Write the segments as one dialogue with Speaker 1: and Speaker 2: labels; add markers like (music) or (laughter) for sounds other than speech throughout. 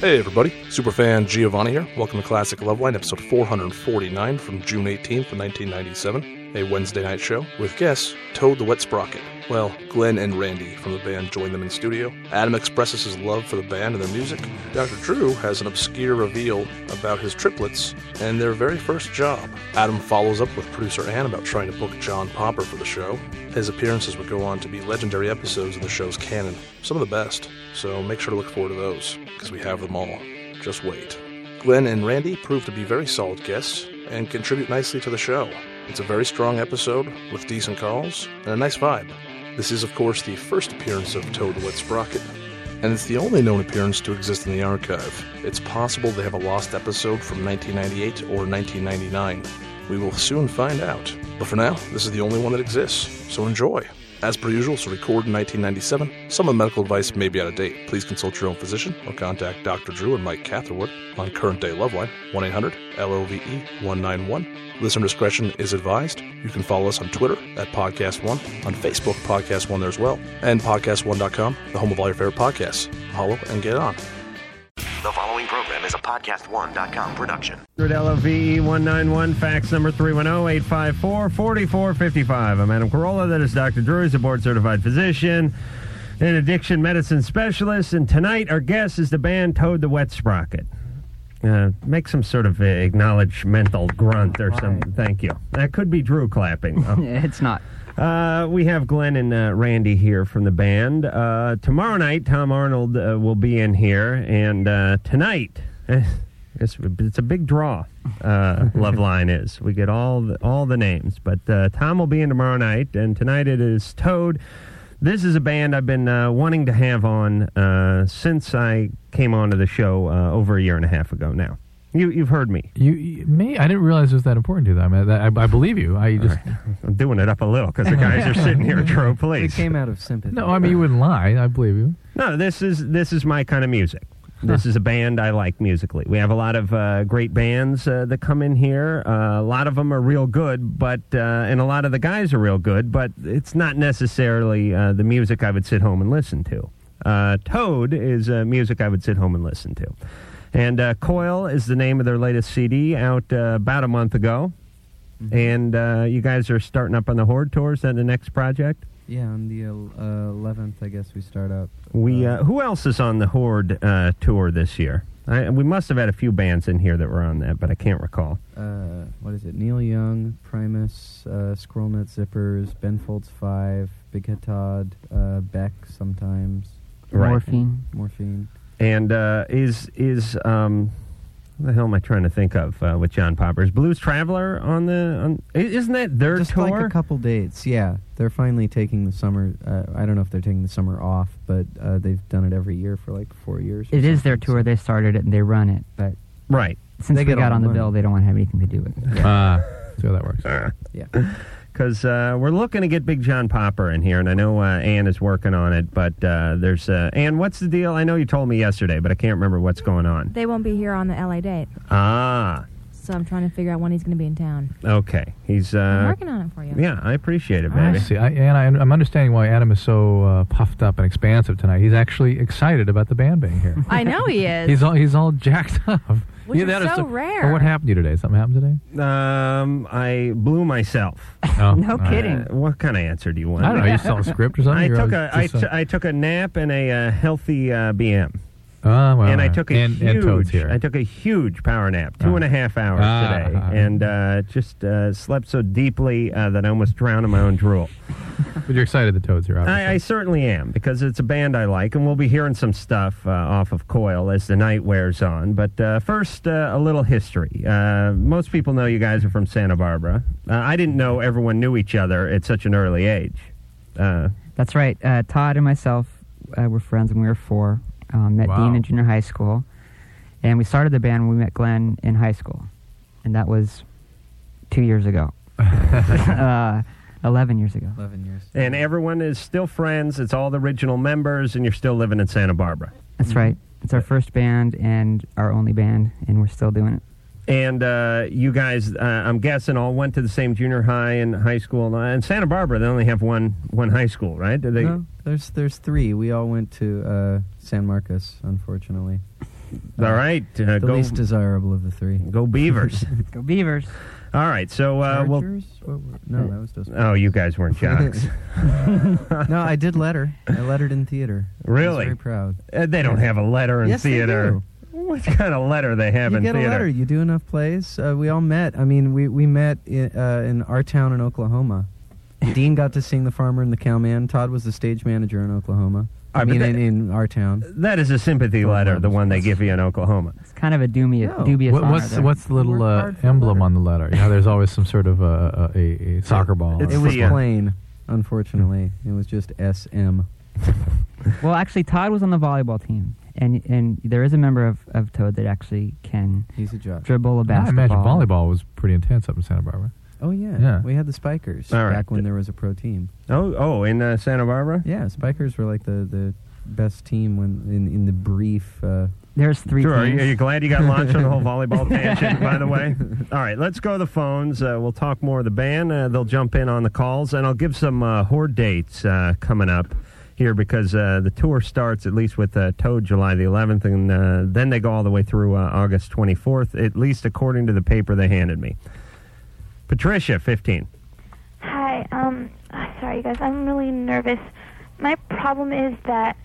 Speaker 1: Hey everybody, superfan Giovanni here. Welcome to Classic Loveline, episode 449 from June 18th, of 1997, a Wednesday night show with guests Toad the Wet Sprocket. Well, Glenn and Randy from the band join them in studio. Adam expresses his love for the band and their music. Dr. Drew has an obscure reveal about his triplets and their very first job. Adam follows up with producer Ann about trying to book John Popper for the show. His appearances would go on to be legendary episodes in the show's canon, some of the best. So make sure to look forward to those, because we have them all. Just wait. Glenn and Randy prove to be very solid guests and contribute nicely to the show. It's a very strong episode with decent calls and a nice vibe. This is, of course, the first appearance of Toad the Wet Sprocket, and it's the only known appearance to exist in the archive. It's possible they have a lost episode from 1998 or 1999. We will soon find out. But for now, this is the only one that exists, so enjoy. As per usual, it's recorded in 1997. Some of the medical advice may be out of date. Please consult your own physician or contact Dr. Drew and Mike Catherwood on Current Day Loveline, 1 800 LOVE 191. Listener discretion is advised. You can follow us on Twitter at Podcast One, on Facebook, Podcast One there as well, and PodcastOne.com, the home of all your favorite podcasts. Hollow and get on.
Speaker 2: The following program is a podcast1.com production.
Speaker 3: LOVE 191, fax number 310 854 4455. I'm Adam Carolla. That is Dr. Drew. He's a board certified physician and addiction medicine specialist. And tonight, our guest is the band Toad the Wet Sprocket. Uh, make some sort of uh, acknowledgmental grunt or something. Thank you. That could be Drew clapping. though.
Speaker 4: It's not.
Speaker 3: Uh, we have Glenn and uh, Randy here from the band. Uh, tomorrow night, Tom Arnold uh, will be in here, and uh, tonight, (laughs) it's, it's a big draw. Uh,
Speaker 4: (laughs)
Speaker 3: Loveline is. We get all the, all the names, but uh, Tom will be in tomorrow night, and tonight it is Toad. This is a band I've been uh, wanting to have on uh, since I came onto the show uh, over a year and a half ago. Now, you you've heard me.
Speaker 5: You, you me? I didn't realize it was that important to them. I, I, I believe you. I just
Speaker 3: I'm doing it up a little because the guys are sitting here at Troy
Speaker 4: It
Speaker 3: Police.
Speaker 4: came out of sympathy.
Speaker 5: no. I mean, you wouldn't lie. I believe you.
Speaker 3: No, this is this is my kind of music. This is a band I like musically. We have a lot of uh, great bands uh, that come in here. Uh, a lot of them are real good, but uh, and a lot of the guys are real good, but it's not necessarily uh, the music I would sit home and listen to. Uh, Toad is uh, music I would sit home and listen to, and uh, Coil is the name of their latest CD out uh, about a month ago. And uh, you guys are starting up on the Horde tour. Is that the next project?
Speaker 4: Yeah, on the uh, eleventh, I guess we start up.
Speaker 3: We uh, who else is on the Horde uh, tour this year? I, we must have had a few bands in here that were on that, but I can't recall.
Speaker 4: Uh, what is it? Neil Young, Primus, uh, Scrollnut Zippers, Ben Folds Five, Big Head Todd, uh, Beck sometimes,
Speaker 3: Right.
Speaker 6: Morphine.
Speaker 4: Morphine.
Speaker 3: And uh, is is um, what the hell am I trying to think of uh, with John Popper? Is Blues Traveler on the? On, i- isn't that their (laughs)
Speaker 4: Just
Speaker 3: tour?
Speaker 4: like a couple dates. Yeah, they're finally taking the summer. Uh, I don't know if they're taking the summer off, but uh, they've done it every year for like four years. or
Speaker 6: It is their
Speaker 4: something,
Speaker 6: tour. They started it and they run it, but
Speaker 3: right.
Speaker 6: since
Speaker 4: They
Speaker 6: they we
Speaker 4: get all
Speaker 6: got
Speaker 4: the
Speaker 6: on the
Speaker 4: money.
Speaker 6: bill, they don't want to have anything to do with it.
Speaker 5: Ah, see how that works.
Speaker 4: so-
Speaker 3: (laughs)
Speaker 4: Yeah.
Speaker 3: because uh, we're looking to get Big John Popper in here, and I know uh, Ann is working on it. But uh, there's uh, Ann. What's the deal? I know you told me yesterday, but I can't remember what's going on.
Speaker 7: They won't be here on the LA date,
Speaker 3: Ah,
Speaker 7: so I'm trying to figure out when he's going to be in town.
Speaker 3: okay. He's
Speaker 7: I'm
Speaker 3: uh,
Speaker 7: working on it for you.
Speaker 3: yeah. I appreciate it,
Speaker 5: I
Speaker 3: baby.
Speaker 5: see. I, and I, I'm understanding why Adam is so uh, puffed up and expansive tonight. He's actually excited about the band being here.
Speaker 7: I know he is.
Speaker 5: he's all he's all jacked (laughs) up.
Speaker 7: Which is
Speaker 5: that or
Speaker 7: so
Speaker 5: some-
Speaker 7: rare.
Speaker 5: Or what happened to you today? Something happened today?
Speaker 3: Um, I blew myself.
Speaker 5: (laughs) Oh,
Speaker 6: No
Speaker 5: all right.
Speaker 6: kidding.
Speaker 3: Uh, what kind of answer do you want?
Speaker 5: I
Speaker 3: (laughs)
Speaker 5: don't know. You saw a script or something.
Speaker 3: I
Speaker 5: You're
Speaker 3: took
Speaker 5: all
Speaker 3: a I,
Speaker 5: just,
Speaker 3: t-
Speaker 5: uh,
Speaker 3: I took a nap and a uh, healthy uh, BM,
Speaker 5: Ah, well,
Speaker 3: and I
Speaker 5: all right.
Speaker 3: took a
Speaker 5: and,
Speaker 3: huge
Speaker 5: and Toad's here.
Speaker 3: I took a huge power nap, two and a half hours
Speaker 5: Ah.
Speaker 3: today, and uh, just uh, slept so deeply uh, that I almost drowned in my own drool.
Speaker 5: but you're excited the Toad's here, obviously.
Speaker 3: I, I certainly am because it's a band I like, and we'll be hearing some stuff uh, off of Coil as the night wears on. But uh, first, uh, a little history. Uh, most people know you guys are from Santa Barbara. Uh, I didn't know everyone knew each other at such an early age. Uh,
Speaker 6: That's right. Uh, Todd and myself uh, were friends when we were four. Um, met
Speaker 5: Wow.
Speaker 6: Dean in junior high school, and we started the band when we met Glenn in high school, and that was two years ago, (laughs) uh, eleven years ago.
Speaker 4: Eleven years.
Speaker 3: and everyone is still friends. It's all the original members, and you're still living in Santa Barbara.
Speaker 6: That's right. It's our first band and our only band, and we're still doing it.
Speaker 3: And uh, you guys, uh, I'm guessing, all went to the same junior high and high school. And Santa Barbara, they only have one one high school, right? Do they?
Speaker 4: no, there's there's three. We all went to uh, San Marcos, unfortunately.
Speaker 3: All right, uh,
Speaker 4: the
Speaker 3: go
Speaker 4: least desirable of the three.
Speaker 3: go
Speaker 4: (laughs)
Speaker 3: Beavers.
Speaker 6: Go Beavers.
Speaker 3: All right, so uh, well,
Speaker 4: Chargers? What were- no, that was those.
Speaker 3: oh, you guys
Speaker 4: (laughs)
Speaker 3: weren't jocks.
Speaker 4: no, I did letter. I lettered in theater. I was
Speaker 3: (laughs) Really?
Speaker 4: very proud.
Speaker 3: Uh, they don't have a letter in
Speaker 4: Yes, they
Speaker 3: theater.
Speaker 4: do.
Speaker 3: What kind of letter they have
Speaker 4: you
Speaker 3: in
Speaker 4: get
Speaker 3: theater?
Speaker 4: a letter. You do enough plays. Uh, we all met. I mean, we we met in, uh, in our town
Speaker 3: (laughs)
Speaker 4: in Oklahoma. Dean got to sing "The Farmer and the Cowman." Todd was the stage manager in Oklahoma.
Speaker 3: I
Speaker 4: I
Speaker 3: bet
Speaker 4: mean,
Speaker 3: that-
Speaker 4: in, in our town.
Speaker 3: That is a sympathy
Speaker 4: Oh,
Speaker 3: letter,
Speaker 4: wow.
Speaker 3: the one they give you in Oklahoma.
Speaker 6: It's kind of a dubious,
Speaker 4: No.
Speaker 6: dubious
Speaker 5: What,
Speaker 6: honor
Speaker 5: what's
Speaker 6: there.
Speaker 5: what's the little
Speaker 4: Work
Speaker 5: uh,
Speaker 4: hard for the
Speaker 5: emblem
Speaker 4: letter.
Speaker 5: on the letter? You know, there's always some sort of uh, a, a, a soccer ball.
Speaker 3: It's
Speaker 5: or
Speaker 4: It was
Speaker 3: the, uh,
Speaker 5: football.
Speaker 4: plain, unfortunately. It was just S M.
Speaker 6: Well, actually, Todd was on the volleyball team, and and there is a member of, of Toad that actually can
Speaker 4: He's a jock.
Speaker 6: dribble a
Speaker 5: I
Speaker 6: basketball.
Speaker 5: imagine volleyball was pretty intense up in Santa Barbara.
Speaker 4: Oh yeah.
Speaker 5: Yeah.
Speaker 4: we had the Spikers
Speaker 3: All right.
Speaker 4: back when there was a pro team.
Speaker 3: Oh, oh, in uh, Santa Barbara.
Speaker 4: Yeah, Spikers were like the the best team when in in the brief. Uh,
Speaker 6: There's three
Speaker 3: Sure. Are you,
Speaker 6: teams.
Speaker 3: are you glad you got launched on the
Speaker 6: (laughs)
Speaker 4: (laughs)
Speaker 3: whole volleyball tangent, by the way? All right, let's go to the phones. Uh, we'll talk more of the band. Uh, they'll jump in on the calls, and I'll give some uh, horde dates uh, coming up here because uh, the tour starts at least with uh, Toad July the 11th, and uh, then they go all the way through uh, August 24th, at least according to the paper they handed me. Patricia, 15.
Speaker 8: Hi, um, ah, sorry guys, I'm really nervous. My problem is that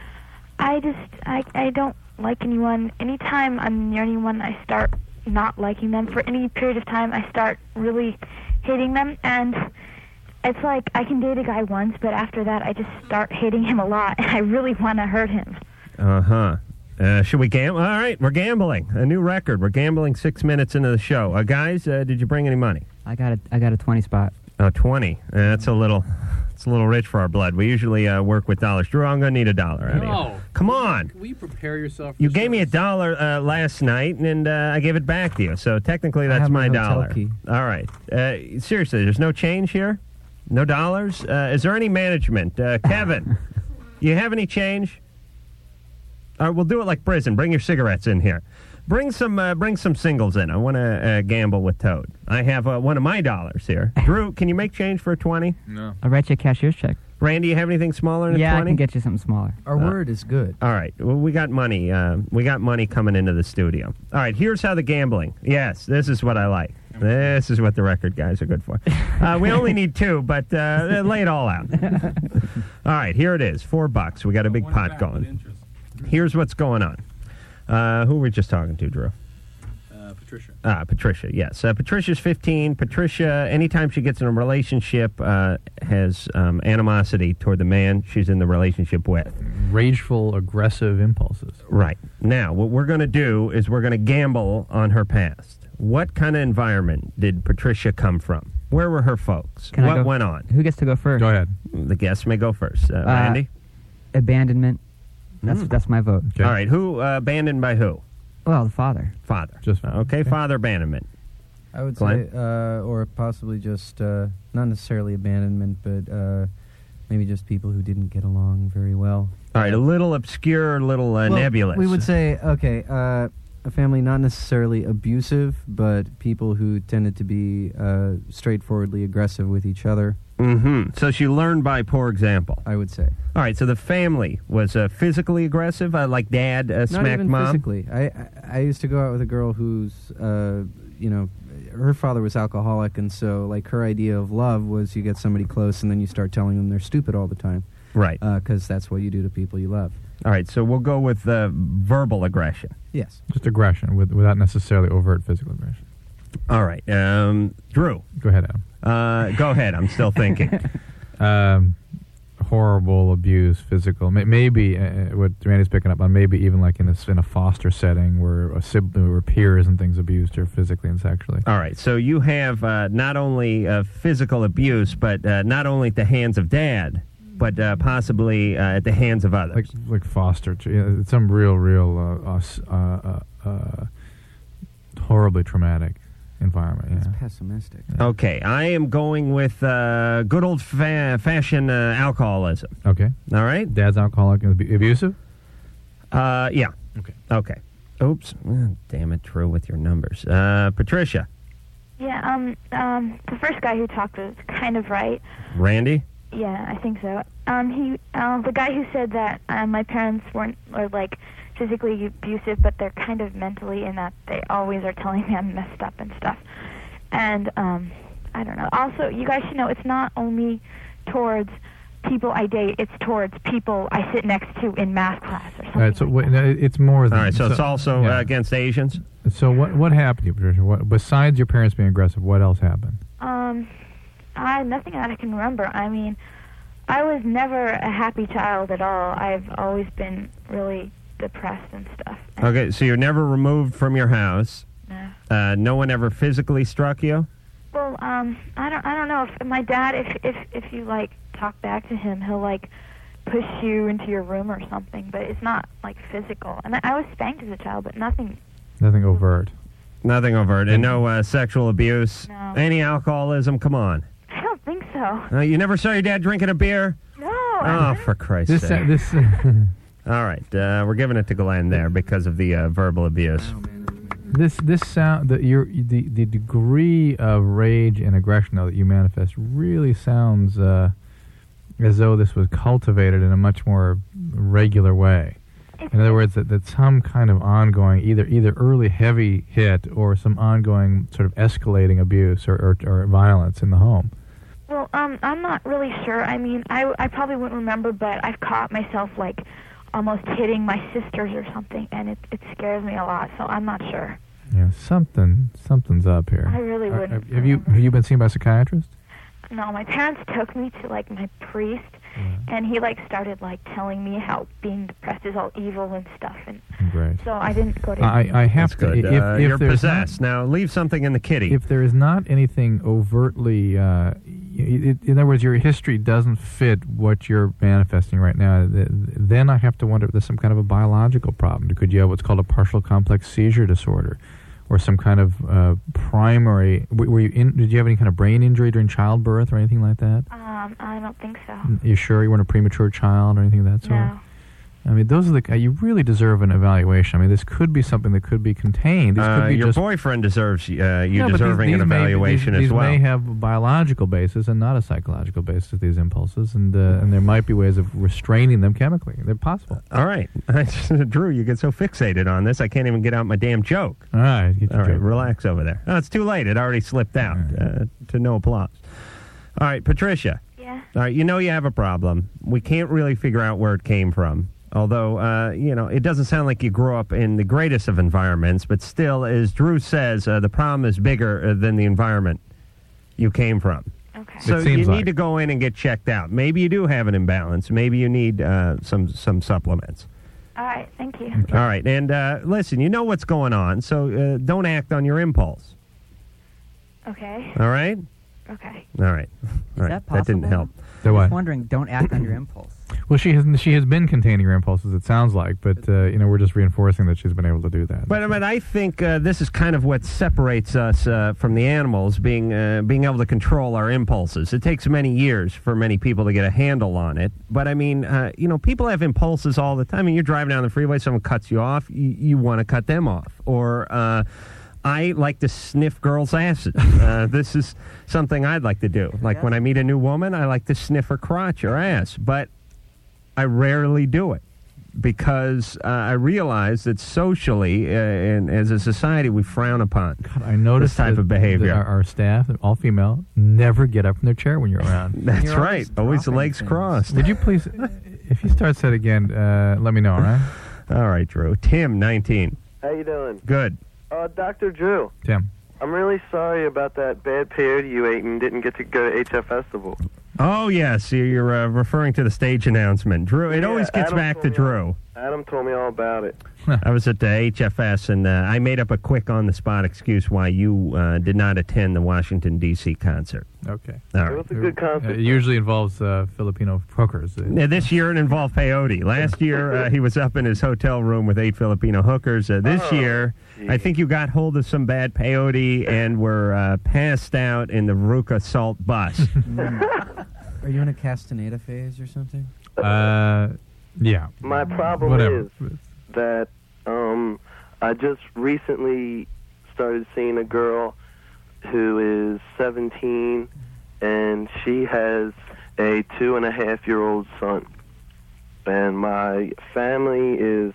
Speaker 8: I just, I, I don't like anyone. Anytime I'm near anyone, I start not liking them. For any period of time, I start really hating them. And it's like I can date a guy once, but after that, I just start hating him a lot, (laughs) and I really want to hurt him.
Speaker 3: Uh-huh. Uh Should we gamble? All right, we're gambling. A new record. We're gambling six minutes into the show. Uh, guys, uh, did you bring any money?
Speaker 6: I got a I got a twenty spot.
Speaker 3: Oh, 20. Uh, that's a little it's a little rich for our blood. We usually uh, work with dollars. Drew, I'm going to need a dollar out of you.
Speaker 9: No.
Speaker 3: Come on.
Speaker 9: Will you prepare yourself? For
Speaker 3: You gave me a
Speaker 9: service?
Speaker 3: dollar uh, last night, and uh, I gave it back to you. So technically, that's
Speaker 4: have
Speaker 3: my
Speaker 4: my hotel
Speaker 3: dollar.
Speaker 4: key.
Speaker 3: All right. Uh, seriously, there's no change here? No dollars? Uh, is there any management? Uh,
Speaker 4: (laughs)
Speaker 3: Kevin, you have any change? All right, we'll do it like prison. Bring your cigarettes in here. Bring some, uh, bring some singles in. I want to uh, gamble with Toad. I have uh, one of my dollars here.
Speaker 4: (laughs)
Speaker 3: Drew, can you make change for a twenty?
Speaker 9: No.
Speaker 6: I'll write you a cashier's check.
Speaker 3: Randy, you have anything smaller than
Speaker 6: Yeah,
Speaker 3: a
Speaker 6: I
Speaker 3: twenty?
Speaker 6: can get you something smaller.
Speaker 4: our word is good.
Speaker 3: Uh, All right. Well, we got money. Uh, we got money coming into the studio. All right. Here's how the gambling. Yes, this is what I like. This is what the record guys are good for. Uh, we only need two, but uh, (laughs) lay it all
Speaker 4: (laughs)
Speaker 3: out. All right. Here it is. Four bucks. We got a big pot going. Here's what's going on. Uh, who were we just talking to, Drew?
Speaker 9: Uh, Patricia.
Speaker 3: Ah, Patricia. Yes, uh, Patricia's fifteen. Patricia, anytime she gets in a relationship, uh, has um, animosity toward the man she's in the relationship with.
Speaker 5: Rageful, aggressive impulses.
Speaker 3: Right. Now, what we're going to do is we're going to gamble on her past. What kind of environment did Patricia come from? Where were her folks?
Speaker 6: Can I
Speaker 3: what
Speaker 6: go-
Speaker 3: went on?
Speaker 6: Who gets to go first?
Speaker 5: Go ahead.
Speaker 3: The guests may go first. Uh, Randy?
Speaker 6: Uh, Abandonment. That's
Speaker 3: Hmm.
Speaker 6: that's my vote.
Speaker 5: Okay.
Speaker 3: All right. Who uh, abandoned by who?
Speaker 6: Well, the father.
Speaker 3: Father.
Speaker 5: Just-
Speaker 3: okay, father abandonment.
Speaker 4: I would
Speaker 3: Glenn?
Speaker 4: say, uh, or possibly just uh, not necessarily abandonment, but uh, maybe just people who didn't get along very well.
Speaker 3: All right, a little obscure, a little uh,
Speaker 4: Well,
Speaker 3: nebulous.
Speaker 4: We would say, okay, uh, a family not necessarily abusive, but people who tended to be uh, straightforwardly aggressive with each other.
Speaker 3: hmm So she learned by poor example.
Speaker 4: I would say,
Speaker 3: All right, so the family was uh, physically aggressive, uh, like dad uh,
Speaker 4: not
Speaker 3: smacked
Speaker 4: even
Speaker 3: mom.
Speaker 4: physically. I, I I used to go out with a girl who's, uh, you know, her father was alcoholic, and so like her idea of love was you get somebody close, and then you start telling them they're stupid all the time.
Speaker 3: Right.
Speaker 4: because that's what you do to people you love.
Speaker 3: All right, so we'll go with uh, verbal aggression.
Speaker 4: Yes.
Speaker 5: Just aggression with, without necessarily overt physical aggression.
Speaker 3: All right, um, Drew.
Speaker 5: Go ahead, Adam.
Speaker 3: Uh, go ahead. I'm still thinking.
Speaker 5: (laughs) um, horrible abuse, physical. May- Maybe uh, what Randy's picking up on. Maybe even like in a s- in a foster setting where a sibling, where peers and things abused her physically and sexually.
Speaker 3: All right. So you have uh, not only uh, physical abuse, but uh, not only at the hands of dad, but uh, possibly uh, at the hands of others.
Speaker 5: Like like foster. ch- yeah, it's some real, real uh, uh, s- uh, uh, uh, horribly traumatic environment.
Speaker 4: It's
Speaker 5: Yeah.
Speaker 4: pessimistic.
Speaker 3: okay. I am going with uh, good old fa- fashioned uh, alcoholism.
Speaker 5: Okay.
Speaker 3: All right.
Speaker 5: Dad's alcoholic and abu- abusive.
Speaker 3: Uh, yeah.
Speaker 5: Okay.
Speaker 3: Okay. Oops. Oh, damn it, Drew, with your numbers. Uh, Patricia,
Speaker 8: Yeah, um, um, the first guy who talked was kind of right.
Speaker 3: Randy.
Speaker 8: um, Yeah, I think so. Um, he, uh, the guy who said that uh, my parents um, weren't, or like, physically abusive, but they're kind of mentally in that they always are telling me I'm messed up and stuff. And um, I don't know. Also, you guys should know it's not only towards people I date; it's towards people I sit next to in math class or something.
Speaker 5: All right, so wait, no, it- it's more than.
Speaker 3: All right, so, it's also
Speaker 5: yeah.
Speaker 3: uh, against Asians.
Speaker 5: So what what happened to you, Patricia? What, besides your parents being aggressive, what else happened?
Speaker 8: Um, I nothing that I can remember. I mean, I was never a happy child at all. I've always been really depressed and stuff. And,
Speaker 3: Okay, so you're never removed from your house.
Speaker 8: uh,
Speaker 3: Uh, no one ever physically struck you.
Speaker 8: well, um, I don't, I don't know if my dad, if if if you like talk back to him, he'll like push you into your room or something. But it's not like physical. And I, I was spanked as a child, but nothing. (laughs)
Speaker 5: Nothing overt.
Speaker 3: Nothing overt, and no uh, sexual abuse.
Speaker 8: No.
Speaker 3: Any alcoholism? Come on.
Speaker 8: I don't think so.
Speaker 3: Uh, you never saw your dad drinking a beer?
Speaker 8: No.
Speaker 3: Oh,
Speaker 8: I
Speaker 3: for Christ's
Speaker 5: This uh,
Speaker 3: sake.
Speaker 5: this (laughs)
Speaker 3: All right, uh, we're giving it to Glenn there because of the uh, verbal abuse.
Speaker 5: Oh, this this sound the your the the degree of rage and aggression though that you manifest really sounds uh, as though this was cultivated in a much more regular way. In other words, that, that some kind of ongoing, either either early heavy hit or some ongoing sort of escalating abuse or, or, or violence in the home.
Speaker 8: Well, um, I'm not really sure. I mean, I I probably wouldn't remember, but I've caught myself like almost hitting my sisters or something, and it it scares me a lot. So I'm not sure.
Speaker 5: Yeah, something something's up here.
Speaker 8: I really
Speaker 5: Are-
Speaker 8: wouldn't.
Speaker 5: Have you have you been seen by a psychiatrist?
Speaker 8: No, my parents took me to like my priest,
Speaker 5: Mm-hmm.
Speaker 8: and he like started like telling me how being depressed is all evil and stuff, and
Speaker 5: Great.
Speaker 8: so I didn't go to.
Speaker 5: I, I have
Speaker 3: That's
Speaker 5: to.
Speaker 3: good.
Speaker 5: If,
Speaker 3: Uh,
Speaker 5: if
Speaker 3: you're
Speaker 5: there's
Speaker 3: possessed. now leave something in the kitty.
Speaker 5: Not, if there is not anything overtly, uh, i- i in other words, your history doesn't fit what you're manifesting right now, th- then I have to wonder if there's some kind of a biological problem. Could you have what's called a partial complex seizure disorder, or some kind of uh, primary? w- Were you in, did you have any kind of brain injury during childbirth or anything like that?
Speaker 8: um, I don't think so.
Speaker 5: You sure you weren't a premature child or anything of that sort?
Speaker 8: No.
Speaker 5: I mean, those are the. You really deserve an evaluation. I mean, this could be something that could be contained. This
Speaker 3: Uh,
Speaker 5: could be
Speaker 3: your
Speaker 5: just,
Speaker 3: boyfriend deserves uh, you
Speaker 5: No, but these-
Speaker 3: deserving
Speaker 5: these
Speaker 3: an
Speaker 5: may be-
Speaker 3: evaluation
Speaker 5: these,
Speaker 3: as
Speaker 5: these
Speaker 3: well.
Speaker 5: may have a biological basis and not a psychological basis. These impulses, and uh, and there might be ways of restraining them chemically. They're possible.
Speaker 3: All right, (laughs) Drew, you get so fixated on this, I can't even get out my damn joke.
Speaker 5: All right, get
Speaker 3: All
Speaker 5: your
Speaker 3: right,
Speaker 5: joke.
Speaker 3: relax over there. No, it's too late. It already slipped out uh, to no applause. All right, Patricia.
Speaker 8: Yeah.
Speaker 3: All right, you know you have a problem. We can't really figure out where it came from. Although, uh, you know, it doesn't sound like you grew up in the greatest of environments, but still, as Drew says, uh, the problem is bigger uh, than the environment you came from.
Speaker 8: Okay.
Speaker 3: So
Speaker 5: It seems
Speaker 3: you
Speaker 5: like.
Speaker 3: need to go in and get checked out. Maybe you do have an imbalance. Maybe you need uh, some some supplements.
Speaker 8: All right. Thank you.
Speaker 3: All right, and uh, listen, you know what's going on, so uh, don't act on your impulse.
Speaker 8: Okay.
Speaker 3: All right,
Speaker 8: Okay.
Speaker 3: all right, all right.
Speaker 6: that
Speaker 3: didn't
Speaker 6: possible?
Speaker 3: help.
Speaker 5: So
Speaker 6: Just
Speaker 5: what?
Speaker 6: wondering, don't act on your impulse.
Speaker 5: Well, she has she has been containing her impulses. It sounds like, but uh, you know, we're just reinforcing that she's been able to do that.
Speaker 3: But, but I think uh, this is kind of what separates us uh, from the animals, being uh, being able to control our impulses. It takes many years for many people to get a handle on it. But I mean, uh, you know, people have impulses all the time. I mean, you're driving down the freeway, someone cuts you off, you, you want to cut them off. Or uh, I like to sniff girls' asses. uh, this is something I'd like to do. Like when I meet a new woman, I like to sniff her crotch or ass. But I rarely do it because uh, I realize that socially uh, and as a society we frown upon.
Speaker 5: God, I noticed
Speaker 3: type
Speaker 5: that-
Speaker 3: of behavior.
Speaker 5: that our, our staff, all female, never get up from their chair when you're around.
Speaker 3: That's
Speaker 6: You're
Speaker 3: right.
Speaker 6: always
Speaker 3: Always the
Speaker 6: dropping
Speaker 3: legs
Speaker 6: things.
Speaker 3: crossed.
Speaker 5: Would you please, if he starts that again, uh, let me know. All right,
Speaker 3: (laughs) All right, Drew. Tim, 19.
Speaker 10: How you doing?
Speaker 3: Good.
Speaker 10: Uh, Dr. Drew,
Speaker 5: Tim.
Speaker 10: I'm really sorry about that bad period you ate and didn't get to go to HF Festival.
Speaker 3: Oh, yes. you- You're uh, referring to the stage announcement. Drew, it
Speaker 10: Yeah,
Speaker 3: always gets
Speaker 10: Adam
Speaker 3: back to
Speaker 10: told me
Speaker 5: (laughs)
Speaker 3: Drew.
Speaker 10: Adam told me all about it.
Speaker 3: I was at the HFS and uh, I made up a quick on the spot excuse why you uh, did not attend the Washington, D.C. concert.
Speaker 5: Okay.
Speaker 3: All
Speaker 10: It
Speaker 3: right.
Speaker 10: was a good
Speaker 5: Uh,
Speaker 10: concert.
Speaker 5: it usually involves uh, Filipino hookers. Uh,
Speaker 3: Now, this year it involved peyote. Last year uh, he was up in his hotel room with eight Filipino hookers. Uh, this year, I think you got hold of some bad peyote and were uh, passed out in the Ruka Salt bus.
Speaker 4: Mm. Are you in a Castaneda phase or something?
Speaker 5: Uh, yeah.
Speaker 10: My problem
Speaker 5: Whatever.
Speaker 10: is that um, I just recently started seeing a girl who is 17, and she has a two and a half year old son. And my family is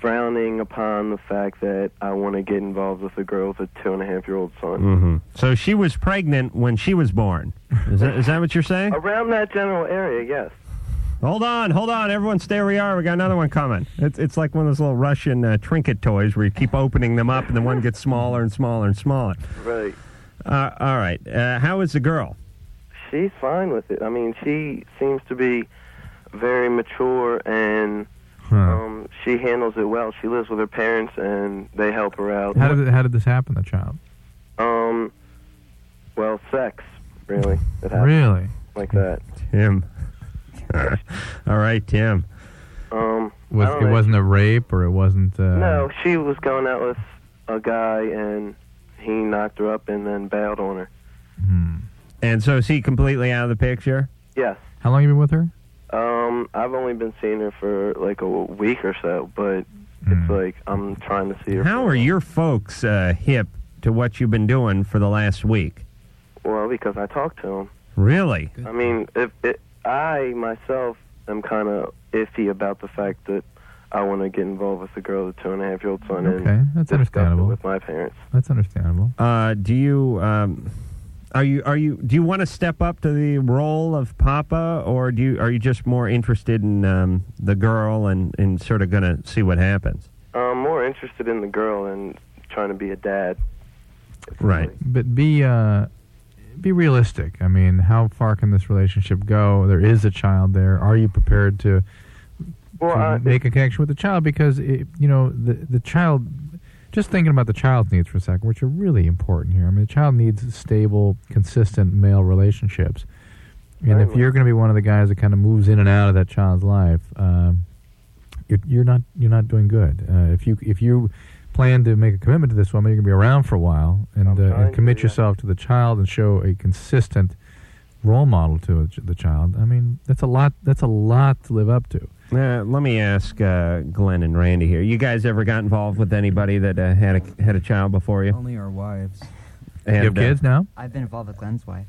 Speaker 10: frowning upon the fact that I want to get involved with a girl with a two and a half year old son.
Speaker 3: hmm So she was pregnant when she was born. Is that, is that what you're saying?
Speaker 10: Around that general area, yes.
Speaker 3: Hold on, hold on, everyone, stay where you are. We got another one coming. It's it's like one of those little Russian uh, trinket toys where you keep opening them up and then one gets smaller and smaller and smaller.
Speaker 10: Right.
Speaker 3: Uh, all right. Uh, how is the girl?
Speaker 10: She's fine with it. I mean, she seems to be very mature and um, she handles it well. She lives with her parents and they help her out.
Speaker 5: How did, it, how did this happen, the child?
Speaker 10: Um, well, sex, really. It happened.
Speaker 5: Really?
Speaker 10: Like that.
Speaker 3: Tim. (laughs) all right, Tim.
Speaker 10: Um,
Speaker 5: Was,
Speaker 10: I don't
Speaker 5: it
Speaker 10: know.
Speaker 5: wasn't a rape or it wasn't. Uh,
Speaker 10: No, she was going out with a guy and he knocked her up and then bailed on her.
Speaker 3: And so is he completely out of the picture?
Speaker 10: Yes.
Speaker 5: How long you been with her?
Speaker 10: Um, I've only been seeing her for like a week or so, but
Speaker 5: Mm.
Speaker 10: it's like I'm trying to see her.
Speaker 3: How are your folks uh, hip to what you've been doing for the last week?
Speaker 10: Well, because I talked to him.
Speaker 3: Really?
Speaker 10: I mean, if it, I myself am kind of iffy about the fact that I want to get involved with a girl with a two and a half year old son
Speaker 5: Okay,
Speaker 10: and
Speaker 5: that's
Speaker 10: discuss it
Speaker 5: understandable.
Speaker 10: with my parents.
Speaker 5: That's understandable.
Speaker 3: Uh, do you um, are you are you do you want to step up to the role of Papa, or do you are you just more interested in um, the girl and and sort of going to see what happens?
Speaker 10: I'm more interested in the girl and trying to be a dad.
Speaker 3: Right.
Speaker 5: But be uh, be realistic. I mean, how far can this relationship go? There is a child there. Are you prepared to, to
Speaker 10: uh,
Speaker 5: make a connection with the child? Because it, you know the the child. Just thinking about the child's needs for a second, which are really important here. I mean, the child needs stable, consistent male relationships. And if you're going to be one of the guys that kind of moves in and out of that child's life, um, you're, you're not you're not doing good. Uh, if you if you plan to make a commitment to this woman, you're going to be around for a while and, uh,
Speaker 10: trying
Speaker 5: and
Speaker 10: to,
Speaker 5: commit yourself to the child and show a consistent role model to the ch- the child. I mean, that's a lot. That's a lot to live up to.
Speaker 3: Uh, let me ask uh, Glenn and Randy here. You guys ever got involved with anybody that uh, had a had a child before you?
Speaker 4: Only our wives.
Speaker 3: And,
Speaker 5: you have
Speaker 3: uh,
Speaker 5: kids now.
Speaker 6: I've been involved with Glenn's wife.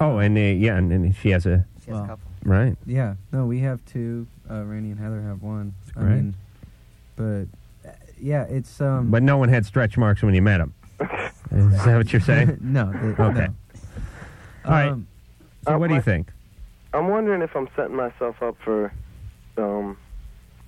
Speaker 3: Oh, and uh, yeah, and, and she has a
Speaker 6: She has
Speaker 4: Wow.
Speaker 6: a couple.
Speaker 3: right.
Speaker 4: Yeah. No, we have two. Uh, Randy and Heather have one. I
Speaker 5: great.
Speaker 4: mean, but uh, yeah, it's um.
Speaker 3: But no one had stretch marks when you met him. Is that what you're saying?
Speaker 4: (laughs) no. They,
Speaker 3: Okay.
Speaker 4: no.
Speaker 3: All right.
Speaker 4: Um,
Speaker 3: So
Speaker 10: Uh,
Speaker 3: what do you
Speaker 10: my-
Speaker 3: think?
Speaker 10: I'm wondering if I'm setting myself up for um,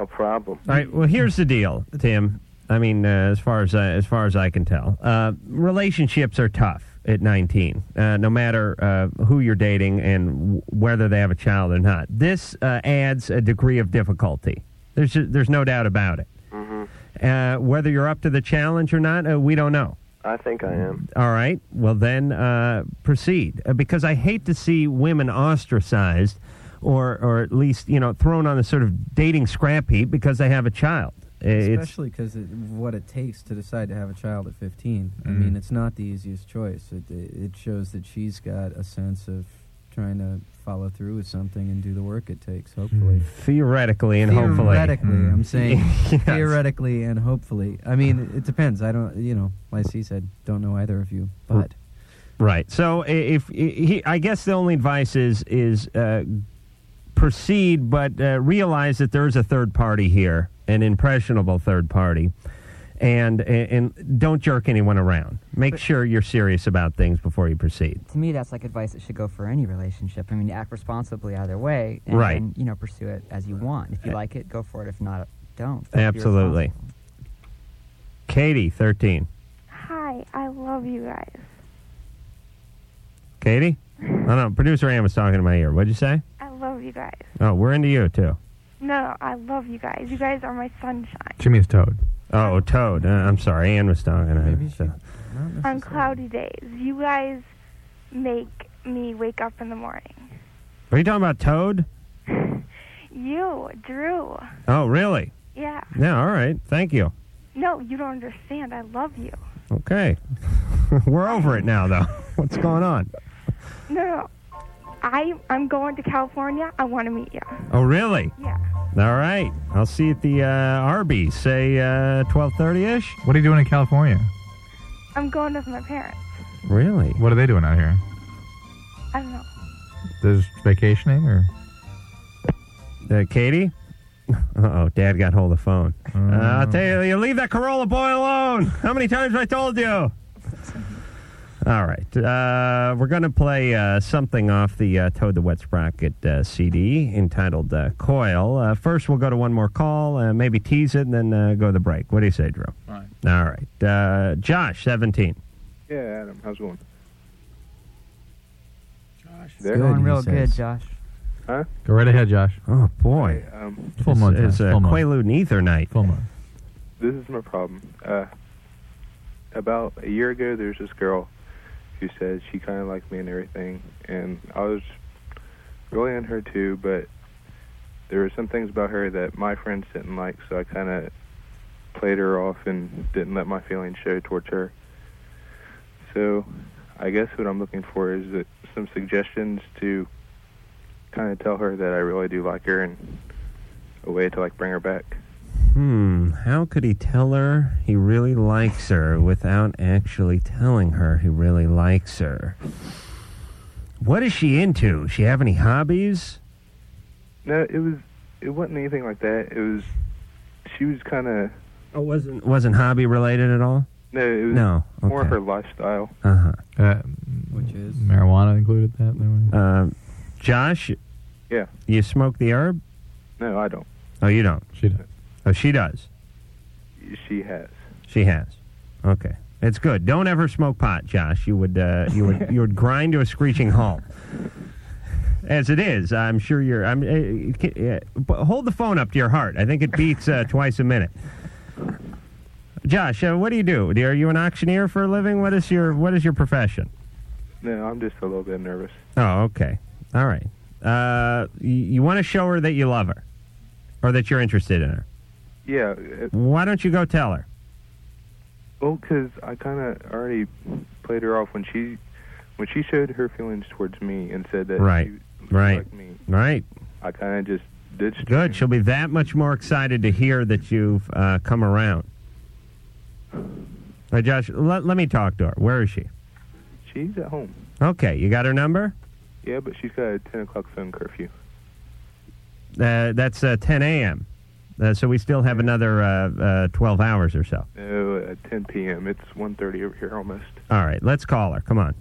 Speaker 10: a problem.
Speaker 3: All right. Well, here's the deal, Tim. I mean, uh, as far as I, as far as I can tell, uh, relationships are tough at 19. Uh, no matter uh, who you're dating and w- whether they have a child or not, this uh, adds a degree of difficulty. There's there's no doubt about it.
Speaker 10: Mm-hmm.
Speaker 3: Uh, whether you're up to the challenge or not, uh, we don't know.
Speaker 10: I think I am.
Speaker 3: All right. Well, then uh, proceed uh, because I hate to see women ostracized, or or at least you know thrown on a sort of dating scrap heap because they have a child. Uh, It's
Speaker 4: especially because what it takes to decide to have a child at 15. I
Speaker 5: Mm-hmm.
Speaker 4: mean, it's not the easiest choice. It, it it shows that she's got a sense of trying to follow through with something and do the work it takes. Hopefully,
Speaker 3: theoretically
Speaker 5: Hmm.
Speaker 3: and
Speaker 4: theoretically,
Speaker 3: hopefully. (laughs)
Speaker 4: I'm
Speaker 5: (laughs)
Speaker 4: saying
Speaker 3: Yes.
Speaker 4: theoretically and hopefully. I mean, it depends. I don't, you know, like he said, don't know either of you, but
Speaker 3: Right. So i- if i- he, I guess the only advice is is uh, proceed, but uh, realize that there is a third party here, an impressionable third party, and and and don't jerk anyone around. Make sure you're serious about things before you proceed.
Speaker 6: To me, that's like advice that should go for any relationship. I mean, act responsibly either way, and,
Speaker 3: Right.
Speaker 6: then, you know, pursue it as you want. If you like it, go for it. If not, don't. Be
Speaker 3: Absolutely.
Speaker 6: responsible.
Speaker 3: Katie, thirteen.
Speaker 8: Hi, I love you guys.
Speaker 3: Katie, I don't know. Producer Ann was talking in my ear. What'd you say?
Speaker 8: I love you guys.
Speaker 3: Oh, we're into you too.
Speaker 8: No, I love you guys. You guys are my sunshine.
Speaker 5: Jimmy's toad.
Speaker 3: Oh, Toad. Uh, I'm sorry, Ann was talking. I-
Speaker 4: Maybe she-
Speaker 3: so-
Speaker 4: not necessarily.
Speaker 8: On cloudy days, you guys make me wake up in the morning.
Speaker 3: Are you talking about Toad?
Speaker 8: You, Drew.
Speaker 3: Oh, really?
Speaker 8: Yeah.
Speaker 3: Yeah. All right. Thank you.
Speaker 8: No, you don't understand. I love you.
Speaker 3: Okay. (laughs) We're over it now, though. (laughs) What's going on?
Speaker 8: No, no. I I'm going to California. I want to meet you.
Speaker 3: Oh, really?
Speaker 8: Yeah.
Speaker 3: All right. I'll see you at the uh, Arby's, say uh, 1230-ish.
Speaker 5: What are you doing in California?
Speaker 8: I'm going with my parents.
Speaker 3: Really?
Speaker 5: What are they doing out here?
Speaker 8: I don't know.
Speaker 5: There's vacationing or
Speaker 3: Uh, Katie? (laughs) Uh oh, Dad got hold of the phone. Uh, I'll tell you, you leave that Corolla boy alone. How many times have I told you? All right, uh, we're going to play uh, something off the uh, Toad the Wet Sprocket uh, CD entitled uh, "Coil." Uh, first, we'll go to one more call, uh, maybe tease it, and then uh, go to the break. What do you say, Drew?
Speaker 11: Fine.
Speaker 3: All right, uh, Josh, seventeen.
Speaker 11: Yeah, Adam, how's it going? Josh,
Speaker 3: It's going
Speaker 6: Doing real good, Josh.
Speaker 11: Huh?
Speaker 3: Go right ahead, Josh. Oh boy,
Speaker 11: Um,
Speaker 3: full moon. It's a Quaalude and Ether night. Full moon.
Speaker 11: This is my problem. Uh, about a year ago, there's this girl who said she kind of liked me and everything, and I was really into her too, but there were some things about her that my friends didn't like, so I kind of played her off and didn't let my feelings show towards her. So I guess what I'm looking for is that some suggestions to kind of tell her that I really do like her and a way to like bring her back.
Speaker 3: Hmm, how could he tell her he really likes her without actually telling her he really likes her? What is she into? She have any hobbies?
Speaker 11: No, it was it wasn't anything like that. It was she was kind of
Speaker 3: Oh, wasn't wasn't hobby related at all?
Speaker 11: no, it was
Speaker 3: No,
Speaker 11: more her lifestyle.
Speaker 3: Uh-huh.
Speaker 5: Uh,
Speaker 4: Which is?
Speaker 5: Marijuana included that? no?
Speaker 3: Uh, Josh,
Speaker 11: Yeah.
Speaker 3: you smoke the herb?
Speaker 11: No, I don't.
Speaker 3: Oh, you don't.
Speaker 5: She does.
Speaker 3: Oh, she does.
Speaker 11: She has.
Speaker 3: She has. Okay. It's good. Don't ever smoke pot, Josh. You would uh, you would you would grind to a screeching halt. As it is, I'm sure you're. I'm. Uh, you can- uh, but hold the phone up to your heart. I think it beats uh, twice a minute. Josh, uh, what do you do? Are you an auctioneer for a living? What is your What is your profession?
Speaker 11: No, I'm just a little bit nervous.
Speaker 3: Oh, okay. All right. Uh, you, you want to show her that you love her, or that you're interested in her.
Speaker 11: Yeah, it,
Speaker 3: Why don't you go tell her?
Speaker 11: well, because I kind of already played her off when she when she showed her feelings towards me and said that
Speaker 3: Right.
Speaker 11: she
Speaker 3: Right.
Speaker 11: liked me.
Speaker 3: Right.
Speaker 11: I kind of just ditched.
Speaker 3: Good. She'll be that much more excited to hear that you've uh, come around. Hey, Josh, let, let me talk to her. Where is she?
Speaker 11: She's at home.
Speaker 3: Okay, you got her number?
Speaker 11: Yeah, but she's got a ten o'clock phone curfew.
Speaker 3: Uh, that's uh, 10 a.m. Uh, so we still have another uh, uh, 12 hours or so.
Speaker 11: No, at 10 p.m. It's 1:30 over here almost.
Speaker 3: All right, let's call her. Come on.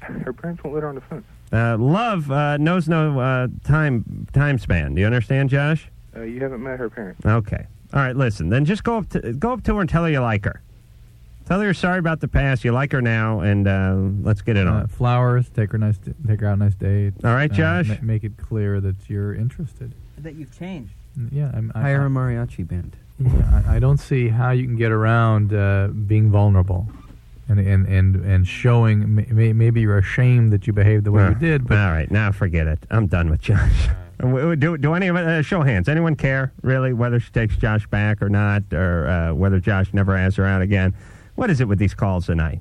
Speaker 11: Her parents won't let her on the phone.
Speaker 3: Uh, love uh, knows no uh, time time span. Do you understand, Josh?
Speaker 11: Uh, you haven't met her parents.
Speaker 3: Okay. All right. Listen. Then just go up to go up to her and tell her you like her. Tell her you're sorry about the past. You like her now, and uh, let's get it on.
Speaker 5: Uh, flowers. Take her nice. Take her out a nice date.
Speaker 3: All right,
Speaker 5: Uh,
Speaker 3: Josh?
Speaker 5: ma- make it clear that you're interested.
Speaker 6: That you've changed.
Speaker 5: Yeah, I'm, I,
Speaker 4: Hire
Speaker 5: I-
Speaker 4: a mariachi band.
Speaker 5: Yeah, I, I don't see how you can get around uh, being vulnerable and and and, and showing may- may, maybe you're ashamed that you behaved the way
Speaker 3: Uh,
Speaker 5: you did. But
Speaker 3: all right, now forget it. I'm done with Josh. Uh, W- w- Do, do any of uh, show hands? Anyone care really whether she takes Josh back or not, or uh, whether Josh never asks her out again? What is it with these calls tonight?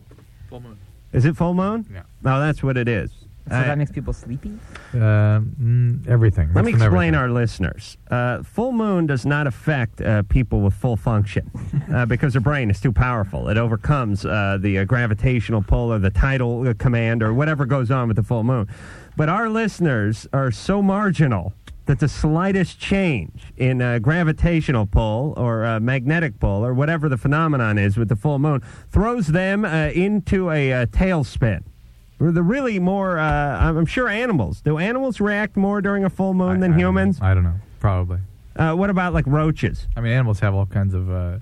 Speaker 9: Full moon.
Speaker 3: Is it full moon?
Speaker 5: Yeah.
Speaker 3: No, that's what it is.
Speaker 6: So
Speaker 3: I-
Speaker 6: that makes people sleepy?
Speaker 5: uh, mm, everything.
Speaker 3: let me
Speaker 5: That's from
Speaker 3: explain
Speaker 5: everything.
Speaker 3: our listeners. Uh, full moon does not affect uh, people with full
Speaker 5: (laughs)
Speaker 3: function uh, because their brain is too powerful. It overcomes uh, the uh, gravitational pull or the tidal uh, command or whatever goes on with the full moon. But our listeners are so marginal that the slightest change in uh, gravitational pull or uh, magnetic pull or whatever the phenomenon is with the full moon throws them uh, into a uh, tailspin. Or The really more, uh, I'm I'm sure animals. Do animals react more during a full moon than
Speaker 5: I don't know.
Speaker 3: humans?
Speaker 5: I don't know. Probably.
Speaker 3: Uh, what about like roaches?
Speaker 5: I mean, animals have all kinds of uh,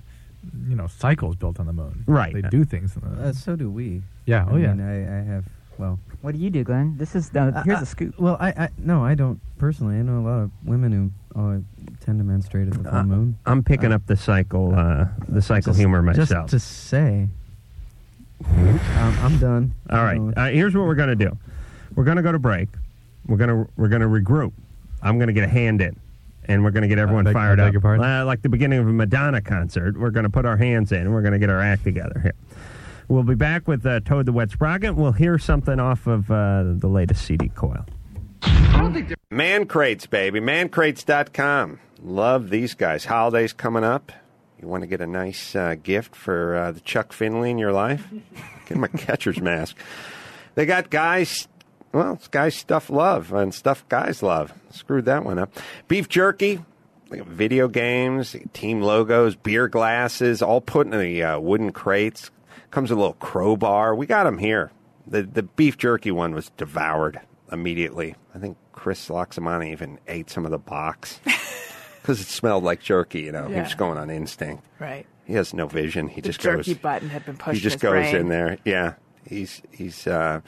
Speaker 5: you know cycles built on the moon.
Speaker 3: Right.
Speaker 5: They do things. on the-
Speaker 4: Uh, so do we.
Speaker 5: yeah. Oh
Speaker 4: I
Speaker 5: yeah.
Speaker 4: mean, I, I have, well,
Speaker 6: What do you do, Glenn? This is the, here's
Speaker 4: I-
Speaker 6: the scoop.
Speaker 4: Well, I, I no, I don't personally. I know a lot of women who uh, tend to menstruate at the full
Speaker 3: Uh,
Speaker 4: moon.
Speaker 3: I'm picking up the cycle, uh, the cycle
Speaker 4: Just-
Speaker 3: humor myself.
Speaker 4: Just to say, um, I'm done.
Speaker 3: All right.
Speaker 4: No,
Speaker 3: Uh, here's what we're going to do. We're going to go to break. We're going to we're going to regroup. I'm going to get a hand in, and we're going to get everyone
Speaker 5: beg-
Speaker 3: fired
Speaker 5: I beg
Speaker 3: up.
Speaker 5: your pardon?
Speaker 3: Uh, like the beginning of a Madonna concert, we're going to put our hands in. and We're going to get our act together here. We'll be back with uh, Toad the Wet Sprocket. We'll hear something off of uh, the latest CD Coil.
Speaker 12: Man crates, baby. Mancrates.com. Love these guys. Holidays coming up. You want to get a nice uh, gift for uh, the Chuck Finley in your life? (laughs) Get him a catcher's mask. They got guys. Well, it's guys stuff love and stuff guys love. Screwed that one up. Beef jerky. They got video games, team logos, beer glasses, all put in the uh, wooden crates. Comes with a little crowbar. We got them here. The the beef jerky one was devoured immediately. I think Chris Loxamani even ate some of
Speaker 13: (laughs)
Speaker 12: the box because it smelled like jerky. You know,
Speaker 13: Yeah.
Speaker 12: he was going on instinct.
Speaker 13: Right.
Speaker 12: He has no vision. He
Speaker 13: The
Speaker 12: just
Speaker 13: jerky
Speaker 12: goes.
Speaker 13: button had been pushed
Speaker 12: He
Speaker 13: in
Speaker 12: just
Speaker 13: his
Speaker 12: goes
Speaker 13: brain.
Speaker 12: in there. Yeah, he's he's uh,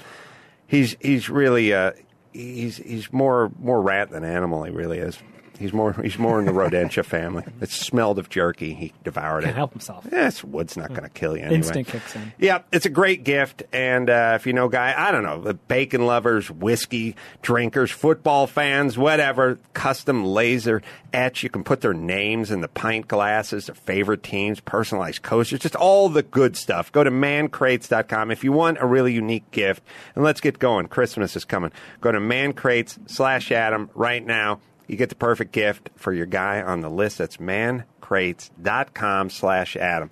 Speaker 12: he's he's really uh, he's he's more more rat than animal. He really is. He's more he's more
Speaker 13: (laughs)
Speaker 12: in the rodentia family. It smelled of jerky. He devoured it.
Speaker 14: Can't help himself.
Speaker 12: Yes, wood's not going to kill you anyway.
Speaker 14: Instinct kicks in.
Speaker 12: Yeah, it's a great gift. And uh, if you know, guy, I don't know, the bacon lovers, whiskey drinkers, football fans, whatever, custom laser etch. You can put their names in the pint glasses, their favorite teams, personalized coasters, just all the good stuff. Go to mancrates.com if you want a really unique gift. And let's get going. Christmas is coming. Go to mancrates slash Adam right now. You get the perfect gift for your guy on the list. That's mancrates.com slash Adam.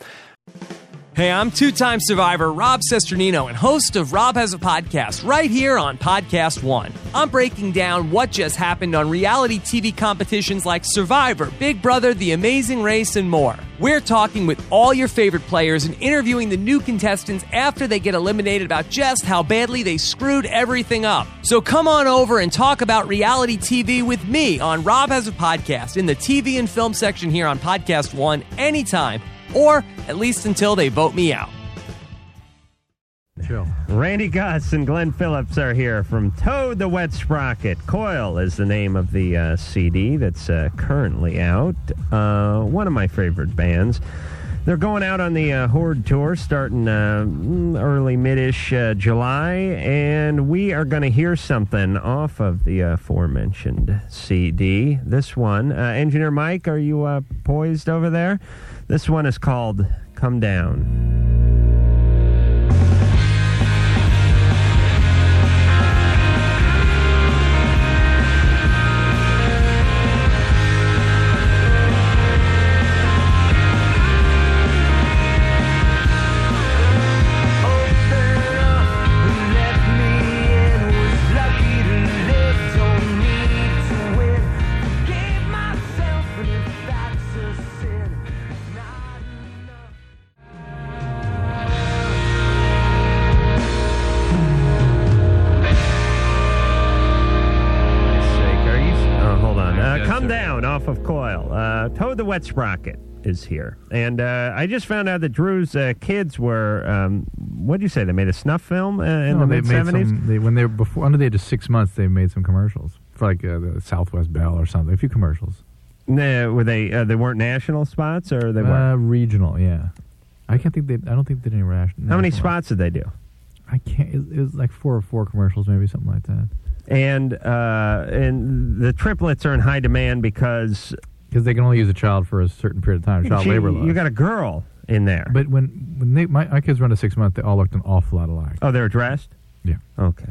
Speaker 15: Hey, I'm two time survivor Rob Sesternino and host of Rob Has a Podcast right here on Podcast One. I'm breaking down what just happened on reality TV competitions like Survivor, Big Brother, The Amazing Race, and more. We're talking with all your favorite players and interviewing the new contestants after they get eliminated about just how badly they screwed everything up. So come on over and talk about reality TV with me on Rob Has a Podcast in the TV and film section here on Podcast One anytime or at least until they vote me out.
Speaker 3: Randy Goss and Glenn Phillips are here from Toad the Wet Sprocket. Coil is the name of the uh, CD that's uh, currently out. Uh, one of my favorite bands. They're going out on the uh, Horde tour starting uh, mm, early mid ish uh, July, and we are going to hear something off of the uh, aforementioned CD. This one, uh, Engineer Mike, are you uh, poised over there? This one is called Come Down. sake, are you? Oh, hold on. Uh, come down off of Coil. Uh, Toad the Wet Sprocket is here. And uh, I just found out that Drew's uh, kids were, um, what did you say? They made a snuff film uh, in the
Speaker 5: they
Speaker 3: mid
Speaker 5: made
Speaker 3: 70s?
Speaker 5: some- they- when they were before under the age of six months, they made some commercials for like uh, the Southwest Bell or something. A few commercials.
Speaker 3: No, were they? Uh, they weren't national spots, or they
Speaker 5: uh,
Speaker 3: weren't?
Speaker 5: regional. Yeah, I can't think. They, I don't think they did any rational.
Speaker 3: How many spots did they do?
Speaker 5: I can't. It, it was like four or four commercials, maybe something like that.
Speaker 3: And uh, and the triplets are in high demand because
Speaker 5: because they can only use a child for a certain period of time. Child
Speaker 3: Gee,
Speaker 5: labor laws.
Speaker 3: You got a girl in there.
Speaker 5: But when when they, my, my kids were under six months, they all looked an awful lot alike.
Speaker 3: Oh, they were dressed.
Speaker 5: Yeah.
Speaker 3: Okay.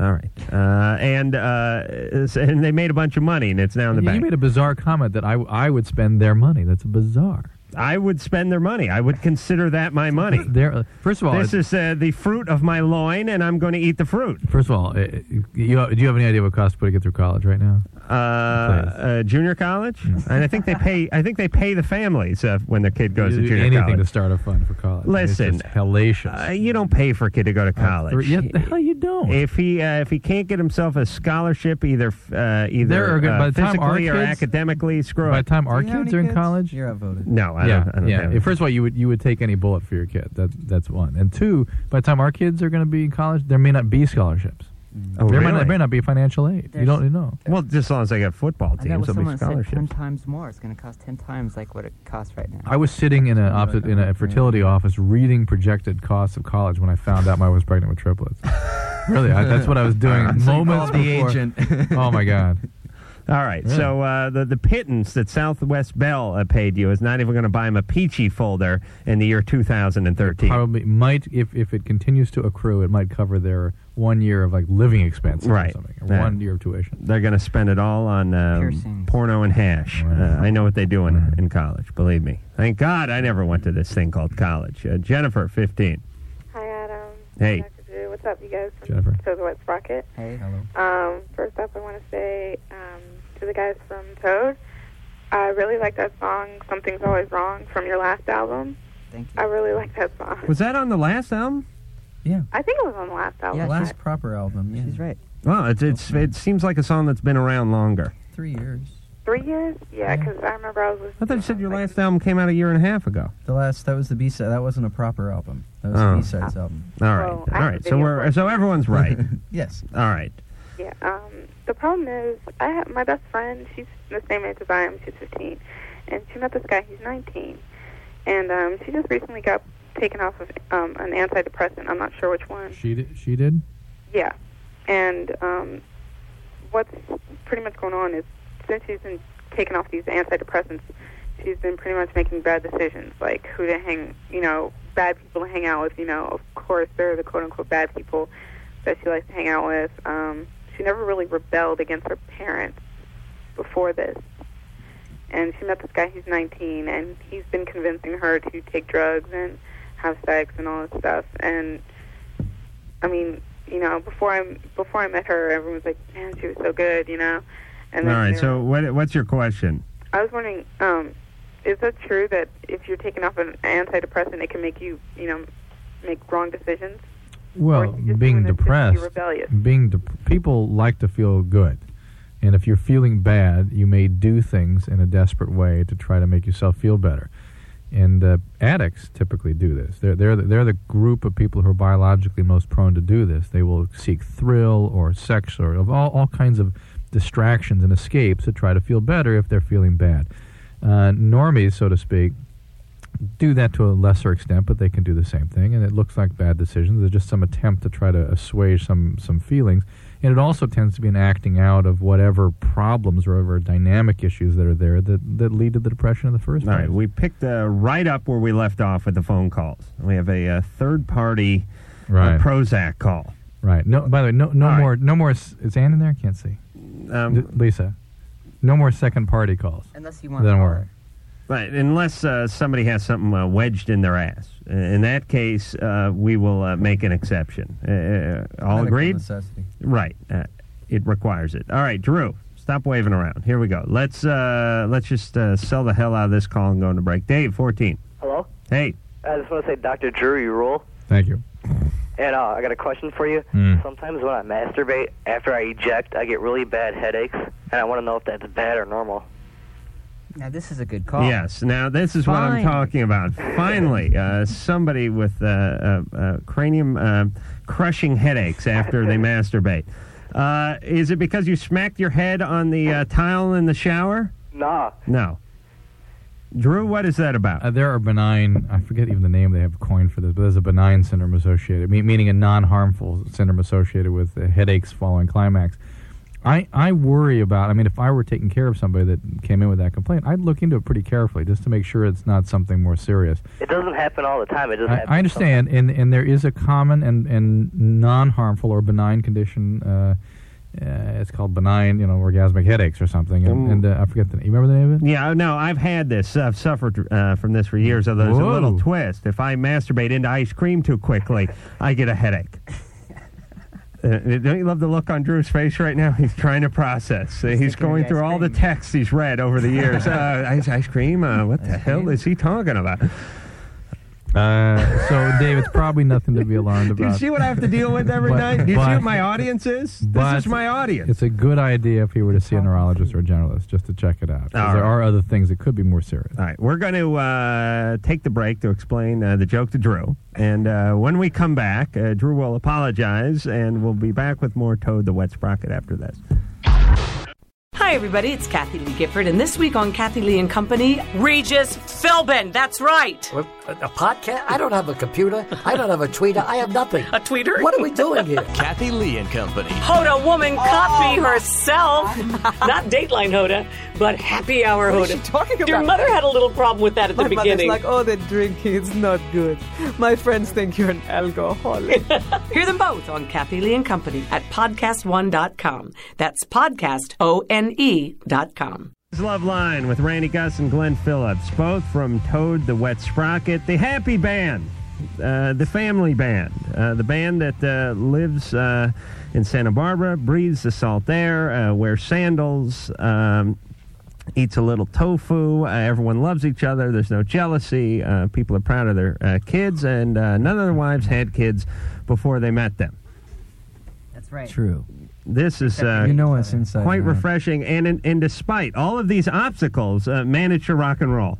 Speaker 3: All right. Uh, and uh, s- and they made a bunch of money, and it's now in the
Speaker 5: You-
Speaker 3: bank.
Speaker 5: You made a bizarre comment that I, I would spend their money. That's bizarre.
Speaker 3: I would spend their money. I would consider that my
Speaker 5: (laughs)
Speaker 3: money.
Speaker 5: There, first of all,
Speaker 3: this is uh, the fruit of my loin, and I'm going to eat the fruit.
Speaker 5: First of all, uh, you, do you have any idea what costs to put a kid through college right now?
Speaker 3: Uh, uh, junior college, and I think they pay. I think they pay the families uh, when their kid goes to
Speaker 5: You-
Speaker 3: junior
Speaker 5: anything
Speaker 3: college.
Speaker 5: to start a fund for college.
Speaker 3: Listen,
Speaker 5: it's just hellacious.
Speaker 3: Uh, you don't pay for a kid to go to college.
Speaker 5: yeah, the hell you don't.
Speaker 3: If he uh, if he can't get himself a scholarship, either f- uh, either
Speaker 5: There are good-
Speaker 3: uh,
Speaker 5: by the time our
Speaker 3: physically or
Speaker 5: kids-
Speaker 3: academically, screw
Speaker 5: By
Speaker 3: it.
Speaker 5: the time our kids are in college,
Speaker 4: you're outvoted.
Speaker 3: No, I
Speaker 5: yeah,
Speaker 3: don't- I don't
Speaker 5: yeah.
Speaker 3: have any.
Speaker 5: First of all, you would you would take any bullet for your kid. That that's one. And two, by the time our kids are going to be in college, there may not be scholarships.
Speaker 3: Oh,
Speaker 5: there, might
Speaker 3: really?
Speaker 5: not, there may not be financial aid. you
Speaker 6: There's-
Speaker 5: don't know.
Speaker 3: Well, just as long as they got football
Speaker 6: I bet
Speaker 3: teams,
Speaker 6: what
Speaker 3: there'll be
Speaker 6: someone said
Speaker 3: scholarships.
Speaker 6: ten times more. It's going to cost ten times like what it costs right now.
Speaker 5: I was sitting in a op- in a fertility office reading projected costs of college when I found out my wife was pregnant with
Speaker 3: (laughs)
Speaker 5: triplets. really, I, that's what I was doing.
Speaker 3: So you
Speaker 5: moments
Speaker 3: called the
Speaker 5: before.
Speaker 3: agent.
Speaker 5: (laughs) oh
Speaker 3: (laughs)
Speaker 5: my god.
Speaker 3: All right, so uh, the the pittance that Southwest Bell uh, paid you is not even going to buy him a peachy folder in the year 2013.
Speaker 5: Probably might if if it continues to accrue, it might cover their one year of like living expenses or
Speaker 3: Right.
Speaker 5: something, or
Speaker 3: Yeah.
Speaker 5: one year of tuition.
Speaker 3: They're going to spend it all on um,
Speaker 5: Piercings.
Speaker 3: porno and hash. Uh, I know what they do in, in college, believe me. Thank God I never went to this thing called college. Uh, Jennifer, 15.
Speaker 16: Hi, Adam.
Speaker 3: Hey.
Speaker 16: Drew, What's up, you guys?
Speaker 3: Jennifer.
Speaker 16: Toad the Wet Sprocket.
Speaker 3: Hey. Hello.
Speaker 16: Um, first up, I want to say um, to the guys from Toad,
Speaker 17: I really like that song, Something's Always Wrong, from your last album.
Speaker 6: Thank
Speaker 17: you. I really like that song.
Speaker 3: Was that on the last album?
Speaker 17: I think it was on the last album.
Speaker 4: the last proper album. Yeah,
Speaker 6: she's right.
Speaker 3: Well, it's, it's it seems like a song that's been around longer.
Speaker 4: Three years.
Speaker 17: Three years? Yeah, because I remember I was listening.
Speaker 3: I thought you said your last album came out a year and a half ago.
Speaker 4: The last that was the B side. That wasn't a proper album. That was
Speaker 3: Oh.
Speaker 4: a B sides album.
Speaker 3: All right,
Speaker 17: Well, Uh, I
Speaker 3: all
Speaker 17: have
Speaker 3: right.
Speaker 17: the
Speaker 3: So
Speaker 17: video
Speaker 3: we're so everyone's
Speaker 17: (laughs)
Speaker 3: right.
Speaker 4: yes.
Speaker 3: All right.
Speaker 17: Yeah. Um, the problem is, I have my best friend. She's the same age as I am. She's 15, and she met this guy. He's 19, and um, she just recently got taken off of um, an antidepressant. I'm not sure which one.
Speaker 5: She did. She did.
Speaker 17: Yeah. And um, what's pretty much going on is since she's been taken off these antidepressants, she's been pretty much making bad decisions, like who to hang, you know, bad people to hang out with. You know, of course, they're the quote unquote bad people that she likes to hang out with. Um, she never really rebelled against her parents before this. And she met this guy, he's 19, and he's been convincing her to take drugs and have sex and all this stuff. And I mean, you know, before I before I met her, everyone was like, "Man, she was so good," you know.
Speaker 3: All
Speaker 17: And then
Speaker 3: right.
Speaker 17: they
Speaker 3: So what what's your question?
Speaker 17: I was wondering, um, is that true that if you're taken off an antidepressant, it can make you, you know, make wrong decisions?
Speaker 5: Well, being depressed,
Speaker 17: rebellious.
Speaker 5: being dep people like to feel good, and if you're feeling bad, you may do things in a desperate way to try to make yourself feel better. And uh, addicts typically do this. They're they're the, they're the group of people who are biologically most prone to do this. They will seek thrill or sex or of all all kinds of distractions and escapes to try to feel better if they're feeling bad. Uh, normies, so to speak, do that to a lesser extent, but they can do the same thing, and it looks like bad decisions. There's just some attempt to try to assuage some some feelings, and it also tends to be an acting out of whatever problems or whatever dynamic issues that are there that that lead to the depression in the first
Speaker 3: All
Speaker 5: place.
Speaker 3: right, we picked uh, right up where we left off with the phone calls. We have a uh, third party
Speaker 5: Right.
Speaker 3: uh, Prozac call.
Speaker 5: Right. No. By the way, no no more no more. s- Is Ann in there? I can't see.
Speaker 3: Um,
Speaker 5: D- Lisa, no more second party calls.
Speaker 6: Unless you want.
Speaker 5: Don't worry.
Speaker 3: Right, unless uh, somebody has something uh, wedged in their ass. Uh, In that case, uh, we will uh, make an exception. Uh, Uh, all
Speaker 4: Medical
Speaker 3: agreed?
Speaker 4: necessity.
Speaker 3: Right. Uh, it requires it. All right, Drew, stop waving around. Here we go. Let's uh, let's just uh, sell the hell out of this call and go into break. Dave, 14.
Speaker 10: Hello?
Speaker 3: Hey.
Speaker 10: I just want to say, Dr. Drew, you rule.
Speaker 5: Thank you.
Speaker 10: And uh, I got a question for you.
Speaker 5: Hmm.
Speaker 10: Sometimes when I masturbate, after I eject, I get really bad headaches, and I want to know if that's bad or normal.
Speaker 6: Now this is a good call.
Speaker 3: Yes. Now this is what I'm
Speaker 6: Fine.
Speaker 3: talking about. Finally, uh, somebody with uh, uh, uh, cranium uh, crushing headaches after they masturbate. Uh, is it because you smacked your head on the uh, tile in the shower?
Speaker 10: Nah.
Speaker 3: No. Drew, what is that about?
Speaker 5: Uh, there are benign, I forget even the name they have coined for this, but there's a benign syndrome associated, me- meaning a non harmful syndrome associated with uh, headaches following climax. I, I worry about, I mean, if I were taking care of somebody that came in with that complaint, I'd look into it pretty carefully just to make sure it's not something more serious.
Speaker 10: It doesn't happen all the time. It doesn't
Speaker 5: I,
Speaker 10: happen.
Speaker 5: I understand, and, and there is a common and, and non harmful or benign condition. Uh, uh, it's called benign, you know, orgasmic headaches or something. And, and uh, I forget the name. You remember the name of it?
Speaker 3: Yeah, no, I've had this. I've suffered uh, from this for years, although there's a
Speaker 5: Whoa.
Speaker 3: little twist. If I masturbate into ice cream too quickly, I get a
Speaker 5: (laughs)
Speaker 3: headache. Uh, don't you love the look on Drew's face right now? He's trying to process. Uh, he's going
Speaker 4: of
Speaker 3: through
Speaker 4: ice
Speaker 3: all the texts he's read over the (laughs) years.
Speaker 5: (laughs)
Speaker 3: uh, ice, ice cream? Uh, what the hell is he talking about?
Speaker 5: Uh, so, Dave, it's probably nothing to
Speaker 3: (laughs)
Speaker 5: be alarmed
Speaker 3: Do
Speaker 5: about.
Speaker 3: you see what I have to deal with every
Speaker 5: (laughs) But-
Speaker 3: night? Do you see
Speaker 5: but-
Speaker 3: what my audience is?
Speaker 5: but
Speaker 3: This is my audience.
Speaker 5: It's a good idea if you were to see a neurologist or a generalist just to check it out. 'cause
Speaker 3: All
Speaker 5: there
Speaker 3: right.
Speaker 5: are other things that could be more serious.
Speaker 3: All right, we're going to uh, take the break to explain uh, the joke to Drew. And uh, when we come back, uh, Drew will apologize, and we'll be back with more Toad the Wet Sprocket after this.
Speaker 18: Hi, everybody. It's Kathy Lee Gifford, and this week on Kathy Lee and Company, Regis Philbin. That's right.
Speaker 19: A podcast? I don't have a computer. I don't have a tweeter. I have nothing. A tweeter? What are we doing here?
Speaker 20: Kathy Lee and Company.
Speaker 18: Hoda Woman
Speaker 21: Oh.
Speaker 18: Copy herself. (laughs) Not Dateline Hoda, but Happy Hour
Speaker 21: What
Speaker 18: Hoda.
Speaker 21: is she talking
Speaker 18: Your
Speaker 21: about?
Speaker 18: mother had a little problem with that at
Speaker 21: My
Speaker 18: the
Speaker 21: mother's
Speaker 18: beginning.
Speaker 21: like, oh, that drinking is not good. My friends think you're an
Speaker 18: (laughs)
Speaker 21: alcoholic.
Speaker 18: Hear them both on Kathy Lee and Company at podcast1.com. That's podcast, O-N-E dot com.
Speaker 3: This is Love Line with Randy Gus and Glenn Phillips, both from Toad the Wet Sprocket, the happy band, uh, the family band, uh, the band that uh, lives uh, in Santa Barbara, breathes the salt air, uh, wears sandals, um, eats a little tofu. Uh, everyone loves each other. There's no jealousy. Uh, people are proud of their uh, kids, and uh, none of their wives had kids before they met them.
Speaker 6: That's right.
Speaker 4: True.
Speaker 3: This is uh,
Speaker 4: you know us inside.
Speaker 3: quite
Speaker 4: and out.
Speaker 3: refreshing. And, and and despite all of these obstacles, uh, manage to rock and roll.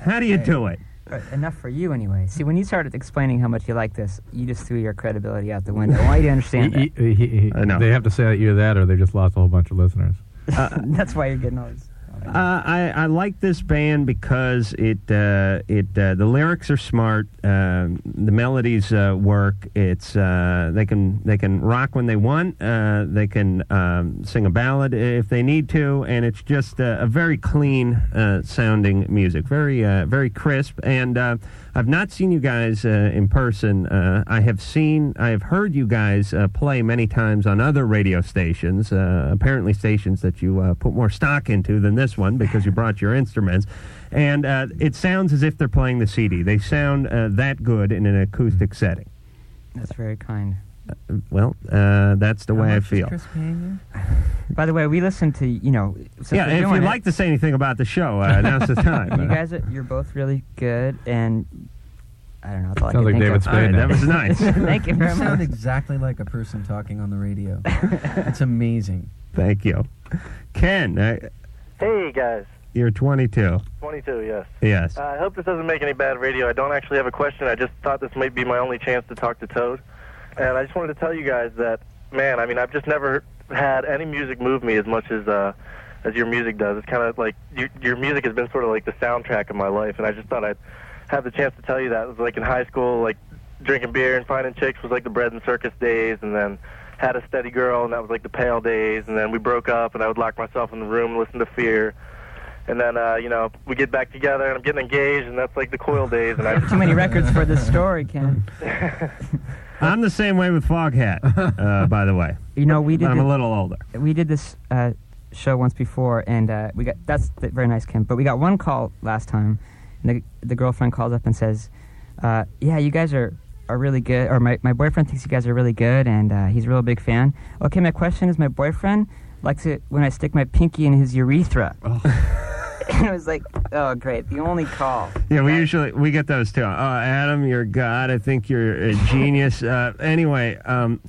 Speaker 3: How do you
Speaker 6: Right.
Speaker 3: do it?
Speaker 6: Right, Enough for you, anyway. See, when you started explaining how much you like this, you just threw your credibility out the window. I want you to
Speaker 5: (laughs)
Speaker 6: understand that.
Speaker 5: He- he- he- he- They have to say that either that or they just lost a whole bunch of listeners. uh,
Speaker 6: (laughs) That's why you're getting all this.
Speaker 3: Uh, I, I like this band because it uh, it uh, the lyrics are smart, um the melodies uh, work. It's uh, they can they can rock when they want. Uh, they can um, sing a ballad if they need to, and it's just uh, a very clean uh, sounding music, very uh, very crisp. And uh, I've not seen you guys uh, in person. Uh, I have seen I have heard you guys uh, play many times on other radio stations. Uh, apparently, stations that you uh, put more stock into than this one because you brought your instruments. And uh, it sounds as if they're playing the CD. They sound uh, that good in an acoustic setting.
Speaker 6: That's very kind.
Speaker 3: Well, uh, that's the way I feel.
Speaker 6: By the way, we listen to you know. Since
Speaker 3: yeah,
Speaker 6: we're
Speaker 3: if
Speaker 6: doing
Speaker 3: you'd
Speaker 6: it-
Speaker 3: like to say anything about the show, uh, now's
Speaker 6: (laughs)
Speaker 3: the time.
Speaker 6: you
Speaker 3: (laughs)
Speaker 6: guys, are, you're both really good, and I don't know. That's all
Speaker 3: Sounds
Speaker 6: I
Speaker 3: like
Speaker 6: can think
Speaker 3: David
Speaker 6: of.
Speaker 3: Spade All right, now. that was nice.
Speaker 6: (laughs) (laughs) Thank
Speaker 5: (laughs)
Speaker 6: you very
Speaker 4: sound
Speaker 6: much.
Speaker 4: exactly like a person talking on
Speaker 6: (laughs)
Speaker 4: the radio. it's amazing.
Speaker 3: Thank you, Ken. Uh,
Speaker 22: Hey guys,
Speaker 3: you're 22.
Speaker 22: 22. Yes.
Speaker 3: Yes.
Speaker 22: Uh, I hope this doesn't make any bad radio. I don't actually have a question. I just thought this might be my only chance to talk to Toad, and I just wanted to tell you guys that, man. I mean, I've just never had any music move me as much as uh, as your music does. It's kind of like your, your music has been sort of like the soundtrack of my life, and I just thought I'd have the chance to tell you that. It was like in high school, like drinking beer and finding chicks was like the bread and circus days, and then had a steady girl, and that was like the pale days, and then we broke up, and I would lock myself in the room, and listen to Fear. And then, uh, you know, we get back together, and I'm getting engaged, and that's like the coil days. And I
Speaker 6: (laughs) Too many records for this story, Ken.
Speaker 5: (laughs)
Speaker 3: I'm the same way with Foghat,
Speaker 6: (laughs)
Speaker 3: uh, by the way.
Speaker 6: You know, we did.
Speaker 3: I'm a
Speaker 6: the-
Speaker 3: little older.
Speaker 6: We did this uh, show once before, and uh, we got that's th- very nice, Kim. But we got one call last time, and the, the girlfriend calls up and says, uh, "Yeah, you guys are." Are really good, or my, my boyfriend thinks you guys are really good, and uh, he's a real big fan. Okay, my question is, my boyfriend likes it when I stick my pinky in
Speaker 3: (laughs)
Speaker 6: his urethra.
Speaker 3: Oh.
Speaker 6: (laughs) and it was like, oh, great, the only call.
Speaker 3: Yeah, we usually we get those too. Oh, Adam, you're God. I think you're a genius. Uh, anyway, um,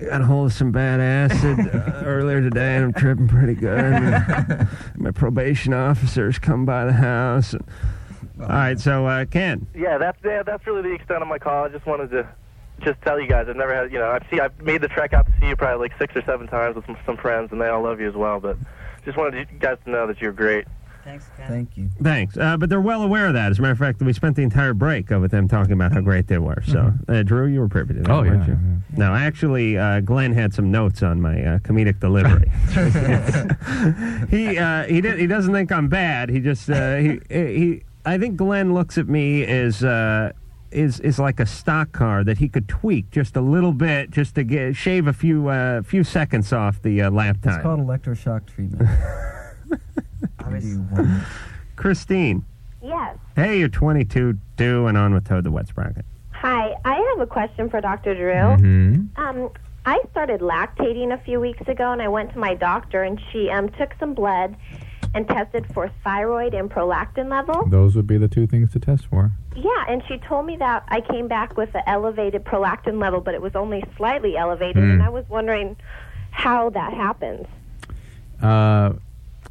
Speaker 3: I got a hold of some bad acid
Speaker 6: (laughs)
Speaker 3: uh, earlier today, and I'm tripping pretty good. And my probation officers come by the house. And, all right, so uh, Ken,
Speaker 22: yeah, that's yeah, that's really the extent of my call. I just wanted to just tell you guys I've never had, you know, I've see I've made the trek out to see you probably like six or seven times with some, some friends, and they all love you as well. But just wanted you guys to know that you're great.
Speaker 4: Thank you.
Speaker 3: thanks. Uh, but they're well aware of that. As a matter of fact, we spent the entire break uh, with them talking about how great they were. So,
Speaker 4: Mm-hmm.
Speaker 3: uh, Drew, you were privy to that,
Speaker 5: Oh, yeah,
Speaker 3: weren't you? No, actually, uh, Glenn had some notes on my uh, comedic
Speaker 4: (laughs)
Speaker 3: delivery. (laughs) he uh, he did, he doesn't think I'm bad. He just uh, he he. I think Glenn looks at me as uh, is is like a stock car that he could tweak just a little bit, just to get shave a few uh, few seconds off the uh, lap
Speaker 4: It's
Speaker 3: time.
Speaker 4: called electroshock
Speaker 3: (laughs)
Speaker 4: treatment. You do one-
Speaker 3: Christine,
Speaker 23: Yes.
Speaker 3: hey, you're 22, do and on with Toad the Wet Sprocket.
Speaker 23: Hi. I have a question for Dr. Drew.
Speaker 5: Mm-hmm.
Speaker 23: Um, I started lactating a few weeks ago, and I went to my doctor, and she um, took some blood and tested for thyroid and prolactin level.
Speaker 5: Those would be the two things to test for.
Speaker 23: Yeah, and she told me that I came back with an elevated prolactin level, but it was only slightly elevated,
Speaker 5: Hmm.
Speaker 23: and I was wondering how that happens.
Speaker 5: Uh,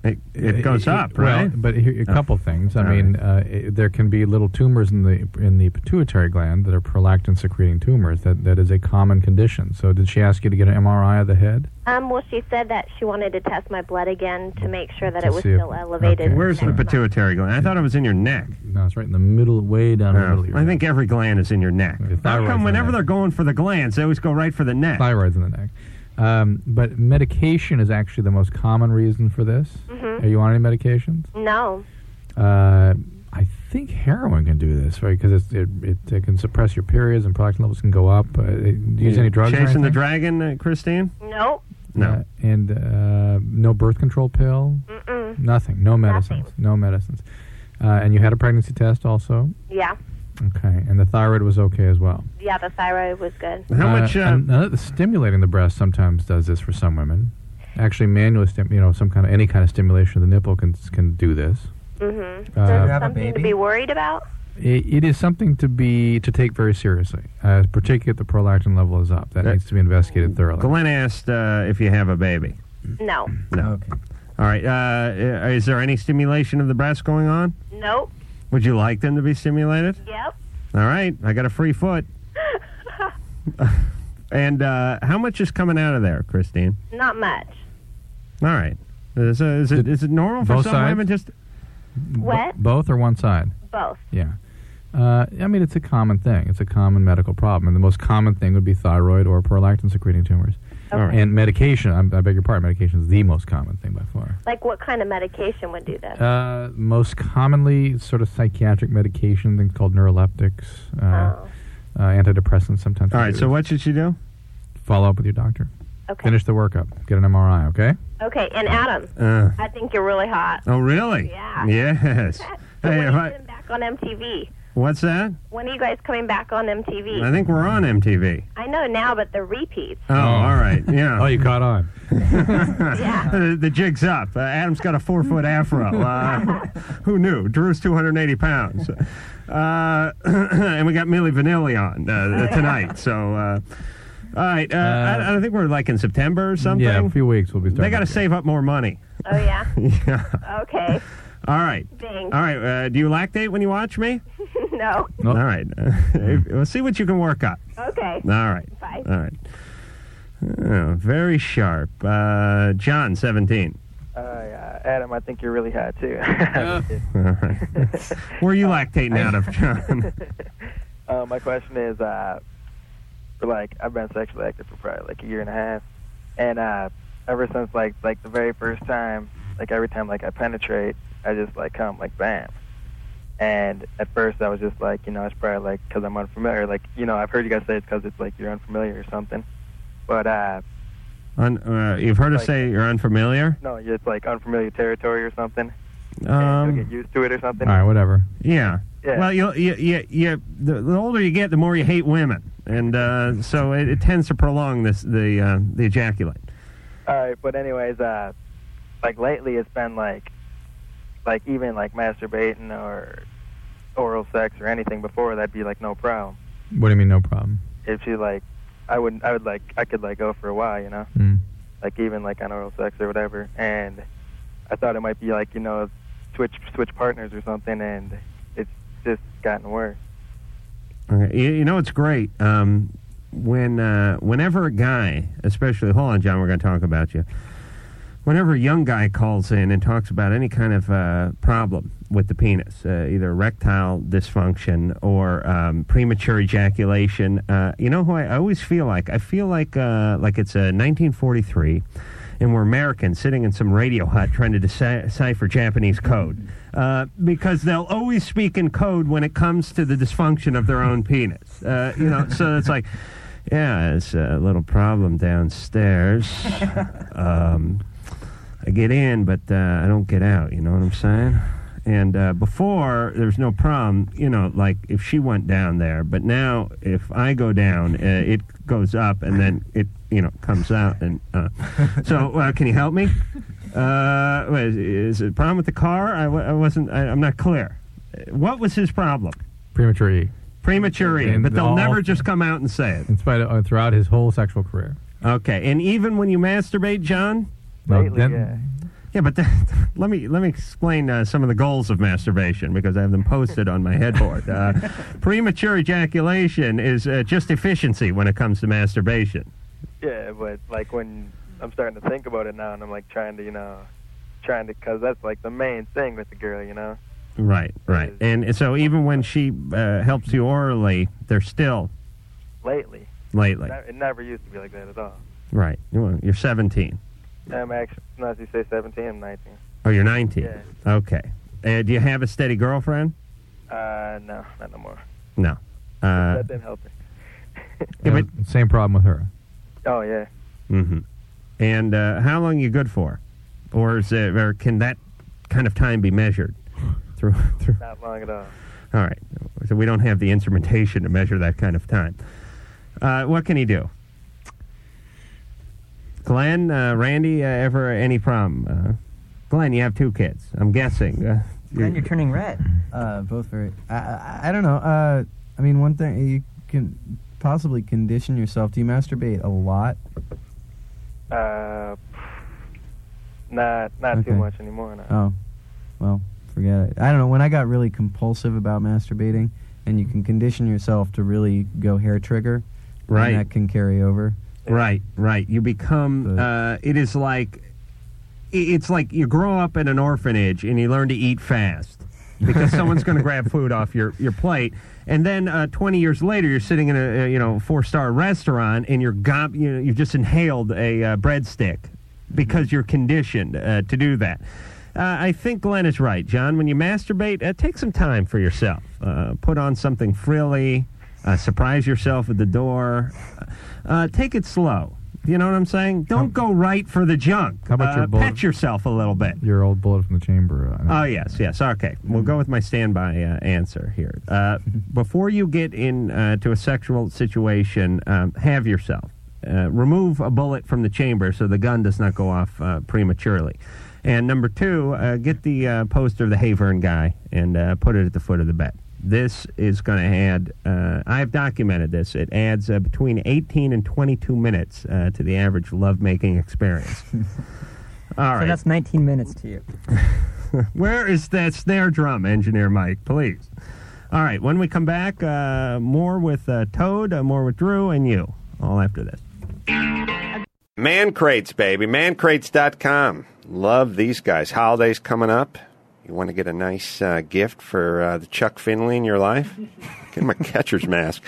Speaker 3: it, goes up,
Speaker 5: Well,
Speaker 3: right? Oh.
Speaker 5: but here, a couple things. I mean, uh, i there can be little tumors in the in the pituitary gland that are prolactin secreting tumors. That that is a common condition. So, did she ask you to get an MRI of the head?
Speaker 23: Um, well, she said that she wanted to test my blood again to make sure that
Speaker 5: To
Speaker 23: it was
Speaker 5: see if-
Speaker 23: still elevated.
Speaker 3: Where's the
Speaker 23: next month.
Speaker 3: pituitary gland? I thought it was in your neck.
Speaker 5: No, it's right in the middle, way down in the
Speaker 3: Oh,
Speaker 5: middle. Of your
Speaker 3: I think every gland is in your neck. How
Speaker 5: thyroid's in
Speaker 3: come
Speaker 5: the
Speaker 3: whenever they're going for the glands, they always go right for the neck?
Speaker 5: Thyroid's in the neck. Um, but medication is actually the most common reason for this.
Speaker 23: Mhm.
Speaker 5: Are you on any medications?
Speaker 23: No.
Speaker 5: Uh, I think heroin can do this, right? Because it, it, it can suppress your periods and prolactin levels can go up. Uh, do you use
Speaker 3: You
Speaker 5: any drugs? or
Speaker 3: Chasing the
Speaker 5: anything?
Speaker 3: dragon, uh, Christine?
Speaker 23: Nope.
Speaker 3: No.
Speaker 5: Uh, and uh, no birth control pill?
Speaker 23: Mm-mm.
Speaker 5: Nothing. No medicines. No medicines. Uh, and you had a pregnancy test also?
Speaker 23: Yeah.
Speaker 5: Okay. And the thyroid was okay as well?
Speaker 23: Yeah, the thyroid was good.
Speaker 5: um, Uh, and, uh, stimulating the breast sometimes does this for some women. actually manually stim- you know some kind of any kind of stimulation of the nipple can can do this.
Speaker 23: Mm-hmm. so
Speaker 5: Uh, Do you
Speaker 23: it's
Speaker 5: have a
Speaker 23: something to
Speaker 5: baby?
Speaker 23: be worried about.
Speaker 5: It, it is something to be to take very seriously, uh, particularly if the prolactin level is up. That needs to be investigated thoroughly.
Speaker 3: Glenn asked uh, if you have a baby.
Speaker 5: Mm.
Speaker 23: No. (laughs)
Speaker 3: No. Okay. All right. Uh, is there any stimulation of the breast going on?
Speaker 23: Nope.
Speaker 3: Would you like them to be stimulated?
Speaker 23: Yep.
Speaker 3: All right. I got a free foot. (laughs) and uh, how much is coming out of there, Christine?
Speaker 23: Not much.
Speaker 3: All right. Is, uh, is, it, is it normal for
Speaker 5: both
Speaker 3: some
Speaker 5: sides?
Speaker 3: women just
Speaker 23: What?
Speaker 5: Both or one side?
Speaker 23: Both.
Speaker 5: Yeah. Uh, I mean, it's a common thing. It's a common medical problem. And the most common thing would be thyroid or prolactin secreting tumors.
Speaker 23: Okay.
Speaker 5: And medication, I, I beg your pardon, medication is the most common thing by far.
Speaker 23: Like what kind of medication would do that?
Speaker 5: Uh, most commonly, sort of psychiatric medication, things called neuroleptics, uh,
Speaker 23: Oh.
Speaker 5: uh, antidepressants sometimes.
Speaker 3: All right, so what should she do?
Speaker 5: Follow up with your doctor.
Speaker 23: Okay.
Speaker 5: Finish the workup. Get an MRI, okay?
Speaker 23: Okay, and Adam,
Speaker 5: Uh.
Speaker 23: I think you're really hot.
Speaker 3: Oh, really?
Speaker 23: Yeah.
Speaker 3: Yes.
Speaker 23: So
Speaker 3: Hey,
Speaker 23: when are you
Speaker 3: what-
Speaker 23: getting back on MTV?
Speaker 3: What's that?
Speaker 23: When are you guys coming back on MTV?
Speaker 3: I think we're on MTV.
Speaker 23: I know now, but the repeats. (laughs)
Speaker 3: Oh, all right. Yeah.
Speaker 5: (laughs) oh, you caught on.
Speaker 3: the, (laughs) the jig's up. Uh, Adam's got a four foot afro.
Speaker 23: (laughs)
Speaker 3: Uh, who knew? Drew's 280 pounds. Uh, (clears throat) and we got Millie Vanilli on uh, tonight. So, uh, all right. Uh, I, I think we're like in September or something.
Speaker 5: Yeah, a few weeks we'll be starting.
Speaker 3: They got to save up more money.
Speaker 23: Oh yeah.
Speaker 3: (laughs) yeah.
Speaker 23: Okay.
Speaker 3: All right.
Speaker 23: Thanks.
Speaker 3: All right. Uh, do you lactate when you watch
Speaker 23: (laughs)
Speaker 3: me?
Speaker 23: no.
Speaker 3: All right. (laughs) Uh, let's see what you can work up.
Speaker 23: Okay.
Speaker 3: All right.
Speaker 23: Bye.
Speaker 3: All right. Oh, very sharp. Uh, John, 17.
Speaker 24: Uh, yeah, Adam, I think you're really hot
Speaker 9: (laughs)
Speaker 24: too.
Speaker 3: All right. Where are you lactating out of, John?
Speaker 24: (laughs) uh, my question is, uh, for like I've been sexually active for probably like a year and a half, and uh, ever since like like the very first time, like every time like I penetrate, I just like come like bam. And at first, I was just like, you know, it's probably like because I'm unfamiliar. Like, you know, I've heard you guys say it's because it's like you're unfamiliar or something. But uh,
Speaker 3: Un, uh, you've heard us
Speaker 24: Like-
Speaker 3: say you're unfamiliar?
Speaker 24: no, it's like unfamiliar territory or something.
Speaker 3: Um,
Speaker 24: Get used to it or something.
Speaker 5: All right, whatever.
Speaker 3: Yeah. Well, you, you, you, you, the, the older you get, the more you hate women. And uh, so it, it tends to prolong this the uh, the ejaculate.
Speaker 24: All right, but anyways, uh, like lately it's been like, like even like masturbating or oral sex or anything before that'd be like no problem.
Speaker 5: What do you mean, no problem?
Speaker 24: If you like, I wouldn't. I would like. I could like go for a while, you know.
Speaker 3: Hmm.
Speaker 5: Mm.
Speaker 24: Like even like on oral sex or whatever. And I thought it might be like you know, switch switch partners or something, and it's just gotten worse.
Speaker 3: Okay. You, you know it's great um, when uh, whenever a guy, especially hold on, John, we're going to talk about you. Whenever a young guy calls in and talks about any kind of uh, problem with the penis, uh, either erectile dysfunction or um, premature ejaculation, uh, you know who I always feel like? I feel like uh, like it's uh, 1943, and we're Americans sitting in some radio hut trying to deci- decipher Japanese code uh, because they'll always speak in code when it comes to the dysfunction of their own penis. Uh, you know, so it's like, yeah, it's a little problem downstairs. Um, I get in, but uh, I don't get out. You know what I'm saying? And uh, before there was no problem, you know, like if she went down there, but now if I go down, uh, it goes up and then it, you know, comes out. And uh, so, uh, can you help me? Uh, what is, is it a problem with the car? I, wa- I wasn't. I, I'm not clear. Uh, What was his problem?
Speaker 5: Premature E.
Speaker 3: Premature, E,
Speaker 5: And
Speaker 3: but they'll
Speaker 5: all-
Speaker 3: never just come out and say it.
Speaker 5: In spite of, uh, throughout his whole sexual career.
Speaker 3: Okay, and even when you masturbate, John.
Speaker 5: Well, Lately, then- yeah.
Speaker 3: Yeah, but that, (laughs) let me let me explain uh, some of the goals of masturbation because I have them posted on my headboard.
Speaker 5: (laughs)
Speaker 3: Uh, premature ejaculation is uh, just efficiency when it comes to masturbation.
Speaker 24: Yeah, but like when I'm starting to think about it now, and I'm like trying to, you know, trying to, cause that's like the main thing with the girl, you know.
Speaker 3: Right, right. And so even when she uh, helps you orally, they're still
Speaker 24: Lately.
Speaker 3: Lately.
Speaker 24: It never used to be like that at all.
Speaker 3: right. Well, You're 17.
Speaker 24: I'm actually, no, as you say, 17, I'm 19.
Speaker 3: Oh, you're 19.
Speaker 24: Yeah.
Speaker 3: Okay. Uh, do you have a steady girlfriend?
Speaker 24: Uh, no, not no more.
Speaker 3: No. Uh,
Speaker 24: that didn't help me.
Speaker 5: Yeah, same problem with her.
Speaker 24: Oh yeah.
Speaker 3: hmm And uh, how long you good for, or is it, or can that kind of time be
Speaker 5: (sighs)
Speaker 3: measured through (laughs) through?
Speaker 24: Not long at all.
Speaker 3: All right, so we don't have the instrumentation to measure that kind of time. Uh, what can he do? Glenn, uh, Randy, uh, ever any problem? Uh, Glenn, you have two kids. I'm guessing. Uh,
Speaker 4: Glenn,
Speaker 6: you're turning red.
Speaker 3: Hmm.
Speaker 4: Uh, both very. I, I, I don't know. Uh, I mean, one thing you can possibly condition yourself. Do you masturbate a lot?
Speaker 24: Uh, not not
Speaker 4: Okay.
Speaker 24: too much anymore. No.
Speaker 4: Oh, well, forget it. I don't know. When I got really compulsive about masturbating, and you can condition yourself to really go hair trigger, then
Speaker 3: Right.
Speaker 4: that can carry over.
Speaker 3: Right, right. You become. Uh, it is like, i- it's like you grow up in an orphanage and you learn to eat fast because someone's going to grab food off your your plate. And then uh, twenty years later, you're sitting in a uh, you know four star restaurant and you're gob you know, you've just inhaled a uh, breadstick because you're conditioned uh, to do that. Uh, I think Glenn is right, John. When you masturbate, uh, take some time for yourself. Uh, put on something frilly. Uh, surprise yourself at the door. Uh, take it slow. You know what I'm saying? Don't go right for the junk.
Speaker 5: How about
Speaker 3: Uh,
Speaker 5: your bullet-
Speaker 3: pet yourself a little bit?
Speaker 5: Your old bullet from the chamber. Uh,
Speaker 3: Oh yes, yes. Okay, we'll go with my standby uh, answer here. Uh,
Speaker 5: (laughs)
Speaker 3: before you get into uh, to a sexual situation, um, have yourself uh, remove a bullet from the chamber so the gun does not go off uh, prematurely. And number two, uh, get the uh, poster of the Havern guy and uh, put it at the foot of the bed. This is going to add. Uh, I've documented this. It adds uh, between 18 and 22 minutes uh, to the average lovemaking
Speaker 5: (laughs)
Speaker 3: experience. All
Speaker 6: So
Speaker 3: right.
Speaker 6: that's 19 minutes to you.
Speaker 3: (laughs) Where is that snare drum, engineer Mike? Please. All right. When we come back, uh, more with uh, Toad, uh, more with Drew, and you. All after this.
Speaker 12: Man crates, baby. Mancrates.com. Love these guys. Holidays coming up. You want to get a nice uh, gift for uh, the Chuck Finley in your
Speaker 3: (laughs)
Speaker 12: life? get him a catcher's mask.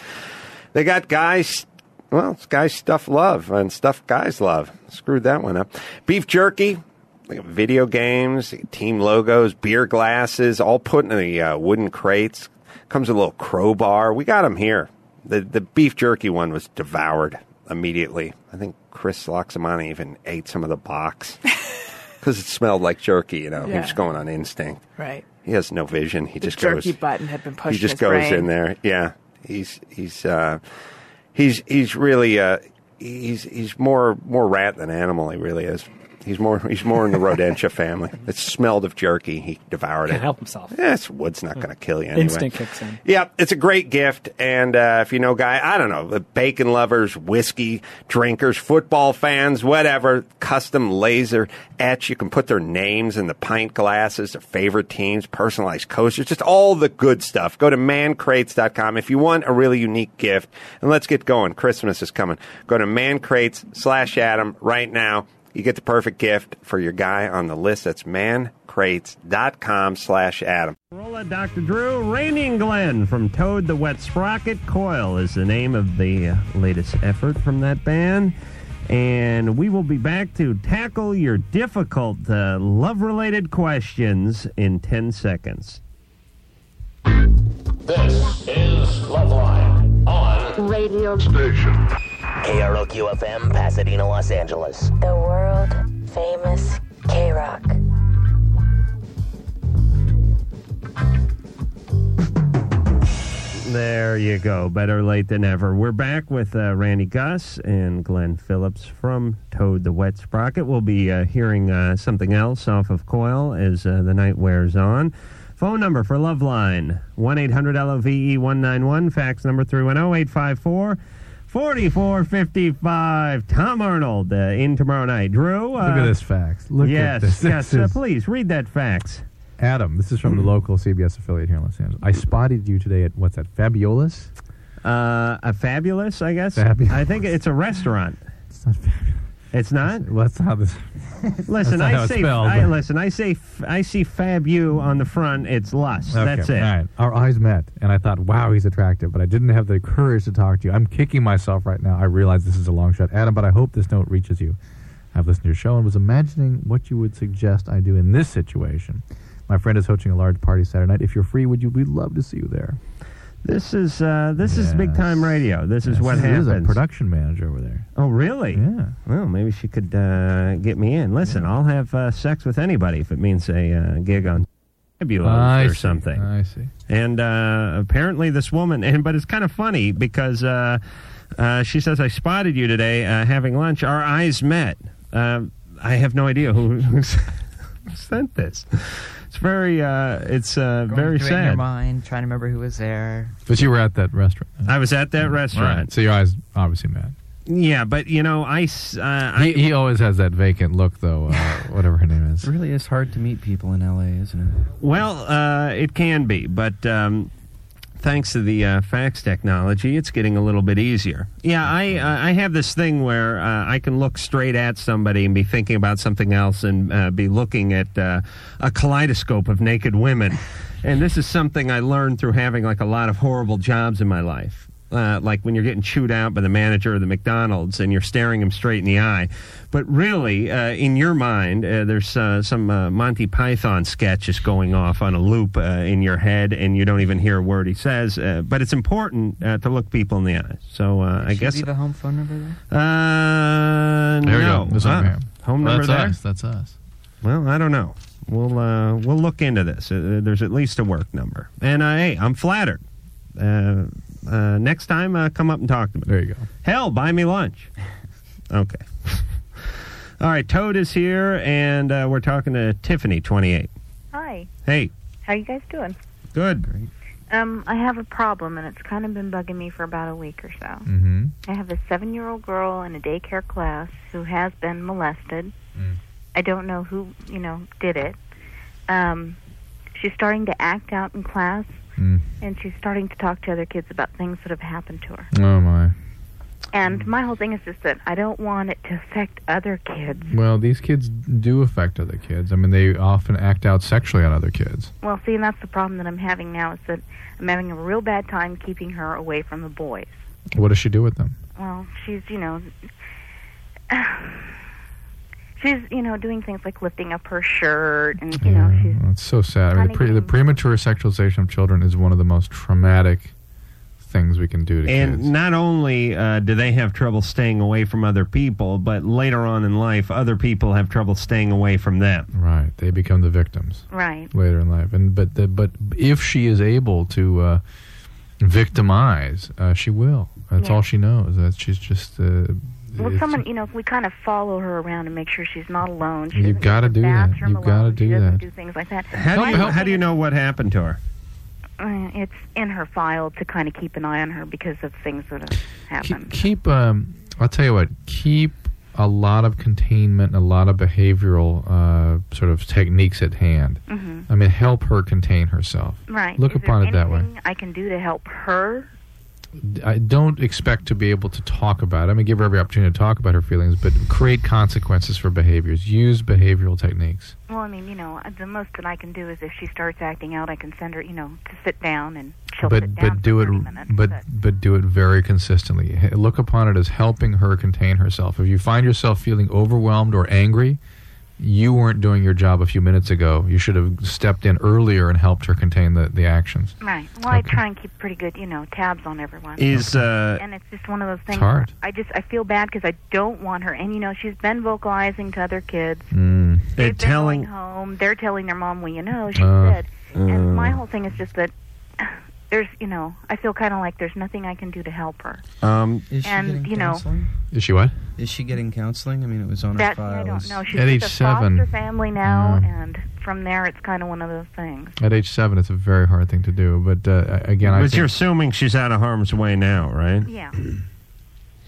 Speaker 12: They got guys. Well, it's guys stuff love and stuff guys love. Screwed that one up. Beef jerky. They got video games, team logos, beer glasses, all put in the uh, wooden crates. Comes with a little crowbar. We got them here. The the beef jerky one was devoured immediately. I think Chris Loxamani even ate some of the
Speaker 25: (laughs)
Speaker 12: box because it smelled like jerky. You know, he
Speaker 25: Yeah.
Speaker 12: was going on instinct.
Speaker 25: Right.
Speaker 12: He has no vision. He
Speaker 25: The
Speaker 12: just
Speaker 25: jerky
Speaker 12: goes.
Speaker 25: button had been pushed
Speaker 12: He
Speaker 25: in
Speaker 12: just
Speaker 25: his
Speaker 12: goes
Speaker 25: brain.
Speaker 12: in there. Yeah, he's he's uh, he's he's really uh, he's he's more more rat than animal. He really is. He's more he's more in the rodentia family. It smelled of jerky. He devoured it.
Speaker 26: Can't help himself.
Speaker 12: Yes, wood's not going to kill you anyway.
Speaker 26: Instinct kicks in.
Speaker 12: Yeah, it's a great gift. And uh, if you know, guy, I don't know, the bacon lovers, whiskey drinkers, football fans, whatever, custom laser etch. You can put their names in the pint glasses, their favorite teams, personalized coasters, just all the good stuff. Go to mancrates.com if you want a really unique gift. And let's get going. Christmas is coming. Go to mancrates slash Adam right now. You get the perfect gift for your guy on the list. That's mancrates.com slash Adam.
Speaker 3: Rolla, Dr. Drew, Raining Glen from Toad the Wet Sprocket. Coil is the name of the uh, latest effort from that band. And we will be back to tackle your difficult uh, love related questions in 10 seconds.
Speaker 27: This is Loveline on radio station.
Speaker 13: KROQ FM, Pasadena, Los Angeles.
Speaker 27: The world famous K Rock.
Speaker 3: There you go. Better late than ever. We're back with uh, Randy Gus and Glenn Phillips from Toad the Wet Sprocket. We'll be uh, hearing uh, something else off of Coil as uh, the night wears on. Phone number for Loveline 1 800 LOVE 191. Fax number 310 854 4455. Tom Arnold uh, in tomorrow night. Drew. Uh,
Speaker 5: Look at this fax. Look at
Speaker 3: yes,
Speaker 5: this. (laughs)
Speaker 3: Yes,
Speaker 5: This
Speaker 3: uh,
Speaker 5: is-
Speaker 3: please read that fax.
Speaker 5: Adam, this is from the local CBS affiliate here in Los Angeles. I spotted you today at what's that? Fabiola's.
Speaker 3: Uh, a fabulous, I guess.
Speaker 5: Fabulous.
Speaker 3: I think it's a restaurant.
Speaker 5: It's not fabulous.
Speaker 3: It's not.
Speaker 5: Well, that's how this.
Speaker 3: (laughs) Listen,
Speaker 5: That's not how
Speaker 3: I
Speaker 5: it's
Speaker 3: say,
Speaker 5: spelled.
Speaker 3: I, listen, I say, f- I see Fab you on the front. It's lust.
Speaker 5: Okay,
Speaker 3: That's it.
Speaker 5: All right. Our eyes met, and I thought, wow, he's attractive, but I didn't have the courage to talk to you. I'm kicking myself right now. I realize this is a long shot, Adam, but I hope this note reaches you. I've listened to your show and was imagining what you would suggest I do in this situation. My friend is hosting a large party Saturday night. If you're free, would you? We'd love to see you there.
Speaker 3: This is uh, this is big time radio. This is
Speaker 5: Yes,
Speaker 3: what
Speaker 5: there
Speaker 3: happens.
Speaker 5: is a production manager over there.
Speaker 3: Oh, really? Yeah. Well, maybe she could uh, get me in. Listen, I'll have uh, sex with anybody if it means a uh, gig on fibula
Speaker 5: I
Speaker 3: or
Speaker 5: see,
Speaker 3: something.
Speaker 5: I see.
Speaker 3: And uh, apparently, this woman, (laughs) and but it's kind of funny because uh, uh, she says, "I spotted you today uh, having lunch. Our eyes met." Uh, I have no idea who, (laughs) who sent this. It's very, uh, it's uh, very
Speaker 6: Doing it In your
Speaker 3: sad.
Speaker 6: mind, trying to remember who was there.
Speaker 5: But you were at that restaurant. Mm.
Speaker 3: I was at that restaurant.
Speaker 5: Right. So your eyes obviously met.
Speaker 3: Yeah, but you know, I, s- uh, I
Speaker 5: He, he always has that vacant look, though.
Speaker 3: (laughs)
Speaker 5: Uh, whatever her name is.
Speaker 4: It really is hard to meet people in LA, isn't it?
Speaker 3: Well, uh, it can be, but um, thanks to the uh, fax technology, it's getting a little bit easier. Yeah, I uh, I have this thing where uh, I can look straight at somebody and be thinking about something else and uh, be looking at uh, a kaleidoscope of naked women. And this is something I learned through having like a lot of horrible jobs in my life. Uh, like when you're getting chewed out by the manager of the McDonald's and you're staring him straight in the eye. But really, uh, in your mind, uh, there's uh, some uh, Monty Python sketch is going off on a loop uh, in your head, and you don't even hear a word he says. Uh, but it's important uh, to look people in the eye. So uh, I
Speaker 6: Should
Speaker 3: guess.
Speaker 6: leave a home phone number there.
Speaker 3: Uh,
Speaker 5: There we
Speaker 3: no.
Speaker 5: go. That's
Speaker 3: Uh,
Speaker 5: over here.
Speaker 3: Home
Speaker 5: Well,
Speaker 3: number
Speaker 5: that's
Speaker 3: there.
Speaker 5: us. That's us.
Speaker 3: Well, I don't know. We'll uh, we'll look into this. Uh, there's at least a work number, and uh, hey, I'm flattered. Uh, uh, next time, uh, come up and talk to me.
Speaker 5: There you go.
Speaker 3: Hell, buy me
Speaker 5: (laughs)
Speaker 3: lunch. okay. All right, Toad is here, and uh, we're talking to Tiffany, 28.
Speaker 25: Hi.
Speaker 3: Hey,
Speaker 25: How you guys doing?
Speaker 3: good.
Speaker 25: Um, I have a problem, and it's kind of been bugging me for about a week or so.
Speaker 5: Mm-hmm.
Speaker 25: I have a seven-year-old girl in a daycare class who has been molested.
Speaker 5: Mm.
Speaker 25: I don't know who you know did it. Um, she's starting to act out in class,
Speaker 5: Mm.
Speaker 25: and she's starting to talk to other kids about things that have happened to her.
Speaker 5: Oh my.
Speaker 25: And my whole thing is just that I don't want it to affect other kids.
Speaker 5: Well, these kids do affect other kids. I mean, they often act out sexually on other kids.
Speaker 25: Well, see, and that's the problem that I'm having now is that I'm having a real bad time keeping her away from the boys.
Speaker 5: What does she do with them?
Speaker 25: Well, she's, you know, (sighs) she's, you know, doing things like lifting up her shirt and, you know, she's,
Speaker 5: It's so sad. I mean, the, pre- the premature sexualization of children is one of the most traumatic things we can do to
Speaker 3: And not only uh, do they have trouble staying away from other people, but later on in life, other people have trouble staying away from them.
Speaker 5: Right. They become the victims.
Speaker 25: Right.
Speaker 5: later in life. And but the, but if she is able to uh, victimize, uh, she will. That's
Speaker 25: Yeah.
Speaker 5: all she knows. That she's just. Uh,
Speaker 25: well,
Speaker 5: it's-
Speaker 25: someone, you know, if we kind of follow her around and make sure she's not alone. She
Speaker 5: You've
Speaker 25: doesn't
Speaker 5: got to
Speaker 25: go to
Speaker 5: do
Speaker 25: the
Speaker 5: that.
Speaker 25: bathroom
Speaker 5: You've got to
Speaker 25: alone, she
Speaker 5: do
Speaker 25: doesn't
Speaker 5: that.
Speaker 25: do things like that.
Speaker 3: How do,
Speaker 25: My
Speaker 3: you,
Speaker 25: whole
Speaker 3: how do you
Speaker 25: thing
Speaker 3: know what happened to her?
Speaker 25: is, uh, It's in her file to kind of keep an eye on her because of things that have happened.
Speaker 5: Keep. Um, I'll tell you what. Keep a lot of containment, a lot of behavioral uh, sort of techniques at hand.
Speaker 25: Mhm.
Speaker 5: I mean, help her contain herself.
Speaker 25: Right.
Speaker 5: Look
Speaker 25: Is there
Speaker 5: upon it that way.
Speaker 25: anything I can do to help her.
Speaker 5: I don't expect to be able to talk about it. I mean, give her every opportunity to talk about her feelings, but create consequences for behaviors. Use behavioral techniques.
Speaker 25: Well, I mean, you know, the most that I can do is if she starts acting out, I can send her, you know, to sit down and she'll
Speaker 5: but
Speaker 25: sit down.
Speaker 5: but do it but but do it very consistently. H- Look upon it as helping her contain herself. If you find yourself feeling overwhelmed or angry, you weren't doing your job a few minutes ago. You should have stepped in earlier and helped her contain the, the actions.
Speaker 25: Right. Well, I try and keep pretty good, you know, tabs on everyone.
Speaker 5: Is, uh,
Speaker 25: and it's just one of those things.
Speaker 5: hard.
Speaker 25: I just I feel bad because I don't want her, and you know, she's been vocalizing to other kids.
Speaker 3: They're
Speaker 5: Hmm.
Speaker 25: They've been
Speaker 3: telling.
Speaker 25: going home. They're telling their mom, well, you know, she
Speaker 3: Uh,
Speaker 25: said. And my
Speaker 3: uh.
Speaker 25: whole thing is just that there's, you know, I feel kind of like there's nothing I can do to help her.
Speaker 3: Um,
Speaker 4: Is she
Speaker 25: and
Speaker 4: getting
Speaker 25: you know,
Speaker 4: counseling?
Speaker 5: Is she what?
Speaker 4: Is she getting counseling? I mean, it was on
Speaker 25: that
Speaker 4: her
Speaker 25: I
Speaker 4: file.
Speaker 25: don't
Speaker 4: as-
Speaker 25: know. She's
Speaker 5: At
Speaker 25: with
Speaker 5: age
Speaker 25: a
Speaker 5: seven.
Speaker 25: foster family now,
Speaker 5: Yeah.
Speaker 25: and from there, it's kind of one of those things.
Speaker 5: At age seven, it's a very hard thing to do. But uh, again, I
Speaker 3: But
Speaker 5: think-
Speaker 3: you're assuming she's out of harm's way now, right?
Speaker 5: (clears throat)
Speaker 25: Yeah.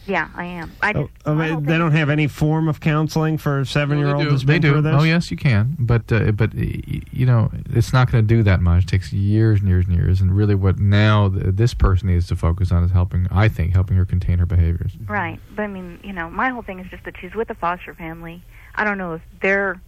Speaker 25: Yeah, I am. I
Speaker 3: Oh, oh, they, they don't have any form of counseling for a seven-year-old.
Speaker 5: They do.
Speaker 3: who's
Speaker 5: They
Speaker 3: been
Speaker 5: do.
Speaker 3: through this?
Speaker 5: Oh yes, you can. But uh, but y- y- you know, it's not going to do that much. It takes years and years and years. And really, what now th- this person needs to focus on is helping. I think helping her contain her behaviors.
Speaker 25: Right. But I mean, you know, my whole thing is just that she's with a foster family. I don't know if they're,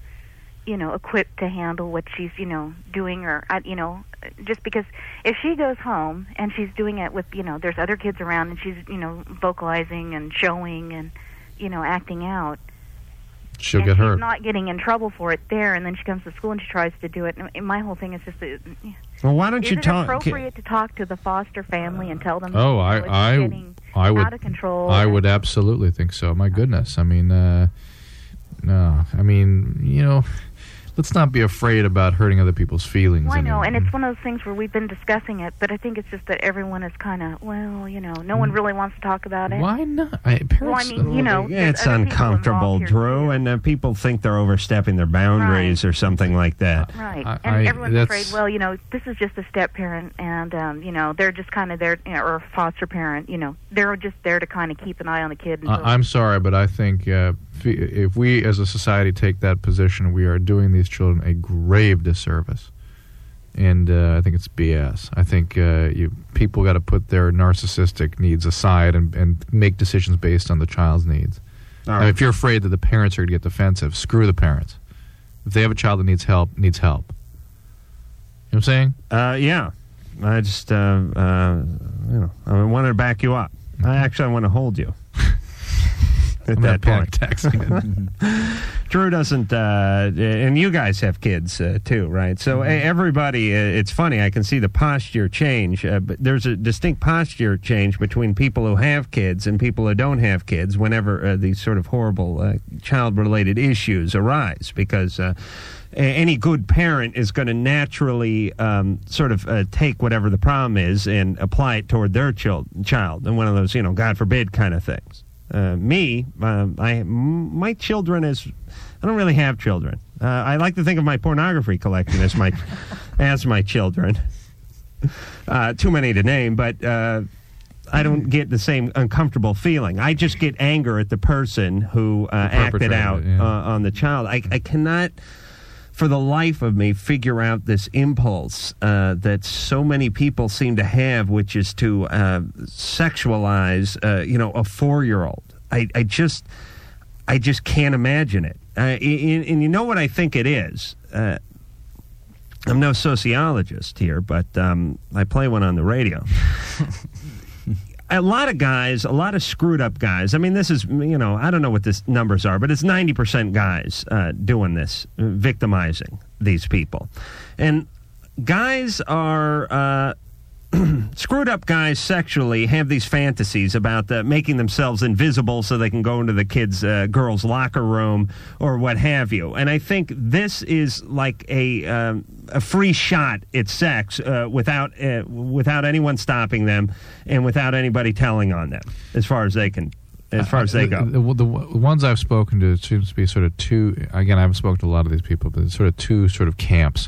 Speaker 25: you know, equipped to handle what she's, you know, doing or, I- you know, just because if she goes home and she's doing it with, you know, there's other kids around and she's, you know, vocalizing and showing and, you know, acting out.
Speaker 5: She'll
Speaker 25: and
Speaker 5: get
Speaker 25: she's
Speaker 5: hurt.
Speaker 25: not getting in trouble for it there, and then she comes to school and she tries to do it. And- And my whole thing is just that.
Speaker 3: Well, why don't
Speaker 25: is
Speaker 3: you
Speaker 25: it
Speaker 3: talk-
Speaker 25: appropriate to talk to the foster family and tell them?
Speaker 5: Oh,
Speaker 25: you know, it's
Speaker 5: I I
Speaker 25: getting
Speaker 5: I would
Speaker 25: out of control.
Speaker 5: I
Speaker 25: and-
Speaker 5: would absolutely think so. My goodness. I mean, uh, no. I mean, you know, let's not be afraid about hurting other people's feelings.
Speaker 25: Well, I
Speaker 5: mean,
Speaker 25: know, and it's one of those things where we've been discussing it, but I think it's just that everyone is kind of, well, you know, no one really wants to talk about it.
Speaker 5: Why not? I,
Speaker 25: well, I mean, you know,
Speaker 3: yeah, it's
Speaker 25: there's other people
Speaker 3: uncomfortable,
Speaker 25: involved here.
Speaker 3: Drew, and uh, people think they're overstepping their boundaries or something like that.
Speaker 25: Right,
Speaker 3: I-
Speaker 25: and
Speaker 3: I-
Speaker 25: everyone's
Speaker 3: that's-
Speaker 25: afraid. Well, you know, this is just a step parent, and um, you know, they're just kind of there, you know, or a foster parent. You know, they're just there to kind of keep an eye on the kid. until-
Speaker 5: I, I'm sorry, but I think uh, f- if we as a society take that position, we are doing these children a grave disservice. And uh, I think it's BS. I think uh, you, people got to put their narcissistic needs aside and, and make decisions based on the child's needs.
Speaker 3: All
Speaker 5: Now,
Speaker 3: right.
Speaker 5: if you're afraid that the parents are going to get defensive, screw the parents. If they have a child that needs help, needs help. You know what I'm saying?
Speaker 3: Uh, yeah, I just, uh, uh, you know, I wanted to back you up. I actually want to hold
Speaker 5: (laughs)
Speaker 3: you. At
Speaker 5: Mm-hmm. I'm gonna
Speaker 3: that point,
Speaker 5: panic text
Speaker 3: (laughs)
Speaker 5: again.
Speaker 3: Drew doesn't, uh, and you guys have kids uh, too, right? So e- everybody, uh, it's funny. I can see the posture change, uh, but there's a distinct posture change between people who have kids and people who don't have kids. Whenever uh, these sort of horrible uh, child-related issues arise, because uh, a- any good parent is going to naturally um, sort of uh, take whatever the problem is and apply it toward their child, child, and one of those, you know, God forbid, kind of things. Uh, me, um, I m- my children is I don't really have children. Uh, I like to think of my pornography collection as my (laughs) as my children. Uh, too many to name, but uh, I don't get the same uncomfortable feeling. I just get anger at the person who uh, acted
Speaker 5: perpetrator,
Speaker 3: out uh, on the child. I, I cannot for the life of me figure out this impulse uh, that so many people seem to have, which is to uh, sexualize, uh, you know, a four-year-old. I, I just, I just can't imagine it. Uh, and, and you know what I think it is. Uh, I'm no sociologist here, but um, I play one on the radio. a lot of guys, a lot of screwed up guys. I mean, this is, you know, I don't know what these numbers are, but it's 90% guys uh, doing this, uh, victimizing these people. And guys are. Uh, (clears throat) Screwed up guys sexually have these fantasies about uh, making themselves invisible so they can go into the kids' uh, girls' locker room or what have you. And I think this is like a um, a free shot at sex uh, without uh, without anyone stopping them and without anybody telling on them, as far as they can, as far as they go.
Speaker 5: The, the, the ones I've spoken to seems to be sort of two. Again, I haven't spoken to a lot of these people, but it's sort of two sort of camps.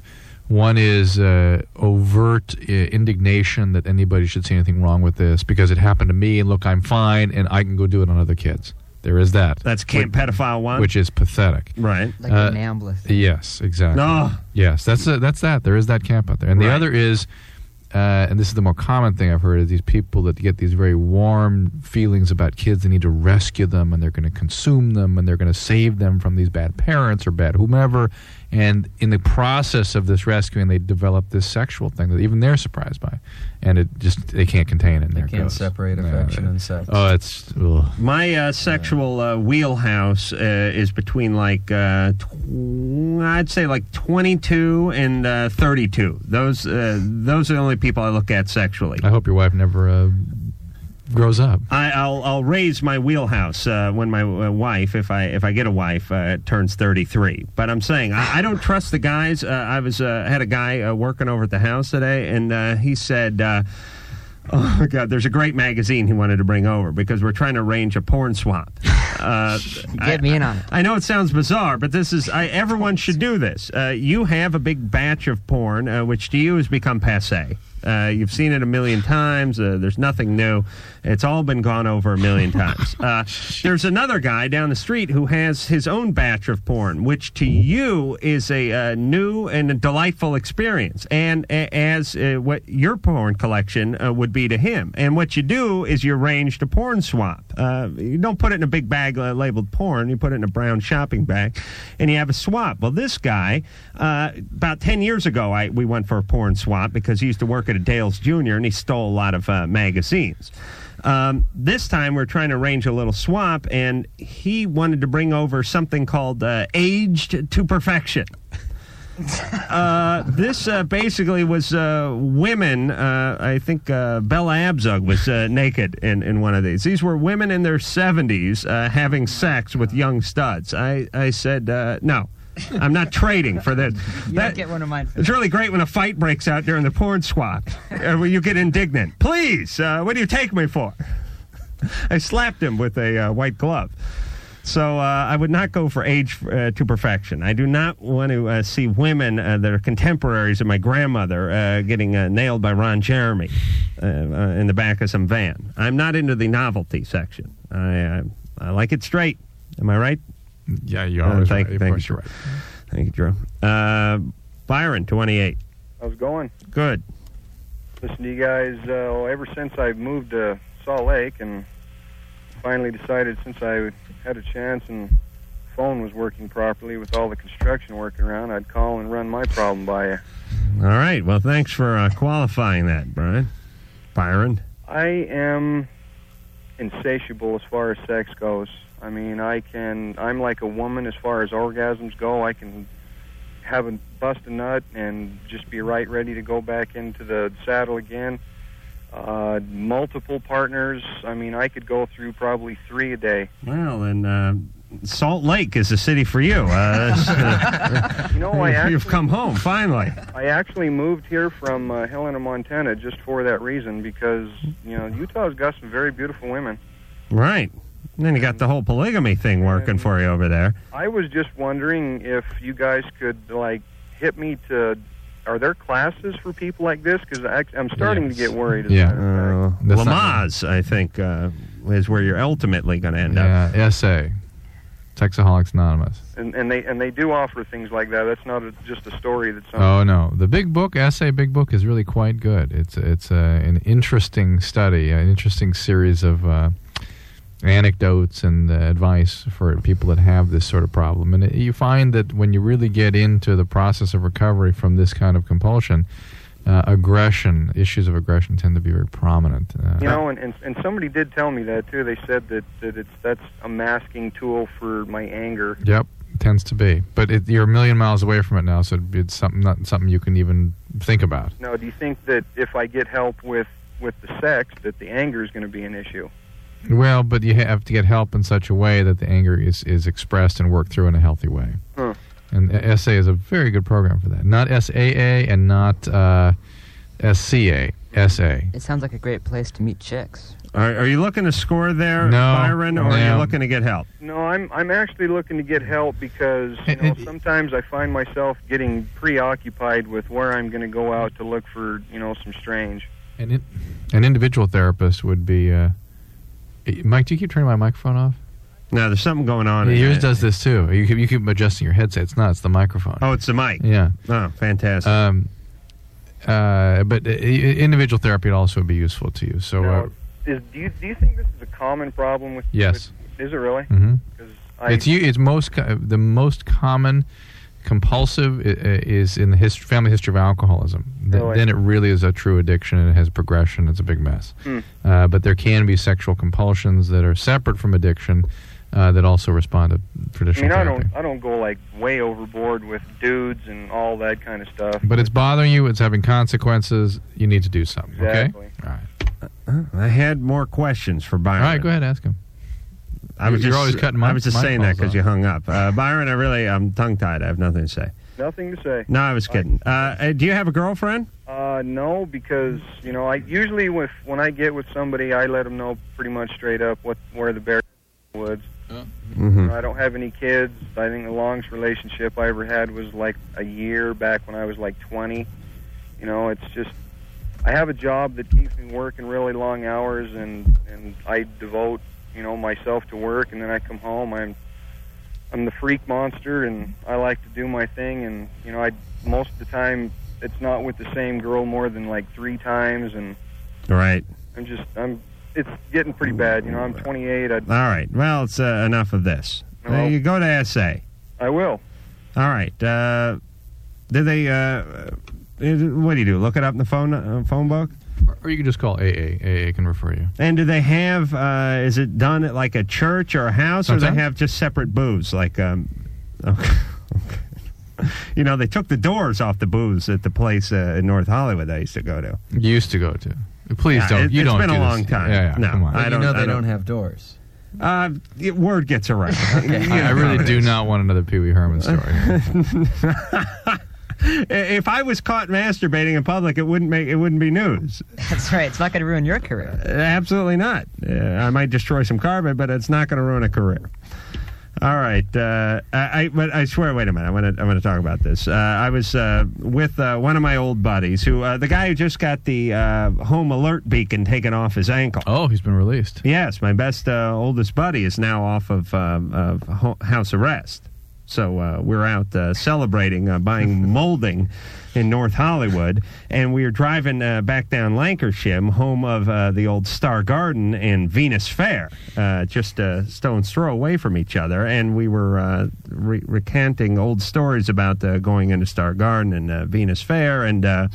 Speaker 5: One is uh, overt uh, indignation that anybody should see anything wrong with this because it happened to me, and look, I'm fine, and I can go do it on other kids. There is that.
Speaker 3: That's camp pedophile one,
Speaker 5: which is pathetic.
Speaker 3: right?
Speaker 5: Like Uh, an Yes, exactly.
Speaker 3: No.
Speaker 5: Yes, that's a, that's that. There is that camp out there, and the other is, uh, and this is the more common thing I've heard is these people that get these very warm feelings about kids. They need to rescue them, and they're going to consume them, and they're going to save them from these bad parents or bad whomever. And in the process of this rescuing, they develop this sexual thing that even they're surprised by, and it just they can't contain it. And they
Speaker 4: can't separate affection and sex.
Speaker 5: Oh, it's ugh.
Speaker 3: My uh, sexual uh, wheelhouse uh, is between like uh, tw- I'd say like 22 and uh, 32. Those uh, those are the only people I look at sexually.
Speaker 5: I hope your wife never uh, grows up.
Speaker 3: I, I'll I'll raise my wheelhouse uh, when my uh, wife, if I if I get a wife, uh, turns thirty three. But I'm saying I, I don't trust the guys. Uh, I was uh, had a guy uh, working over at the house today, and uh, he said. Uh, Oh (laughs) my God! There's a great magazine he wanted to bring over because we're trying to arrange a porn swap. Uh, Get me in on it. I know it sounds bizarre, but this is I, everyone should do this. Uh, you have a big batch of porn, uh, which to you has become passe. Uh, you've seen it a million times. Uh, there's nothing new. It's all been gone over a million times. Uh, there's another guy down the street who has his own batch of porn, which to you is a uh, new and a delightful experience, and a- as uh, what your porn collection uh, would be to him. And what you do is you arrange a porn swap. Uh, you don't put it in a big bag uh, labeled porn. You put it in a brown shopping bag, and you have a swap. Well, this guy, uh, about ten years ago, I we went for a porn swap because he used to work at a Dale's Junior, and he stole a lot of uh, magazines. Um, this time we're trying to arrange a little swap, and he wanted to bring over something called uh, "Aged to Perfection." uh, this uh, basically was uh, women. Uh, I think uh, Bella Abzug was uh, naked in, in one of these. These were women in their 70s uh, having sex with young studs. I, I said, uh, no. I'm not trading for this.
Speaker 6: You
Speaker 3: That-
Speaker 6: don't get one of mine. For
Speaker 3: it's really great when a fight breaks out during the porn swap, or when you get indignant. Please, uh, what do you take me for? I slapped him with a uh, white glove. So uh, I would not go for age uh, to perfection. I do not want to uh, see women uh, that are contemporaries of my grandmother uh, getting uh, nailed by Ron Jeremy uh, uh, in the back of some van. I'm not into the novelty section. I uh, I like it straight. Am I right?
Speaker 5: Yeah, you
Speaker 3: are.
Speaker 5: always
Speaker 3: thank,
Speaker 5: right. Of
Speaker 3: Thank
Speaker 5: course
Speaker 3: you, right. Thank you, Drew. Uh, Byron, 28.
Speaker 28: How's it going?
Speaker 3: Good.
Speaker 28: Listen to you guys uh, well, ever since I moved to Salt Lake and finally decided since I had a chance and phone was working properly with all the construction working around, I'd call and run my problem by you.
Speaker 3: All right. Well, thanks for uh, qualifying that, Brian. Byron.
Speaker 28: I am insatiable as far as sex goes. I mean, I can. I'm like a woman as far as orgasms go. I can have a bust a nut and just be right ready to go back into the saddle again. Uh, multiple partners. I mean, I could go through probably three a day.
Speaker 3: Well, and uh, Salt Lake is the city for you. Uh, it's,
Speaker 5: (laughs)
Speaker 3: uh,
Speaker 28: You know,
Speaker 5: Oh,
Speaker 3: (laughs)
Speaker 28: I
Speaker 3: you've
Speaker 28: actually-
Speaker 3: come home finally.
Speaker 28: I actually moved here from uh, Helena, Montana, just for that reason because you know Utah's got some very beautiful women.
Speaker 3: Right. And then you got the whole polygamy thing working for you over there.
Speaker 28: I was just wondering if you guys could like hit me to. Are there classes for people like this? Because I'm starting to get worried. as
Speaker 3: Yeah.
Speaker 28: a matter of fact.
Speaker 3: Uh,
Speaker 28: That's not
Speaker 3: Lamaze, I think, uh, is where you're ultimately going to end up.
Speaker 5: Yeah, SA. Texaholics Anonymous.
Speaker 28: And, and they and they do offer things like that. That's not a, just a story. That's something.
Speaker 5: Oh no, the Big Book essay, Big Book is really quite good. It's it's uh, an interesting study, an interesting series of uh, anecdotes and uh, advice for people that have this sort of problem. And it, you find that when you really get into the process of recovery from this kind of compulsion, uh, aggression issues of aggression tend to be very prominent. Uh,
Speaker 28: You know, and, and and somebody did tell me that too. They said that that it's that's a masking tool for my anger.
Speaker 5: Yep, tends to be. But it, you're a million miles away from it now, so it'd be- it's something not something you can even think about.
Speaker 28: Now, do you think that if I get help with with the sex, that the anger is going to be an issue?
Speaker 5: Well, but you have to get help in such a way that the anger is, is expressed and worked through in a healthy way.
Speaker 28: Huh.
Speaker 5: And uh, a- SA is a very good program for that. Not SAA and not uh, SCA. SA.
Speaker 6: It sounds like a great place to meet chicks.
Speaker 3: Are, are you looking to score there,
Speaker 5: No,
Speaker 3: Byron, or are you
Speaker 5: no.
Speaker 3: looking to get help?
Speaker 28: No, I'm I'm actually looking to get help because
Speaker 5: (laughs)
Speaker 28: you know sometimes I find myself getting preoccupied with where I'm going to go out to look for you know some strange.
Speaker 5: And it, an individual therapist would be. Uh, eh, Mike, do you keep turning my microphone off?
Speaker 3: No, there's something going on.
Speaker 5: Yeah,
Speaker 3: in
Speaker 5: yours
Speaker 3: there.
Speaker 5: does this too. You keep, you keep adjusting your headset. It's not. It's the microphone.
Speaker 3: Oh, it's the mic.
Speaker 5: Yeah.
Speaker 3: Oh, fantastic.
Speaker 5: Um, uh, but uh, individual therapy would also be useful to you. So. Uh,
Speaker 28: Now, is do you do you think this is a common problem with?
Speaker 5: Yes.
Speaker 28: with- is it really?
Speaker 5: hmm
Speaker 28: I-
Speaker 5: it's you. It's most co- the most common compulsive i- i- is in the hist- family history of alcoholism. Th-
Speaker 28: Really?
Speaker 5: Then it really is a true addiction and it has progression. It's a big mess.
Speaker 28: Hmm.
Speaker 5: Uh, but there can be sexual compulsions that are separate from addiction uh, that also respond to
Speaker 28: I mean,
Speaker 5: traditional
Speaker 28: I
Speaker 5: therapy.
Speaker 28: don't I don't go like way overboard with dudes and all that kind of stuff.
Speaker 5: But it's bothering you. It's having consequences. You need to do something.
Speaker 28: Exactly.
Speaker 5: Okay. All right.
Speaker 3: I had more questions for Byron.
Speaker 5: All right. Go ahead. Ask him.
Speaker 3: I was
Speaker 5: You're
Speaker 3: just,
Speaker 5: always cutting my-
Speaker 3: I was just
Speaker 5: my
Speaker 3: saying that
Speaker 5: calls
Speaker 3: because you hung up. Uh, Byron, I really, I'm tongue tied. I have nothing to say.
Speaker 28: Nothing to say.
Speaker 3: No, I was kidding. Uh, uh, do you have a girlfriend?
Speaker 28: Uh, no, because you know I usually with when I get with somebody, I let them know pretty much straight up what where the bear woods.
Speaker 3: Mhm.
Speaker 28: I don't have any kids. I think the longest relationship I ever had was like a year back when I was like 20. You know, it's just I have a job that keeps me working really long hours, and and I devote you know myself to work, and then I come home. I'm I'm the freak monster, and I like to do my thing, and you know I most of the time it's not with the same girl more than like three times, and
Speaker 3: Right.
Speaker 28: I'm just I'm it's getting pretty bad. You know, I'm 28. I
Speaker 3: All right. Well, it's uh, enough of this. Uh, you go to SA.
Speaker 28: I will.
Speaker 3: All right. Uh, did they? Uh, uh, what do you do? Look it up in the phone uh, phone book.
Speaker 5: Or you can just call AA. AA can refer
Speaker 3: (laughs)
Speaker 5: you. (laughs)
Speaker 3: And do they have? Uh, is it done at like a church or a house, or
Speaker 5: Sometimes.
Speaker 3: they have just separate booths? Like, um, (laughs) okay. you know, they took the doors off the booths at the place uh, in North Hollywood I used to go to.
Speaker 5: You used to go to. Please
Speaker 3: Yeah,
Speaker 5: don't.
Speaker 3: it-
Speaker 5: you
Speaker 3: it's
Speaker 5: don't.
Speaker 3: been
Speaker 5: do
Speaker 3: a
Speaker 5: this.
Speaker 3: long time.
Speaker 5: Yeah, yeah,
Speaker 3: No,
Speaker 5: come on.
Speaker 3: I
Speaker 4: you
Speaker 3: don't-
Speaker 4: know they
Speaker 3: I
Speaker 4: don't,
Speaker 3: don't-
Speaker 4: have doors.
Speaker 3: Uh, y- word gets around.
Speaker 5: (laughs) I, I
Speaker 3: (laughs)
Speaker 5: really do not want another Pee Wee Herman story.
Speaker 3: If I was caught masturbating in public, it wouldn't make it wouldn't be news. Uh,
Speaker 6: That's right. It's not going to ruin your career.
Speaker 3: Absolutely not. Uh, I might destroy some carbon, but it's not going to ruin a career. All right, uh, I, I, but I swear. Wait a minute. I want to. I want to talk about this. Uh, I was uh, with uh, one of my old buddies, who uh, the guy who just got the uh, home alert beacon taken off his ankle.
Speaker 5: Oh, he's been released.
Speaker 3: Yes, my best uh, oldest buddy is now off of, um, of ho- house arrest. So uh, we're out uh, celebrating, uh, buying molding in North Hollywood, and we are driving uh, back down Lancashire, home of uh, the old Star Garden and Venus Fair, uh, just a stone's throw away from each other. And we were uh, re- recanting old stories about uh, going into Star Garden and uh, Venus Fair, and. Uh,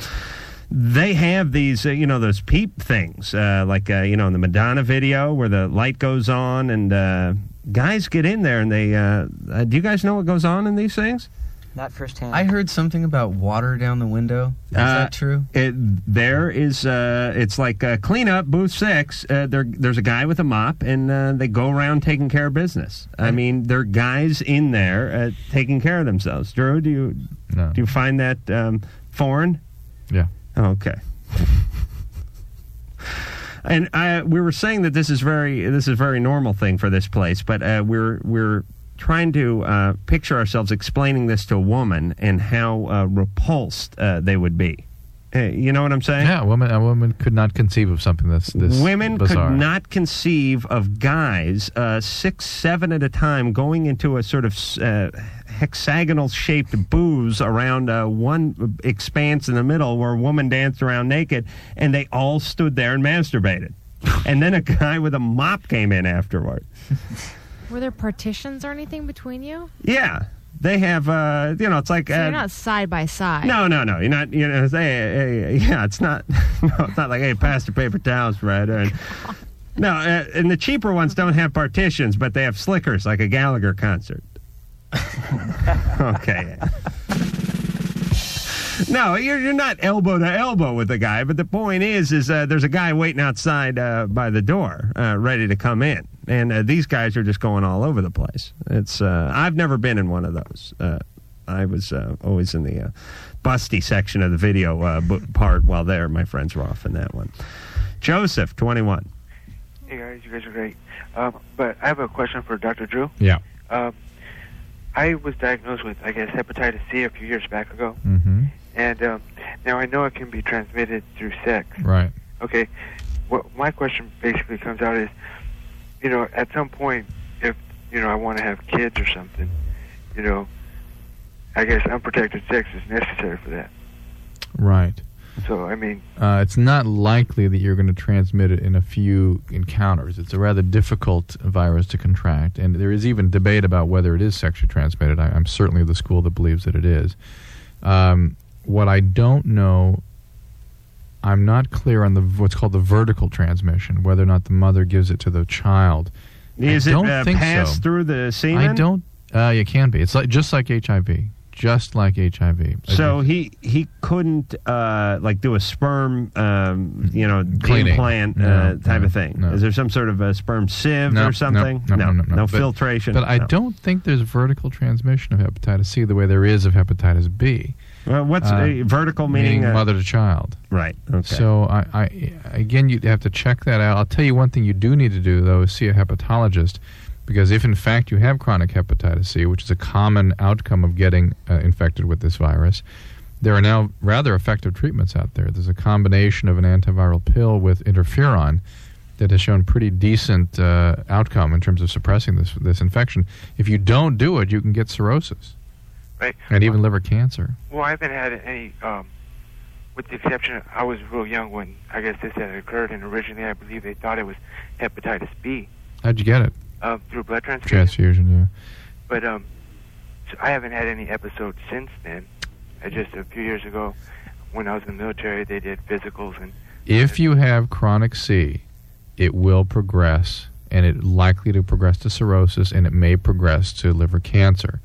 Speaker 3: they have these, uh, you know, those peep things, uh, like uh, you know, in the Madonna video where the light goes on, and uh, guys get in there and they. Uh, uh, do you guys know what goes on in these things?
Speaker 6: Not firsthand.
Speaker 4: I heard something about water down the window. Is that true?
Speaker 3: Uh, It, there is, uh, it's like uh, cleanup booth six. Uh, there, there's a guy with a mop, and uh, they go around taking care of business. I mean, there are guys in there uh, taking care of themselves. Drew, do you do you find that um, foreign?
Speaker 5: Yeah.
Speaker 3: Okay. and I, we were saying that this is very this is a very normal thing for this place, but uh, we're we're trying to uh, picture ourselves explaining this to a woman and how uh, repulsed uh, they would be. Uh, you know what I'm saying?
Speaker 5: Yeah, a woman, a woman could not conceive of something that's this
Speaker 3: Women
Speaker 5: bizarre.
Speaker 3: could not conceive of guys uh, six, seven at a time going into a sort of uh, hexagonal shaped booze around uh, one expanse in the middle where a woman danced around naked and they all stood there and masturbated. and then a guy with a mop came in afterward.
Speaker 7: Were there partitions or anything between you?
Speaker 3: Yeah. They have, uh, you know, it's like.
Speaker 7: So
Speaker 3: uh,
Speaker 7: you're not side by side.
Speaker 3: No, no, no. You're not. You know, hey, (laughs) hey, yeah, it's not. No, it's not like hey, pass the paper towels, right? And, no, uh, and the cheaper ones don't have partitions, but they have slickers, like a Gallagher concert. (laughs) okay. No, you're, you're not elbow to elbow with the guy, but the point is, is uh, there's a guy waiting outside uh, by the door, uh, ready to come in, and uh, these guys are just going all over the place. It's uh, I've never been in one of those. Uh, I was uh, always in the uh, busty section of the video uh, bu- part, while there, my friends were off in that one. Joseph, 21.
Speaker 10: Hey guys, you guys are great. Um, but I have a question for Dr. Drew.
Speaker 5: Yeah.
Speaker 10: Um, I was diagnosed with, I guess, hepatitis C a few years back ago,
Speaker 5: Mm-hmm.
Speaker 10: and um, now I know it can be transmitted through sex.
Speaker 5: Right.
Speaker 10: Okay, what my question basically comes out is, you know, at some point, if you know I want to have kids or something, you know, I guess unprotected sex is necessary for that.
Speaker 5: Right.
Speaker 10: So I mean,
Speaker 5: Uh, it's not likely that you're going to transmit it in a few encounters. It's a rather difficult virus to contract, and there is even debate about whether it is sexually transmitted. I, I'm certainly of the school that believes that it is. Um, what I don't know, I'm not clear on the what's called the vertical transmission, whether or not the mother gives it to the child. I
Speaker 3: Is it
Speaker 5: don't
Speaker 3: uh,
Speaker 5: think
Speaker 3: passed
Speaker 5: so.
Speaker 3: through the semen?
Speaker 5: I don't. Uh, it can be. It's like just like HIV. Just like HIV.
Speaker 3: So he he couldn't uh, like do a sperm um, you know
Speaker 5: Cleaning.
Speaker 3: implant uh,
Speaker 5: No,
Speaker 3: type of thing. Is there some sort of a sperm sieve
Speaker 5: No,
Speaker 3: or something?
Speaker 5: No, no, no, no, no. But-
Speaker 3: filtration.
Speaker 5: But I
Speaker 3: No.
Speaker 5: don't think there's vertical transmission of hepatitis C the way there is of hepatitis B.
Speaker 3: Well, what's uh, vertical meaning? uh,
Speaker 5: mother to child.
Speaker 3: Right. Okay.
Speaker 5: So I, I again, you'd have to check that out. I'll tell you one thing you do need to do though is see a hepatologist, because if in fact you have chronic hepatitis C, which is a common outcome of getting uh, infected with this virus, there are now rather effective treatments out there. There's a combination of an antiviral pill with interferon that has shown pretty decent uh, outcome in terms of suppressing this this infection. If you don't do it, you can get cirrhosis
Speaker 10: right?
Speaker 5: and even liver cancer.
Speaker 10: Well, I haven't had any, um, with the exception, I was real young when I guess this had occurred, and originally I believe they thought it was hepatitis B
Speaker 5: How'd you get it?
Speaker 10: uh, through blood transfusion.
Speaker 5: Transfusion, yeah.
Speaker 10: But um, so I haven't had any episodes since then. I just a few years ago, when I was in the military, they did physicals, and
Speaker 5: If you have chronic C, it will progress, and it likely to progress to cirrhosis, and it may progress to liver cancer.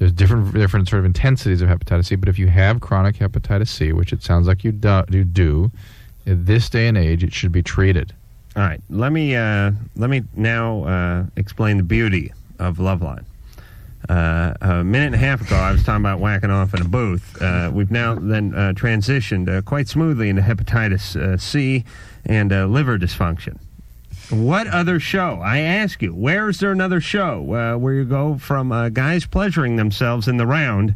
Speaker 5: There's different different sort of intensities of hepatitis C, but if you have chronic hepatitis C, which it sounds like you do, you do, in this day and age, it should be treated.
Speaker 3: All right, let me uh, let me now uh, explain the beauty of Loveline. Uh, a minute and a half ago, I was talking about whacking off in a booth. Uh, we've now then uh, transitioned uh, quite smoothly into hepatitis uh, C and uh, liver dysfunction. What other show? I ask you, where is there another show uh, where you go from uh, guys pleasuring themselves in the round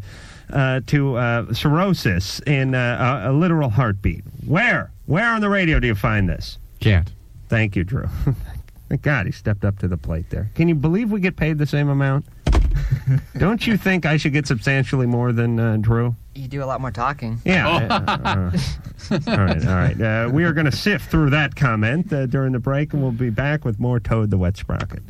Speaker 3: uh, to uh, cirrhosis in uh, a, a literal heartbeat? Where? Where on the radio do you find this?
Speaker 5: Can't.
Speaker 3: Thank you, Drew. (laughs) Thank God he stepped up to the plate there. Can you believe we get paid the same amount? Don't you think I should get substantially more than uh, Drew?
Speaker 6: You do a lot more talking.
Speaker 3: Yeah. uh, uh, all right, all right. Uh, we are going to sift through that comment uh, during the break, and we'll be back with more Toad the Wet Sprocket.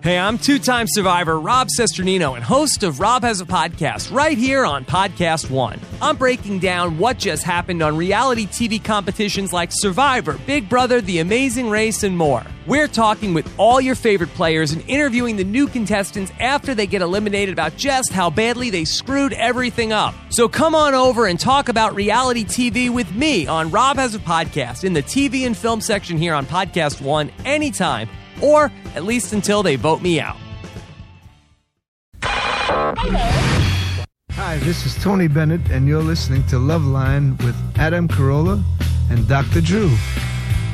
Speaker 15: Hey, I'm two time survivor Rob Sesternino and host of Rob Has a Podcast right here on Podcast One. I'm breaking down what just happened on reality TV competitions like Survivor, Big Brother, The Amazing Race, and more. We're talking with all your favorite players and interviewing the new contestants after they get eliminated about just how badly they screwed everything up. So come on over and talk about reality TV with me on Rob Has a Podcast in the TV and film section here on Podcast One anytime or at least until they vote me out.
Speaker 8: Hi, this is Tony Bennett, and you're listening to Loveline with Adam Carolla and Dr. Drew.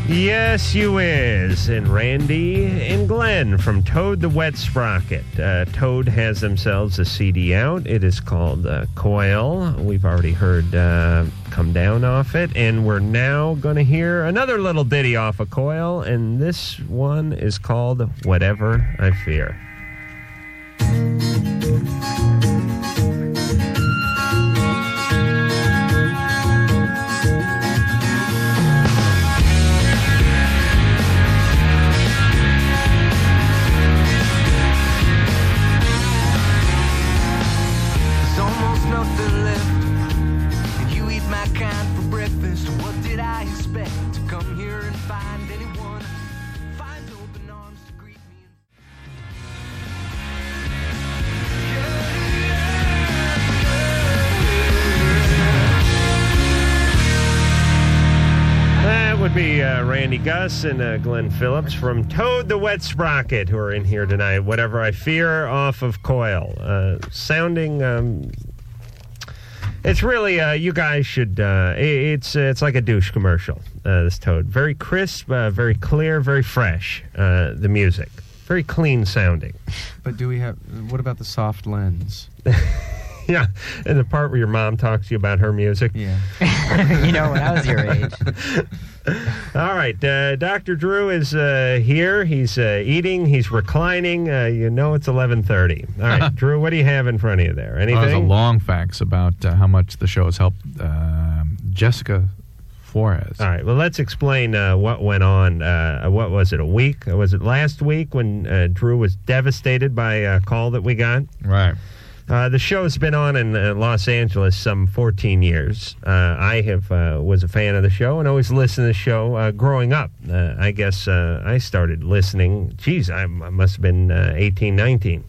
Speaker 3: Yes, you is. And Randy and Glenn from Toad the Wet Sprocket. Uh, Toad has themselves a CD out. It is called uh, Coil. We've already heard uh, Come Down off it. And we're now going to hear another little ditty off of Coil. And this one is called Whatever I Fear.
Speaker 11: There's almost nothing left. And you eat my kind for breakfast. What did I expect? To come here and find anyone. Find open arms to greet me.
Speaker 3: That would be uh, Randy Gus and uh, Glenn Phillips from Toad the Wet Sprocket, who are in here tonight. Whatever I fear, off of Coil, uh, sounding. Um, it's really uh, you guys should. Uh, i it's it's like a douche commercial. Uh, this Toad, very crisp, uh, very clear, very fresh. Uh, the music, very clean sounding.
Speaker 26: But do we have? What about the soft lens?
Speaker 3: (laughs) yeah, and the part where your mom talks to you about her music. Yeah.
Speaker 26: (laughs) You know, when I was your age.
Speaker 3: All right, uh, Dr. Drew is uh, here. He's uh, eating. He's reclining. Uh, you know it's 11:30. All right, Drew, what do you have in front of you there?
Speaker 5: Uh, there's a
Speaker 3: Anything?
Speaker 5: long facts about uh, how much the show has helped um Jessica Flores.
Speaker 3: All right. Well, let's explain uh, what went on. Uh, what was it? A week? Was it last week when uh, Drew was devastated by a call that we got?
Speaker 5: Right.
Speaker 3: Uh, the show's been on in uh, Los Angeles some 14 years. Uh, I have uh, was a fan of the show and always listened to the show uh, growing up. Uh, I guess uh, I started listening. Geez, I, I must have been uh, 18, 19.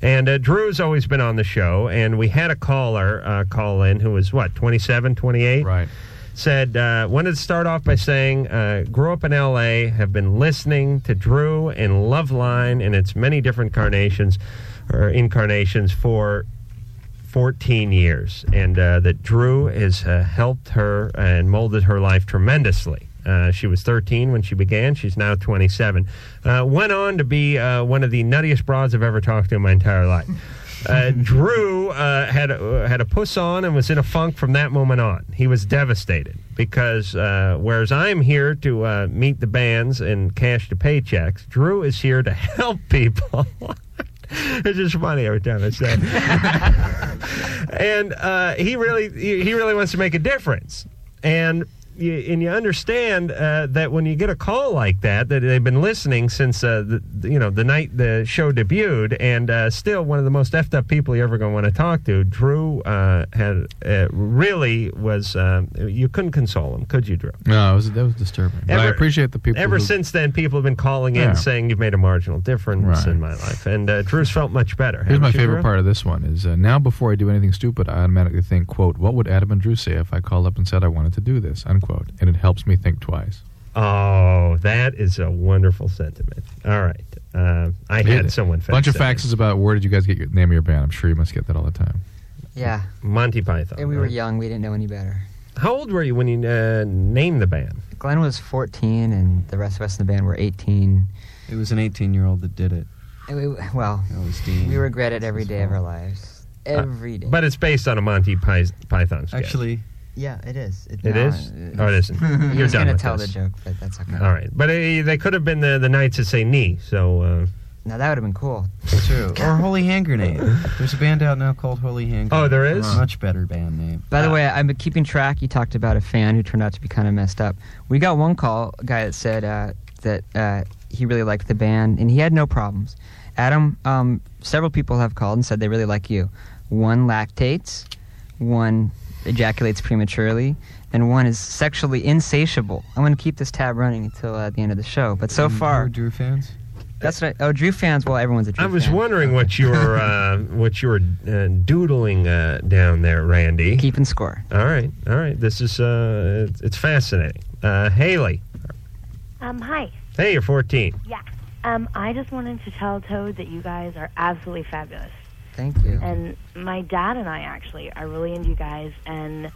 Speaker 3: And uh, Drew's always been on the show, and we had a caller uh, call in who was what 27, 28,
Speaker 5: right?
Speaker 3: Said uh, wanted to start off by saying, uh, grew up in L.A., have been listening to Drew and Loveline in its many different carnations or incarnations for 14 years, and uh, that Drew has uh, helped her and molded her life tremendously. Uh, she was 13 when she began. She's now 27. Uh, went on to be uh, one of the nuttiest broads I've ever talked to in my entire life. Uh, Drew uh, had a, had a puss on and was in a funk from that moment on. He was devastated because uh, whereas I'm here to uh, meet the bands and cash the paychecks, Drew is here to (laughs) help people. (laughs) it's just funny every time I say. it. and uh, he really he he really wants to make a difference. And you, and you understand uh, that when you get a call like that, that they've been listening since uh, the, the- you know the night the show debuted, and uh, still one of the most effed up people you're ever going to want to talk to. Drew uh, had uh, really was um, you couldn't console him, could you, Drew?
Speaker 5: No, it was that was disturbing. but I
Speaker 3: Ever-
Speaker 5: appreciate the people.
Speaker 3: Ever
Speaker 5: who-
Speaker 3: since then, people have been calling in
Speaker 5: Yeah.
Speaker 3: saying you've made a marginal difference
Speaker 5: Right.
Speaker 3: in my life, and uh, Drew's felt much better.
Speaker 5: Here's my
Speaker 3: haven't you,
Speaker 5: favorite
Speaker 3: Drew?
Speaker 5: part of this one is uh, now before I do anything stupid, I automatically think, quote, what would Adam and Drew say if I called up and said I wanted to do this, unquote, and it helps me think twice.
Speaker 3: Oh, that is a wonderful sentiment. All right. Uh, I had someone fax
Speaker 5: bunch of
Speaker 3: that in.
Speaker 5: faxes about where did you guys get your name of your band. I'm sure you must get that all the time.
Speaker 6: (laughs) Yeah.
Speaker 3: Monty Python.
Speaker 6: And we were
Speaker 3: right?
Speaker 6: young. We didn't know any better.
Speaker 3: How old were you when you uh, named the band?
Speaker 6: Glenn was 14, and the rest of us in the band were 18.
Speaker 4: It was an 18 year old that did it.
Speaker 6: And we, well,
Speaker 4: Dean.
Speaker 6: we regret it every day of our lives. Every day.
Speaker 3: But it's based on a Monty Py- Python sketch.
Speaker 6: Actually, yeah, it is. It,
Speaker 3: It
Speaker 6: no,
Speaker 3: is? Oh, it
Speaker 26: (laughs)
Speaker 3: isn't.
Speaker 6: I
Speaker 3: You're
Speaker 6: was
Speaker 3: done
Speaker 6: gonna
Speaker 3: with
Speaker 6: tell
Speaker 3: this.
Speaker 6: the joke, but that's okay.
Speaker 3: All right. But uh, they could have been the, the Knights at St. Nee, so. Uh,
Speaker 6: Now that would have been cool.
Speaker 26: True. Or Holy Hand Grenade. There's a band out now called Holy Hand Grenade.
Speaker 3: Oh, there is?
Speaker 26: Much better band name.
Speaker 6: By the way, I'm keeping track. You talked about a fan who turned out to be kind of messed up. We got one call, a guy that said uh, that uh, he really liked the band and he had no problems. Adam, um, several people have called and said they really like you. One lactates, one ejaculates prematurely, and one is sexually insatiable. I'm going to keep this tab running until uh, the end of the show. But so
Speaker 26: And who
Speaker 6: far,
Speaker 26: are Drew fans.
Speaker 6: that's right. Oh, Drew fans. Well, everyone's a Drew
Speaker 3: (laughs) I was wondering what you were uh, what you were uh, doodling uh, down there, Randy.
Speaker 6: Keeping score.
Speaker 3: All right, all right. This is uh, it's, it's fascinating. Uh, Haley,
Speaker 9: Um, hi.
Speaker 3: hey, you're 14.
Speaker 9: Yeah. Um, I just wanted to tell Toad that you guys are absolutely fabulous.
Speaker 6: Thank you.
Speaker 9: And my dad and I actually are really into you guys, and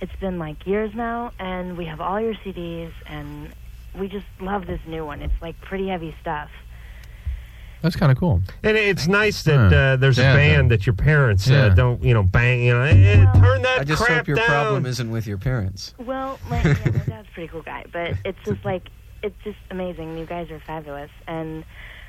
Speaker 9: it's been like years now, and we have all your CDs, and we just love this new one. It's like pretty heavy stuff.
Speaker 5: That's kind of cool.
Speaker 3: And it's nice that
Speaker 5: Huh.
Speaker 3: uh, there's
Speaker 5: Yeah,
Speaker 3: a band
Speaker 5: the-
Speaker 3: that your parents
Speaker 5: Yeah.
Speaker 3: uh, don't, you know, bang. You know, eh, turn that
Speaker 26: I just
Speaker 3: crap
Speaker 26: hope your
Speaker 3: down.
Speaker 26: problem isn't with your parents.
Speaker 9: Well, my, yeah, my dad's a pretty cool guy, but it's just like it's just amazing. You guys are fabulous, and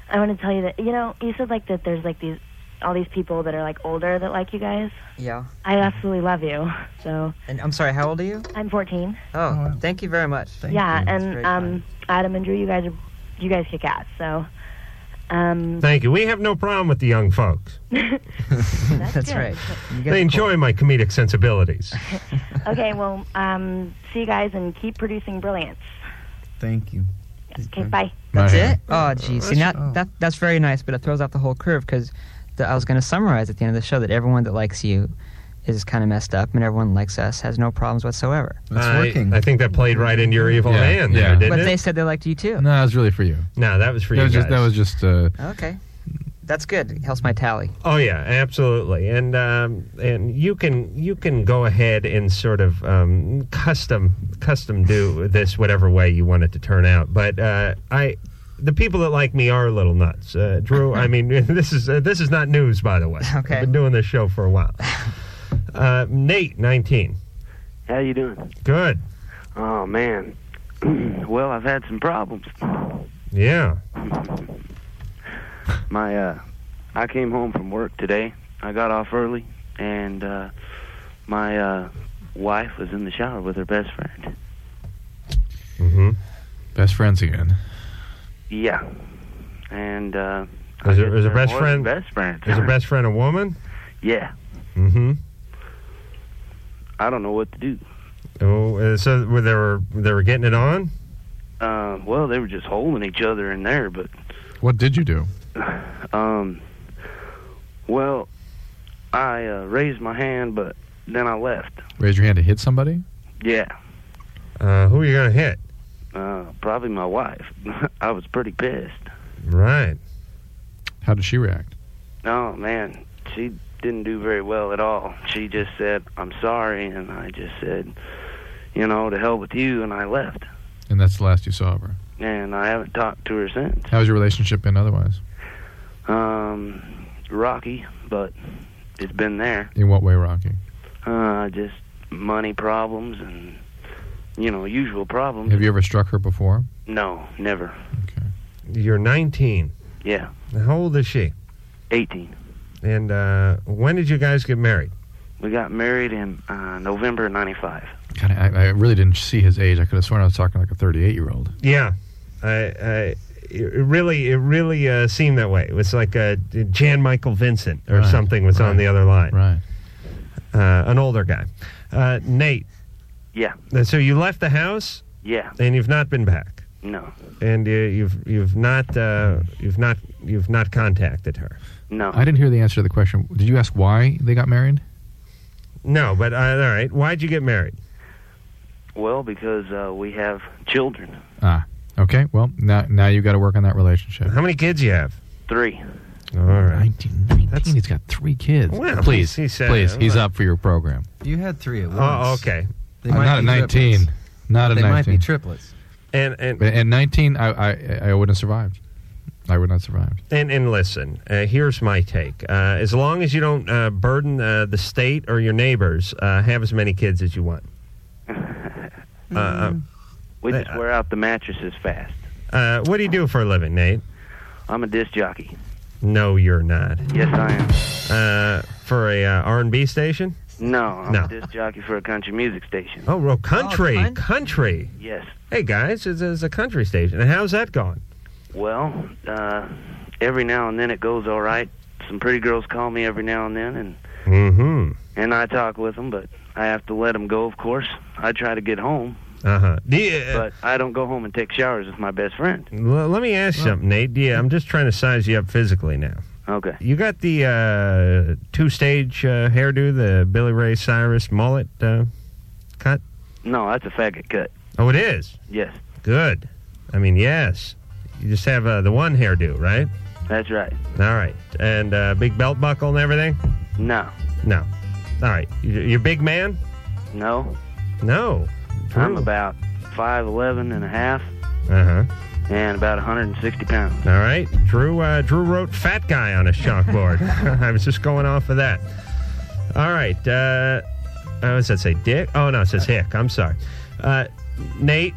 Speaker 9: I want to tell you that you know you said like that there's like these all these people that are like older that like you guys.
Speaker 6: Yeah.
Speaker 9: I absolutely love you. So
Speaker 6: And I'm sorry, how old are you?
Speaker 9: I'm 14.
Speaker 6: Oh, thank you very much.
Speaker 9: yeah,
Speaker 6: That's
Speaker 9: and
Speaker 6: very
Speaker 9: um, Adam and Drew, you guys are you guys kick ass. So um,
Speaker 3: Thank you. We have no problem with the young folks.
Speaker 9: (laughs) that's, good.
Speaker 3: They enjoy my comedic sensibilities.
Speaker 9: Okay, well, um, see you guys and keep producing brilliance.
Speaker 26: Thank you.
Speaker 9: Okay, bye.
Speaker 6: That's
Speaker 26: Right.
Speaker 6: it? Oh, geez. See, now,
Speaker 26: That's- oh.
Speaker 6: that, that's very nice, but it throws out the whole curve because I was going to summarize at the end of the show that everyone that likes you is kind of messed up, and everyone that likes us has no problems whatsoever.
Speaker 3: I, I think that played right into your Uh, evil
Speaker 5: Yeah,
Speaker 3: man there,
Speaker 5: yeah.
Speaker 3: didn't
Speaker 6: but
Speaker 3: it?
Speaker 6: they said they liked you too.
Speaker 5: No, that was really for you.
Speaker 3: no, that was for
Speaker 5: that
Speaker 3: you
Speaker 5: was just
Speaker 3: guys.
Speaker 5: that was just uh,
Speaker 6: Okay. That's good. It helps my tally.
Speaker 3: Oh yeah, absolutely, and um, and you can you can go ahead and sort of um, custom custom do this whatever way you want it to turn out. But uh, I, the people that like me are little nuts, uh, Drew. I mean, (laughs) this is uh, this is not news, by the way. Okay, I've been doing this show for a while. Uh, Nate, nineteen,
Speaker 16: How you doing?
Speaker 3: good.
Speaker 16: Oh man. (clears throat) well, I've had some problems.
Speaker 3: Yeah,
Speaker 16: My uh I came home from work today. I got off early and uh my uh wife was in the shower with her best friend.
Speaker 3: mm-hmm.
Speaker 5: best friends again.
Speaker 16: Yeah. And uh
Speaker 3: Is
Speaker 16: I
Speaker 3: her-
Speaker 16: guess
Speaker 3: is her
Speaker 16: there
Speaker 3: best
Speaker 16: was a
Speaker 3: friend-
Speaker 16: best friend.
Speaker 3: is her best friend a woman?
Speaker 16: (laughs) yeah.
Speaker 3: Mm-hmm.
Speaker 16: I don't know what to do.
Speaker 3: Oh, uh, so were they were they were getting it on.
Speaker 16: Uh, well, they were just holding each other in there, but
Speaker 5: What did you do?
Speaker 16: Um, well, I uh, raised my hand, but then I left.
Speaker 5: Raise your hand to hit somebody.
Speaker 16: Yeah,
Speaker 3: Uh, who are you gonna hit?
Speaker 16: uh, probably my wife. (laughs) I was pretty pissed.
Speaker 3: Right.
Speaker 5: How did she react?
Speaker 16: Oh man, she didn't do very well at all. She just said, "I'm sorry," and I just said, "You know, to hell with you," and I left.
Speaker 5: And that's the last you saw of her.
Speaker 16: And I haven't talked to her since.
Speaker 5: How's your relationship been otherwise?
Speaker 16: Um, rocky, but it's been there.
Speaker 5: In what way, Rocky?
Speaker 16: Uh, just money problems and you know usual problems.
Speaker 5: Have you ever struck her before?
Speaker 16: No, never.
Speaker 3: You're nineteen.
Speaker 16: Yeah,
Speaker 3: How old is she?
Speaker 16: 18.
Speaker 3: And uh, when did you guys get married?
Speaker 16: We got married in uh, November '95.
Speaker 5: God, I, I really didn't see his age. I could have sworn I was talking like a 38 year old.
Speaker 3: Yeah, I, I it really, it really uh, seemed that way. It was like uh Jan Michael Vincent or
Speaker 5: Right,
Speaker 3: something was on the other line.
Speaker 5: Right.
Speaker 3: Uh, an older guy, uh, Nate.
Speaker 16: Yeah,
Speaker 3: uh, So you left the house
Speaker 16: yeah,
Speaker 3: and you've not been back,
Speaker 16: no,
Speaker 3: and uh, you've you've not uh, you've not you've not contacted her.
Speaker 16: no.
Speaker 5: I didn't hear the answer to the question. Did you ask why they got married?
Speaker 3: No, but uh, all right. Why'd you get married?
Speaker 16: Well, because uh, we have children.
Speaker 5: Ah, okay. Well, now now you got to work on that relationship.
Speaker 3: How many kids you have?
Speaker 16: Three.
Speaker 3: All right.
Speaker 5: 19, 19 he's got three kids.
Speaker 3: Well,
Speaker 5: please,
Speaker 3: he said- uh,
Speaker 5: please, he's up for your program.
Speaker 26: You had three at once.
Speaker 3: Oh, okay.
Speaker 26: They
Speaker 5: Uh,
Speaker 26: might
Speaker 5: not at
Speaker 26: be
Speaker 5: 19.
Speaker 26: triplets.
Speaker 5: Not at
Speaker 26: They
Speaker 5: 19.
Speaker 26: might be triplets.
Speaker 3: And and
Speaker 5: at 19, I, I I wouldn't have survived. I would not have survived.
Speaker 3: And and listen, uh, here's my take. Uh, as long as you don't uh, burden uh, the state or your neighbors, uh, have as many kids as you
Speaker 16: (laughs)
Speaker 3: want. Uh, uh,
Speaker 16: We just wear out the mattresses fast.
Speaker 3: uh, what do you do for a living, Nate?
Speaker 16: I'm a disc jockey.
Speaker 3: No, you're not.
Speaker 16: Yes, I
Speaker 3: am. Uh, for a uh, R&B station?
Speaker 16: No, I'm
Speaker 3: No.
Speaker 16: a disc jockey for a country music station.
Speaker 3: Oh, well, country, country.
Speaker 16: Yes.
Speaker 3: Hey guys, it's, it's a country station. And how's that going?
Speaker 16: Well, uh, every now and then it goes all right. Some pretty girls call me every now and then, and
Speaker 3: Mm-hmm.
Speaker 16: and I talk with them, but I have to let them go. Of course, I try to get home,
Speaker 3: Uh huh. Yeah.
Speaker 16: but I don't go home and take showers with my best friend.
Speaker 3: L- let me ask you something, Nate. Yeah, I'm just trying to size you up physically now.
Speaker 16: Okay.
Speaker 3: You got the uh, two-stage uh, hairdo, the Billy Ray Cyrus mullet uh, cut.
Speaker 16: No, that's a faggot cut.
Speaker 3: Oh, it is.
Speaker 16: Yes,
Speaker 3: Good. I mean, yes. You just have uh, the one hairdo, right?
Speaker 16: that's right.
Speaker 3: All right. And uh, big belt buckle and everything.
Speaker 16: No,
Speaker 3: No. All right. You- You're a big man.
Speaker 16: no,
Speaker 3: No.
Speaker 16: I'm about five eleven and a half
Speaker 3: Uh huh.
Speaker 16: and about 160 pounds.
Speaker 3: All right, Drew. Uh, Drew wrote "fat guy" on his
Speaker 5: (laughs)
Speaker 3: chalkboard. (laughs) I was just going off of that. All right. Uh, oh, does that say Dick? Oh no, it says Hick. I'm sorry. Uh, Nate,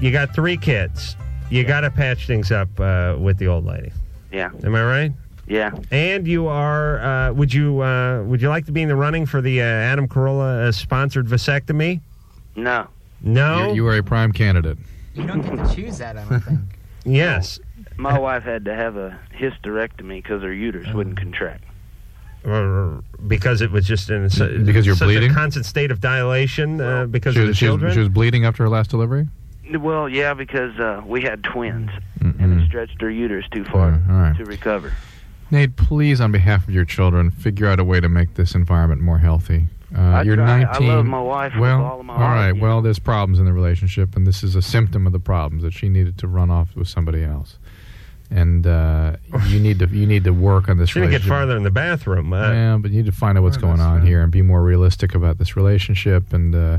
Speaker 3: you got three kids. You got to patch things up uh, with the old lady.
Speaker 16: Yeah,
Speaker 3: Am I right?
Speaker 16: yeah.
Speaker 3: And you are. Uh, would you uh, Would you like to be in the running for the uh, Adam Carolla uh, sponsored vasectomy?
Speaker 16: No.
Speaker 3: No.
Speaker 5: You, you are a prime candidate.
Speaker 6: You don't get to choose that, I don't think.
Speaker 3: yes.
Speaker 16: My wife had to have a hysterectomy because her uterus wouldn't contract.
Speaker 3: Or- because it was just in su-
Speaker 5: Because you're
Speaker 3: such
Speaker 5: bleeding?
Speaker 3: a constant state of dilation uh, because
Speaker 5: she,
Speaker 3: of the
Speaker 5: was- she was-
Speaker 3: children.
Speaker 5: she was bleeding after her last delivery.
Speaker 16: Well, yeah, because uh, we had twins, and it stretched her uterus too far
Speaker 5: Yeah, all right.
Speaker 16: to recover.
Speaker 5: Nate, please, on behalf of your children, figure out a way to make this environment more healthy. Uh,
Speaker 16: I
Speaker 5: you're
Speaker 16: try.
Speaker 5: 19.
Speaker 16: I love my wife with
Speaker 5: Well,
Speaker 16: all of my
Speaker 5: all right. Well, there's problems in the relationship, and this is a symptom of the problems that she needed to run off with somebody else. And uh, you need to you need to work on this.
Speaker 3: She didn't get
Speaker 5: relationship.
Speaker 3: farther in the bathroom. Uh, Oh,
Speaker 5: yeah, but you need to find out what's going on here and be more realistic about this relationship and uh,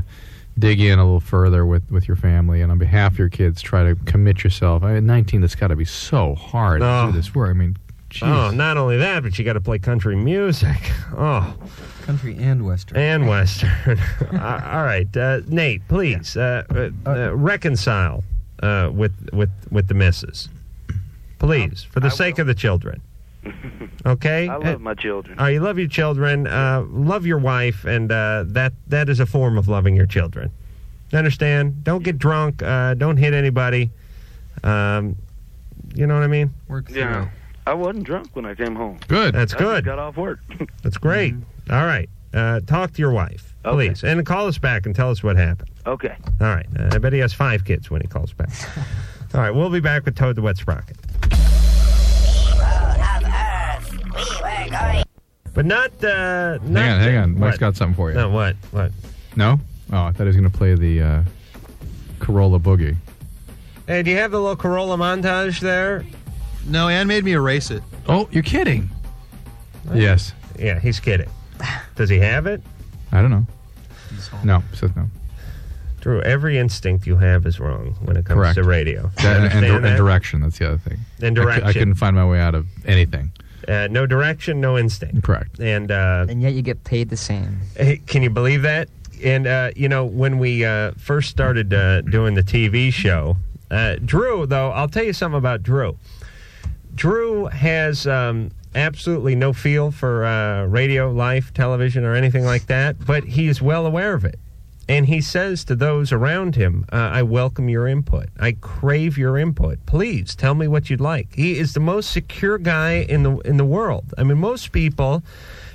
Speaker 5: dig in a little further with, with your family. And on behalf of your kids, try to commit yourself. I mean, 19, that's got to be so hard
Speaker 3: Oh.
Speaker 5: to do this work. I mean, jeez.
Speaker 3: Oh, not only that, but you got to play country music. Oh,
Speaker 26: Country and Western.
Speaker 3: and western. (laughs) Uh, All right, uh, Nate, please uh, uh, uh, reconcile uh, with with with the missus, please, for the sake of the
Speaker 16: (laughs)
Speaker 3: children. Okay.
Speaker 16: I love my children.
Speaker 3: Uh, you love your children. Uh, love your wife, and uh, that that is a form of loving your children. Understand? Don't get drunk. Uh, don't hit anybody. Um, you know what I mean?
Speaker 16: Yeah. I wasn't drunk when I came home.
Speaker 3: Good. That's
Speaker 16: I just
Speaker 3: good.
Speaker 16: got off work.
Speaker 3: That's great. All right. Uh, talk to your wife, please, and call us back and tell us what happened.
Speaker 16: Okay.
Speaker 3: All right. Uh, I bet he has five kids when he
Speaker 26: (laughs)
Speaker 3: calls back. All right. We'll be back with Toad the Wet Sprocket. But not. Uh, not
Speaker 5: Hang on, hang on. Mike's
Speaker 3: What?
Speaker 5: got something for you.
Speaker 3: No, what? What?
Speaker 5: No? Oh, I thought he was going to play the uh, Corolla Boogie.
Speaker 3: Hey, do you have the little Corolla montage there?
Speaker 26: No, Ann made me erase it.
Speaker 5: Oh, you're kidding.
Speaker 3: Oh.
Speaker 5: Yes.
Speaker 3: Yeah, he's kidding. Does he have it?
Speaker 5: I don't know. No, says no.
Speaker 3: Drew, every instinct you have is wrong when it comes
Speaker 5: Correct.
Speaker 3: to radio. You
Speaker 5: That- and- and,
Speaker 3: understand
Speaker 5: and
Speaker 3: that?
Speaker 5: direction, that's the other thing.
Speaker 3: And
Speaker 5: I cou- I
Speaker 3: direction.
Speaker 5: couldn't find my way out of anything.
Speaker 3: Uh, no direction, no instinct.
Speaker 5: Correct.
Speaker 3: And uh,
Speaker 6: and yet you get paid the same.
Speaker 3: Hey, can you believe that? And uh, you know, when we uh, first started uh, doing the TV show, uh, Drew, though, I'll tell you something about Drew. Drew has um, absolutely no feel for uh, radio, life, television, or anything like that, but he is well aware of it. And he says to those around him, uh, I welcome your input. I crave your input. Please tell me what you'd like. He is the most secure guy in the in the world. I mean, most people,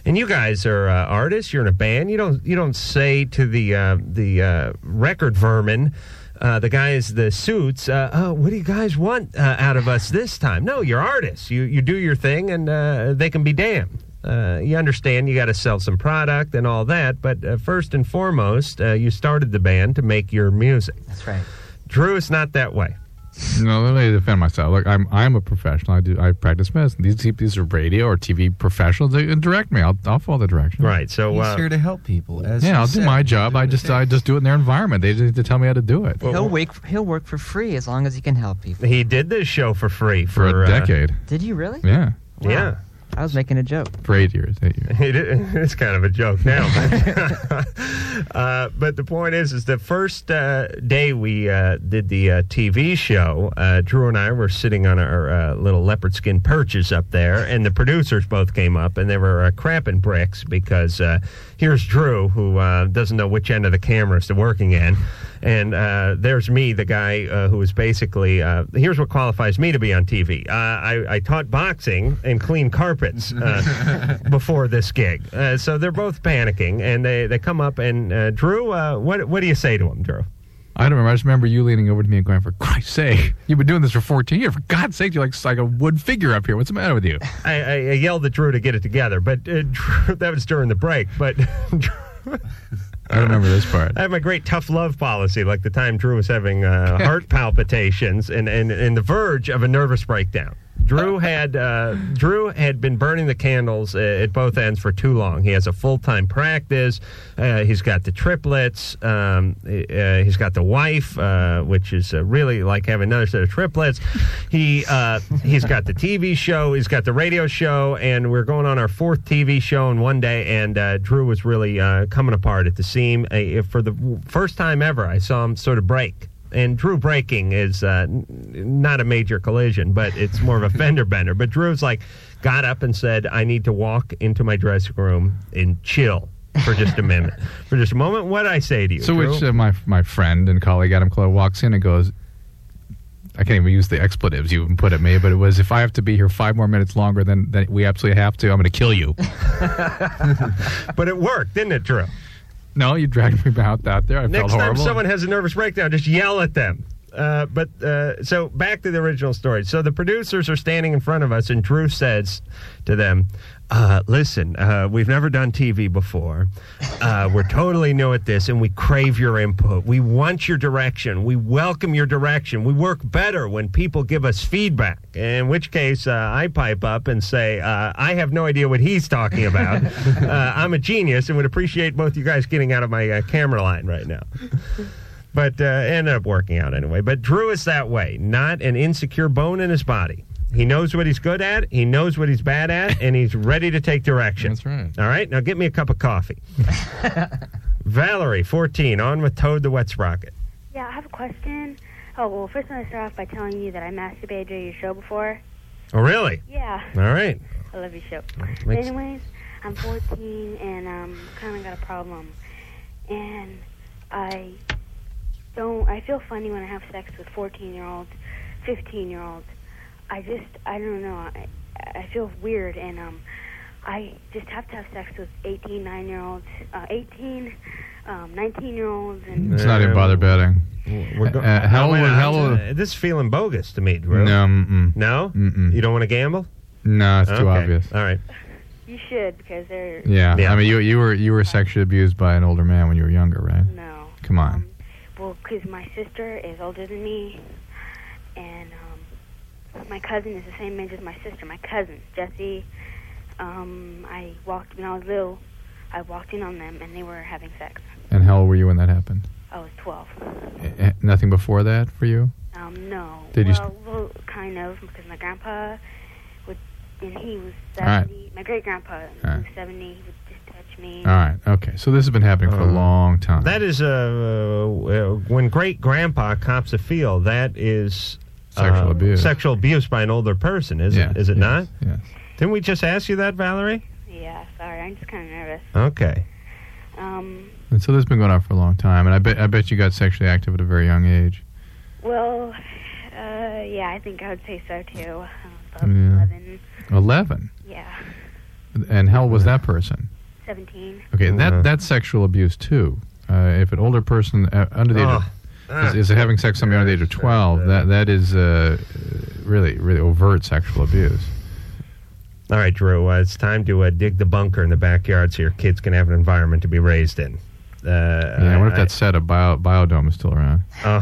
Speaker 3: and you guys are uh, artists. You're in a band. You don't you don't say to the uh, the uh, record vermin. Uh, the guys, the suits. Uh, oh, what do you guys want uh, out of us this time? No, you're artists. You you do your thing, and uh, they can be damned. uh, you understand you got to sell some product and all that, but uh, first and foremost, uh, you started the band to make your music.
Speaker 6: That's right.
Speaker 3: Drew, it's not that way.
Speaker 5: No, let me defend myself. Look, I'm I'm a professional. I do I practice medicine. These these are radio or TV professionals. They can direct me. I'll I'll follow the directions.
Speaker 3: Right. So uh,
Speaker 26: He's here to help people. As
Speaker 5: yeah,
Speaker 26: you
Speaker 5: I'll do
Speaker 26: said.
Speaker 5: my job. I just I just do it in their environment. They just need to tell me how to do
Speaker 6: (laughs)
Speaker 5: it.
Speaker 6: he'll wake, He'll work for free as long as he can help people.
Speaker 3: He did this show for free
Speaker 5: For a
Speaker 3: uh,
Speaker 5: decade.
Speaker 6: Did you really?
Speaker 5: Yeah.
Speaker 6: Wow.
Speaker 3: Yeah.
Speaker 6: I was making a joke.
Speaker 5: For eight years. Eight years.
Speaker 3: (laughs) It is, it's kind of a joke now. (laughs) But, uh, but the point is, is the first uh, day we uh, did the uh, TV show, uh, Drew and I were sitting on our uh, little leopard skin perches up there, and the producers both came up, and they were uh, crapping bricks because uh, here's Drew, who uh, doesn't know which end of the camera is the working end. And uh, there's me, the guy uh, who was basically uh, here's what qualifies me to be on TV. Uh, I, I taught boxing and clean carpets uh, before this gig, uh, so they're both panicking, and they, they come up and uh, Drew, uh, what what do you say to him, Drew?
Speaker 5: I don't remember. I just remember you leaning over to me and going, "For Christ's sake, you've been doing this for 14 years. For God's sake, you're like like a wood figure up here. What's the matter with you?"
Speaker 3: I, I, I yelled at Drew to get it together, but uh, (laughs) Drew, that was during the break. But (laughs)
Speaker 5: I don't remember this part.
Speaker 3: I have my great tough love policy. Like the time Drew was having uh, heart palpitations and, and and the verge of a nervous breakdown. Drew had uh, Drew had been burning the candles uh, at both ends for too long. He has a full time practice. Uh, he's got the triplets. Um, uh, he's got the wife, uh, which is uh, really like having another set of triplets. He uh, he's got the TV show. He's got the radio show, and we're going on our fourth TV show in one day. And uh, Drew was really uh, coming apart at the seam. Uh, for the first time ever, I saw him sort of break and Drew breaking is uh, n- not a major collision, but it's more of a (laughs) fender bender. But Drew's like got up and said, "I need to walk into my dressing room and chill for just a minute, for just a moment." What I say to you?
Speaker 5: So,
Speaker 3: Drew?
Speaker 5: which uh, my my friend and colleague Adam Clow walks in and goes, "I can't even use the expletives you even put at me, but it was if I have to be here five more minutes longer than, than we absolutely have to, I'm going to kill you."
Speaker 3: (laughs)
Speaker 5: (laughs)
Speaker 3: but it worked, didn't it, Drew?
Speaker 5: no, you dragged me out out there. I felt
Speaker 3: Next time
Speaker 5: horrible.
Speaker 3: someone has a nervous breakdown, just yell at them. Uh, but uh, so back to the original story. So the producers are standing in front of us, and Drew says to them, uh, "Listen, uh, we've never done TV before. Uh, we're totally new at this, and we crave your input. We want your direction. We welcome your direction. We work better when people give us feedback. In which case, uh, I pipe up and say, uh, I have no idea what he's talking about. uh, I'm a genius, and would appreciate both you guys getting out of my uh, camera line right now." but uh, it ended up working out anyway. But Drew is that way, not an insecure bone in his body. He knows what he's good at, he knows what he's bad at, and he's ready to take direction. That's
Speaker 5: right.
Speaker 3: All right, now get me a cup of
Speaker 5: (laughs)
Speaker 3: coffee. Valerie, 14, on with Toad the Wet Sprocket.
Speaker 14: Yeah, I have a question. Oh, well, first I want to start off by telling you that I masturbated during your show before.
Speaker 3: Oh, really?
Speaker 14: Yeah.
Speaker 3: All right.
Speaker 14: I love your show.
Speaker 3: Makes-
Speaker 14: Anyways, I'm 14 and um, kind of got a problem. And I don't, I feel funny when I have sex with 14 year olds, 15 year olds. I just, I don't know. I, I feel weird and um, I just have to have sex with 18, 9 year olds, uh, 18, um, 19 year olds, and
Speaker 3: Mm.
Speaker 5: It's not even bother betting.
Speaker 3: We're go-
Speaker 5: Uh, how old
Speaker 3: Oh, wait,
Speaker 5: was-
Speaker 3: I-
Speaker 5: how old-
Speaker 3: uh, This is feeling bogus to me,
Speaker 5: No,
Speaker 3: Drew.
Speaker 5: mm-mm.
Speaker 3: No?
Speaker 5: Mm-mm.
Speaker 3: You don't want to gamble?
Speaker 5: no, it's
Speaker 3: Okay.
Speaker 5: too obvious.
Speaker 3: All right.
Speaker 14: you should because they're.
Speaker 5: Yeah. I mean, you you were you were sexually abused by an older man when you were younger, right?
Speaker 14: No.
Speaker 5: Come on.
Speaker 14: Well, 'cause my sister is older than me, and um, my cousin is the same age as my sister. My cousin, Jesse. Um, I walked when I was little. I walked in on them, and they were having sex.
Speaker 5: and how old were you when that happened?
Speaker 14: I was 12.
Speaker 5: Eh, Nothing before that for you?
Speaker 14: Um, no.
Speaker 5: Did you?
Speaker 14: well,
Speaker 5: St-
Speaker 14: well, kind of, because my grandpa would, and he was
Speaker 5: All right.
Speaker 14: 70. My great grandpa
Speaker 5: All right.
Speaker 14: was 70. He would just touch me.
Speaker 3: Mm.
Speaker 5: All right. Okay. So this has been happening for a
Speaker 3: Uh-huh.
Speaker 5: long time.
Speaker 3: That is, uh, uh, when great grandpa cops a field, that is uh,
Speaker 5: Sexual abuse.
Speaker 3: Sexual abuse by an older person, is
Speaker 5: Yeah,
Speaker 3: it? Is it
Speaker 5: yes,
Speaker 3: not?
Speaker 5: Yes.
Speaker 3: Didn't we just ask you that, Valerie?
Speaker 14: Yeah. Sorry, I'm just kind of nervous.
Speaker 3: Okay.
Speaker 14: Um.
Speaker 5: And so this has been going on for a long time, and I bet I bet you got sexually active at a very young age.
Speaker 14: Well, uh, yeah, I think I would say so too. Uh, about
Speaker 5: Yeah.
Speaker 14: 11.
Speaker 5: Eleven.
Speaker 14: Yeah.
Speaker 5: And how old was that person?
Speaker 14: 17.
Speaker 5: Okay,
Speaker 3: Uh-huh.
Speaker 5: that that's sexual abuse too. Uh, if an older person uh, under the age of,
Speaker 3: Oh.
Speaker 5: is, is having sex with somebody under the age of twelve, that that is uh, really really overt sexual abuse.
Speaker 3: All right, Drew, uh, it's time to uh, dig the bunker in the backyard so your kids can have an environment to be raised in. Uh,
Speaker 5: yeah,
Speaker 3: I-
Speaker 5: what if
Speaker 3: I-
Speaker 5: that set of bio, biodome is still around?
Speaker 3: Oh,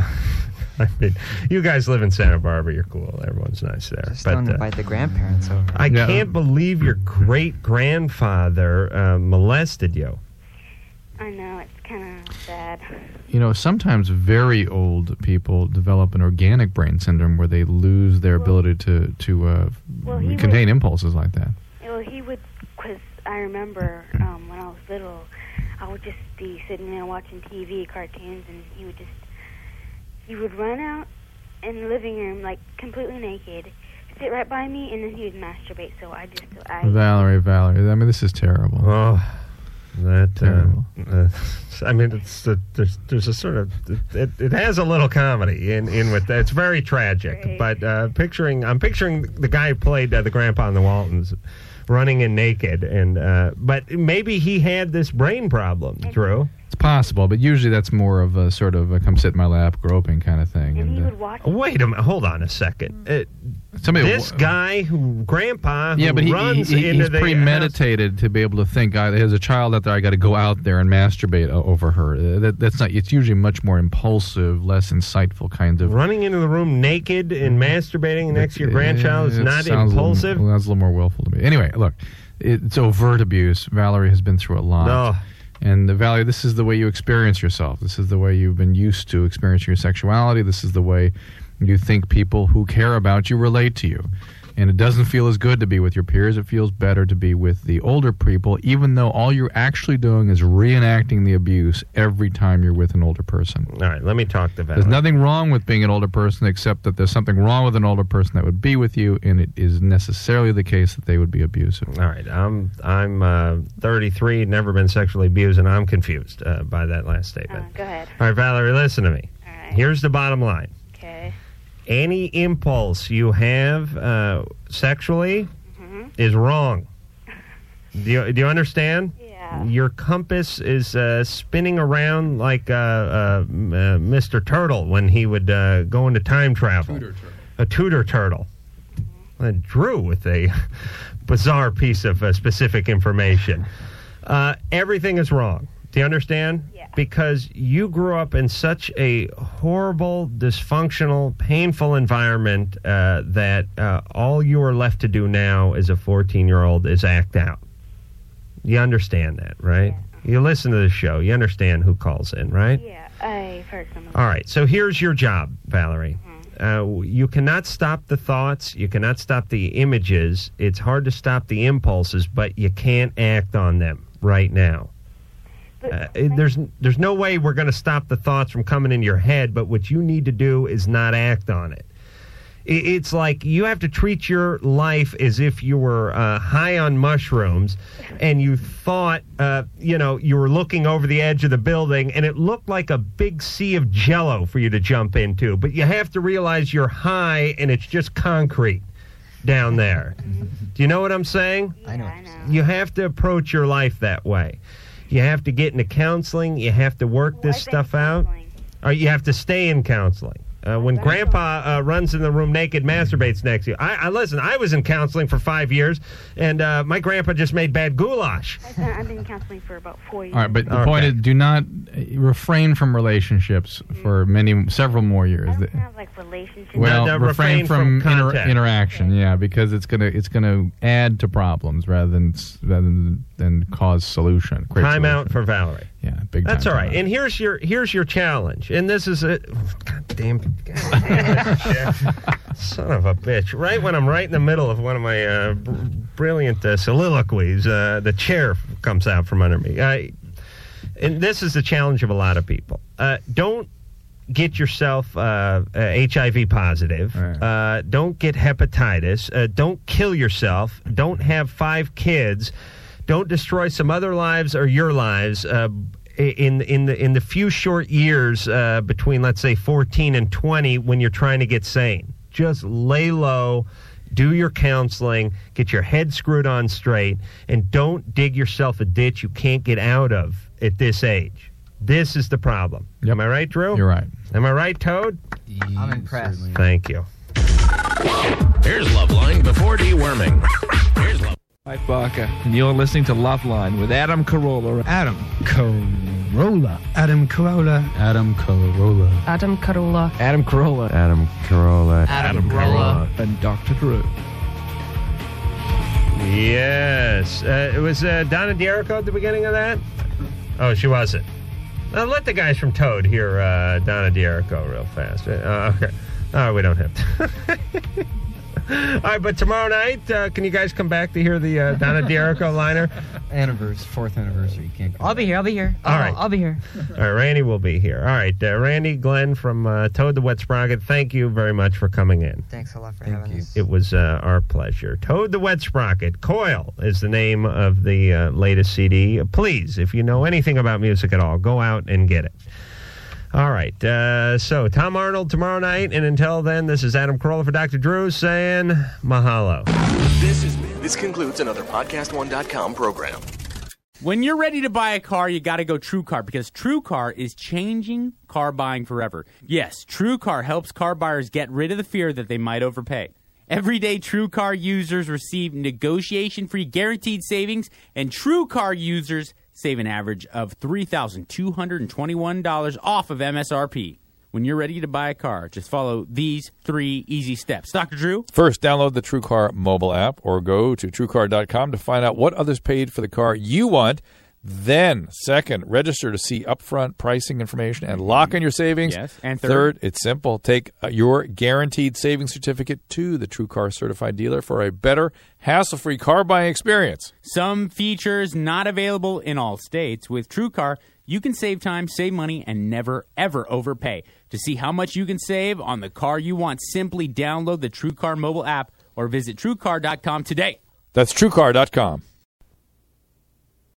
Speaker 3: (laughs) I mean, you guys live in Santa Barbara. You're cool. Everyone's nice there. But,
Speaker 6: Don't
Speaker 3: uh,
Speaker 6: invite the grandparents over.
Speaker 3: I can't believe your great grandfather uh, molested you.
Speaker 14: I know it's kind of sad.
Speaker 5: You know, sometimes very old people develop an organic brain syndrome where they lose their ability to to uh,
Speaker 14: Well, he
Speaker 5: contain
Speaker 14: was-
Speaker 5: impulses like that.
Speaker 14: Well, he would, because I remember um, when I was little, I would just be sitting there watching TV, cartoons, and he would just, he would run out in the living room, like completely naked, sit right by me, and then he would masturbate. So I just, I,
Speaker 5: Valerie, Valerie, I mean, this is terrible.
Speaker 3: Oh, that.
Speaker 5: Oh.
Speaker 3: Uh, (laughs) uh, I mean, it's uh, there's there's a sort of it, it has a little comedy in in with that. It's very tragic, but uh, picturing I'm picturing the guy who played uh, the grandpa in the Waltons running in naked, and uh, but maybe he had this brain problem, Drew.
Speaker 5: It's possible, but usually that's more of a sort of a come sit in my lap groping kind of thing. And, uh,
Speaker 3: Wait a minute, hold on a second. Uh,
Speaker 5: Somebody-
Speaker 3: this guy who grandpa who
Speaker 5: yeah, but he, he,
Speaker 3: runs
Speaker 5: he-
Speaker 3: into
Speaker 5: he's
Speaker 3: the
Speaker 5: premeditated to be able to think. I, there's a child out there. I got to go out there and masturbate o- over her. Uh, That, that's not. It's usually much more impulsive, less insightful kind of.
Speaker 3: running into the room naked and masturbating next to your grandchild is
Speaker 5: It
Speaker 3: not
Speaker 5: sounds a little-
Speaker 3: impulsive.
Speaker 5: well, that's a little more willful to me. Anyway, look, it's overt abuse. Valerie has been through a lot.
Speaker 3: No.
Speaker 5: And the Valerie, this is the way you experience yourself. This is the way you've been used to experiencing your sexuality. This is the way you think people who care about you relate to you. And it doesn't feel as good to be with your peers. It feels better to be with the older people, even though all you're actually doing is reenacting the abuse every time you're with an older person.
Speaker 3: All right, let me talk to Valerie.
Speaker 5: There's nothing wrong with being an older person, except that there's something wrong with an older person that would be with you, and it is necessarily the case that they would be abusive.
Speaker 3: All right, I'm I'm uh, 33, never been sexually abused, and I'm confused uh, by that last statement.
Speaker 14: go ahead.
Speaker 3: All right, Valerie, listen to me. Here's the bottom line.
Speaker 14: Okay.
Speaker 3: Any impulse you have uh, sexually is wrong. Do you, do you understand? Yeah. Your compass is uh, spinning around like uh, uh, m- uh, Mr. Turtle when he would uh, go into time travel. A Tudor turtle. And Drew with a (laughs) bizarre piece of uh, specific information. Uh, everything is wrong. Do you understand? Yeah. Because you grew up in such a horrible, dysfunctional, painful environment uh, that uh, all you are left to do now as a 14 year old is act out. You understand that, right? You listen to the show. You understand who calls in, right?
Speaker 14: Yeah, I've heard some of
Speaker 3: All right. So here's your job, Valerie. Uh, you cannot stop the thoughts. You cannot stop the images. It's hard to stop the impulses, but you can't act on them right now. Uh, it- there's there's no way we're going to stop the thoughts from coming into your head, but what you need to do is not act on it. I- It's like you have to treat your life as if you were uh, high on mushrooms and you thought, uh, you know, you were looking over the edge of the building and it looked like a big sea of jello for you to jump into. But you have to realize you're high and it's just concrete down there. Do you know what I'm saying? I know. You have to approach your life that way. You have to get into counseling. You have to work this stuff out. Or you have to stay in counseling. Uh, when Grandpa uh, runs in the room naked, masturbates next to you. I, I listen. I was in counseling for five years, and uh, my grandpa just made bad goulash.
Speaker 14: I've been, I've been counseling for about four years.
Speaker 5: All right, but the point is, do not uh, refrain from relationships for many, several more years.
Speaker 14: kind of like relationship.
Speaker 5: Well, refrain, from, inter- interaction, yeah, because it's gonna it's gonna add to problems rather than s- rather than, than cause solution. create
Speaker 3: Time
Speaker 5: solution.
Speaker 3: out for Valerie.
Speaker 5: Yeah, big.
Speaker 3: That's
Speaker 5: time
Speaker 3: all
Speaker 5: for
Speaker 3: right.
Speaker 5: that.
Speaker 3: And here's your here's your challenge. And this is it. God damn. God damn
Speaker 5: (laughs)
Speaker 3: shit. Son of a bitch. Right when I'm right in the middle of one of my uh, br- brilliant uh, soliloquies, uh, the chair f- comes out from under me. I, and this is the challenge of a lot of people. Uh, don't get yourself uh, uh, HIV positive. Uh, don't get hepatitis. Uh, don't kill yourself. Don't have five kids. Don't destroy some other lives or your lives. Uh, in in the in the few short years uh, between let's say 14 and 20 when you're trying to get sane just lay low do your counseling, get your head screwed on straight, and don't dig yourself a ditch you can't get out of at this age. This is the problem. Am I right, Drew? You're
Speaker 5: right.
Speaker 3: Am I right, Toad?
Speaker 26: Oh,
Speaker 6: I'm impressed.
Speaker 3: Thank you.
Speaker 19: Here's Loveline before deworming. (laughs) Here's Love. Mike Barker, and you're listening to Loveline with Adam Carolla. Adam Carolla. Adam Carolla. Adam Carolla.
Speaker 22: Adam Carolla.
Speaker 19: Adam Carolla. Adam Carolla. Adam Carolla. And Dr. Drew.
Speaker 3: Yes. Uh, it was uh, Donna D'Erico at the beginning of that? Oh, she wasn't. Uh, let the guys from Toad hear uh, Donna D'Erico real fast. Uh, okay. Oh, we don't have to. (laughs) All right, but tomorrow night, uh, can you guys come back to hear the uh, Donna D'Erico liner?
Speaker 26: (laughs) Anniversary, fourth anniversary. You can't.
Speaker 6: I'll be here. I'll be here.
Speaker 3: All
Speaker 6: I'll,
Speaker 3: right.
Speaker 6: I'll be here.
Speaker 3: All right, Randy will be here. All right, uh, Randy Glenn from uh, Toad the Wet Sprocket, thank you very much for coming in.
Speaker 6: Thanks a lot for having us.
Speaker 3: It was uh, our pleasure. Toad the Wet Sprocket, Coil is the name of the uh, latest CD. Please, if you know anything about music at all, go out and get it. All right. Uh, so, Tom Arnold tomorrow night. And until then, this is Adam Carolla for Dr. Drew saying mahalo.
Speaker 21: This is this concludes another podcast1.com program.
Speaker 29: When you're ready to buy a car, you got to go True Car because True Car is changing car buying forever. Yes, True Car helps car buyers get rid of the fear that they might overpay. Everyday True Car users receive negotiation free guaranteed savings, and True Car users save an average of $3,221 off of MSRP. When you're ready to buy a car, just follow these three easy steps. Dr. Drew?
Speaker 30: First, download the TrueCar mobile app or go to truecar.com to find out what others paid for the car you want. Then, second, register to see upfront pricing information and lock in your savings.
Speaker 29: Yes, and
Speaker 30: third,
Speaker 29: third?
Speaker 30: it's simple. Take uh, your guaranteed savings certificate to the TrueCar certified dealer for a better, hassle-free car buying experience.
Speaker 29: Some features not available in all states. With TrueCar, you can save time, save money, and never, ever overpay. To see how much you can save on the car you want, simply download the TrueCar mobile app or visit truecar.com today.
Speaker 30: That's truecar.com.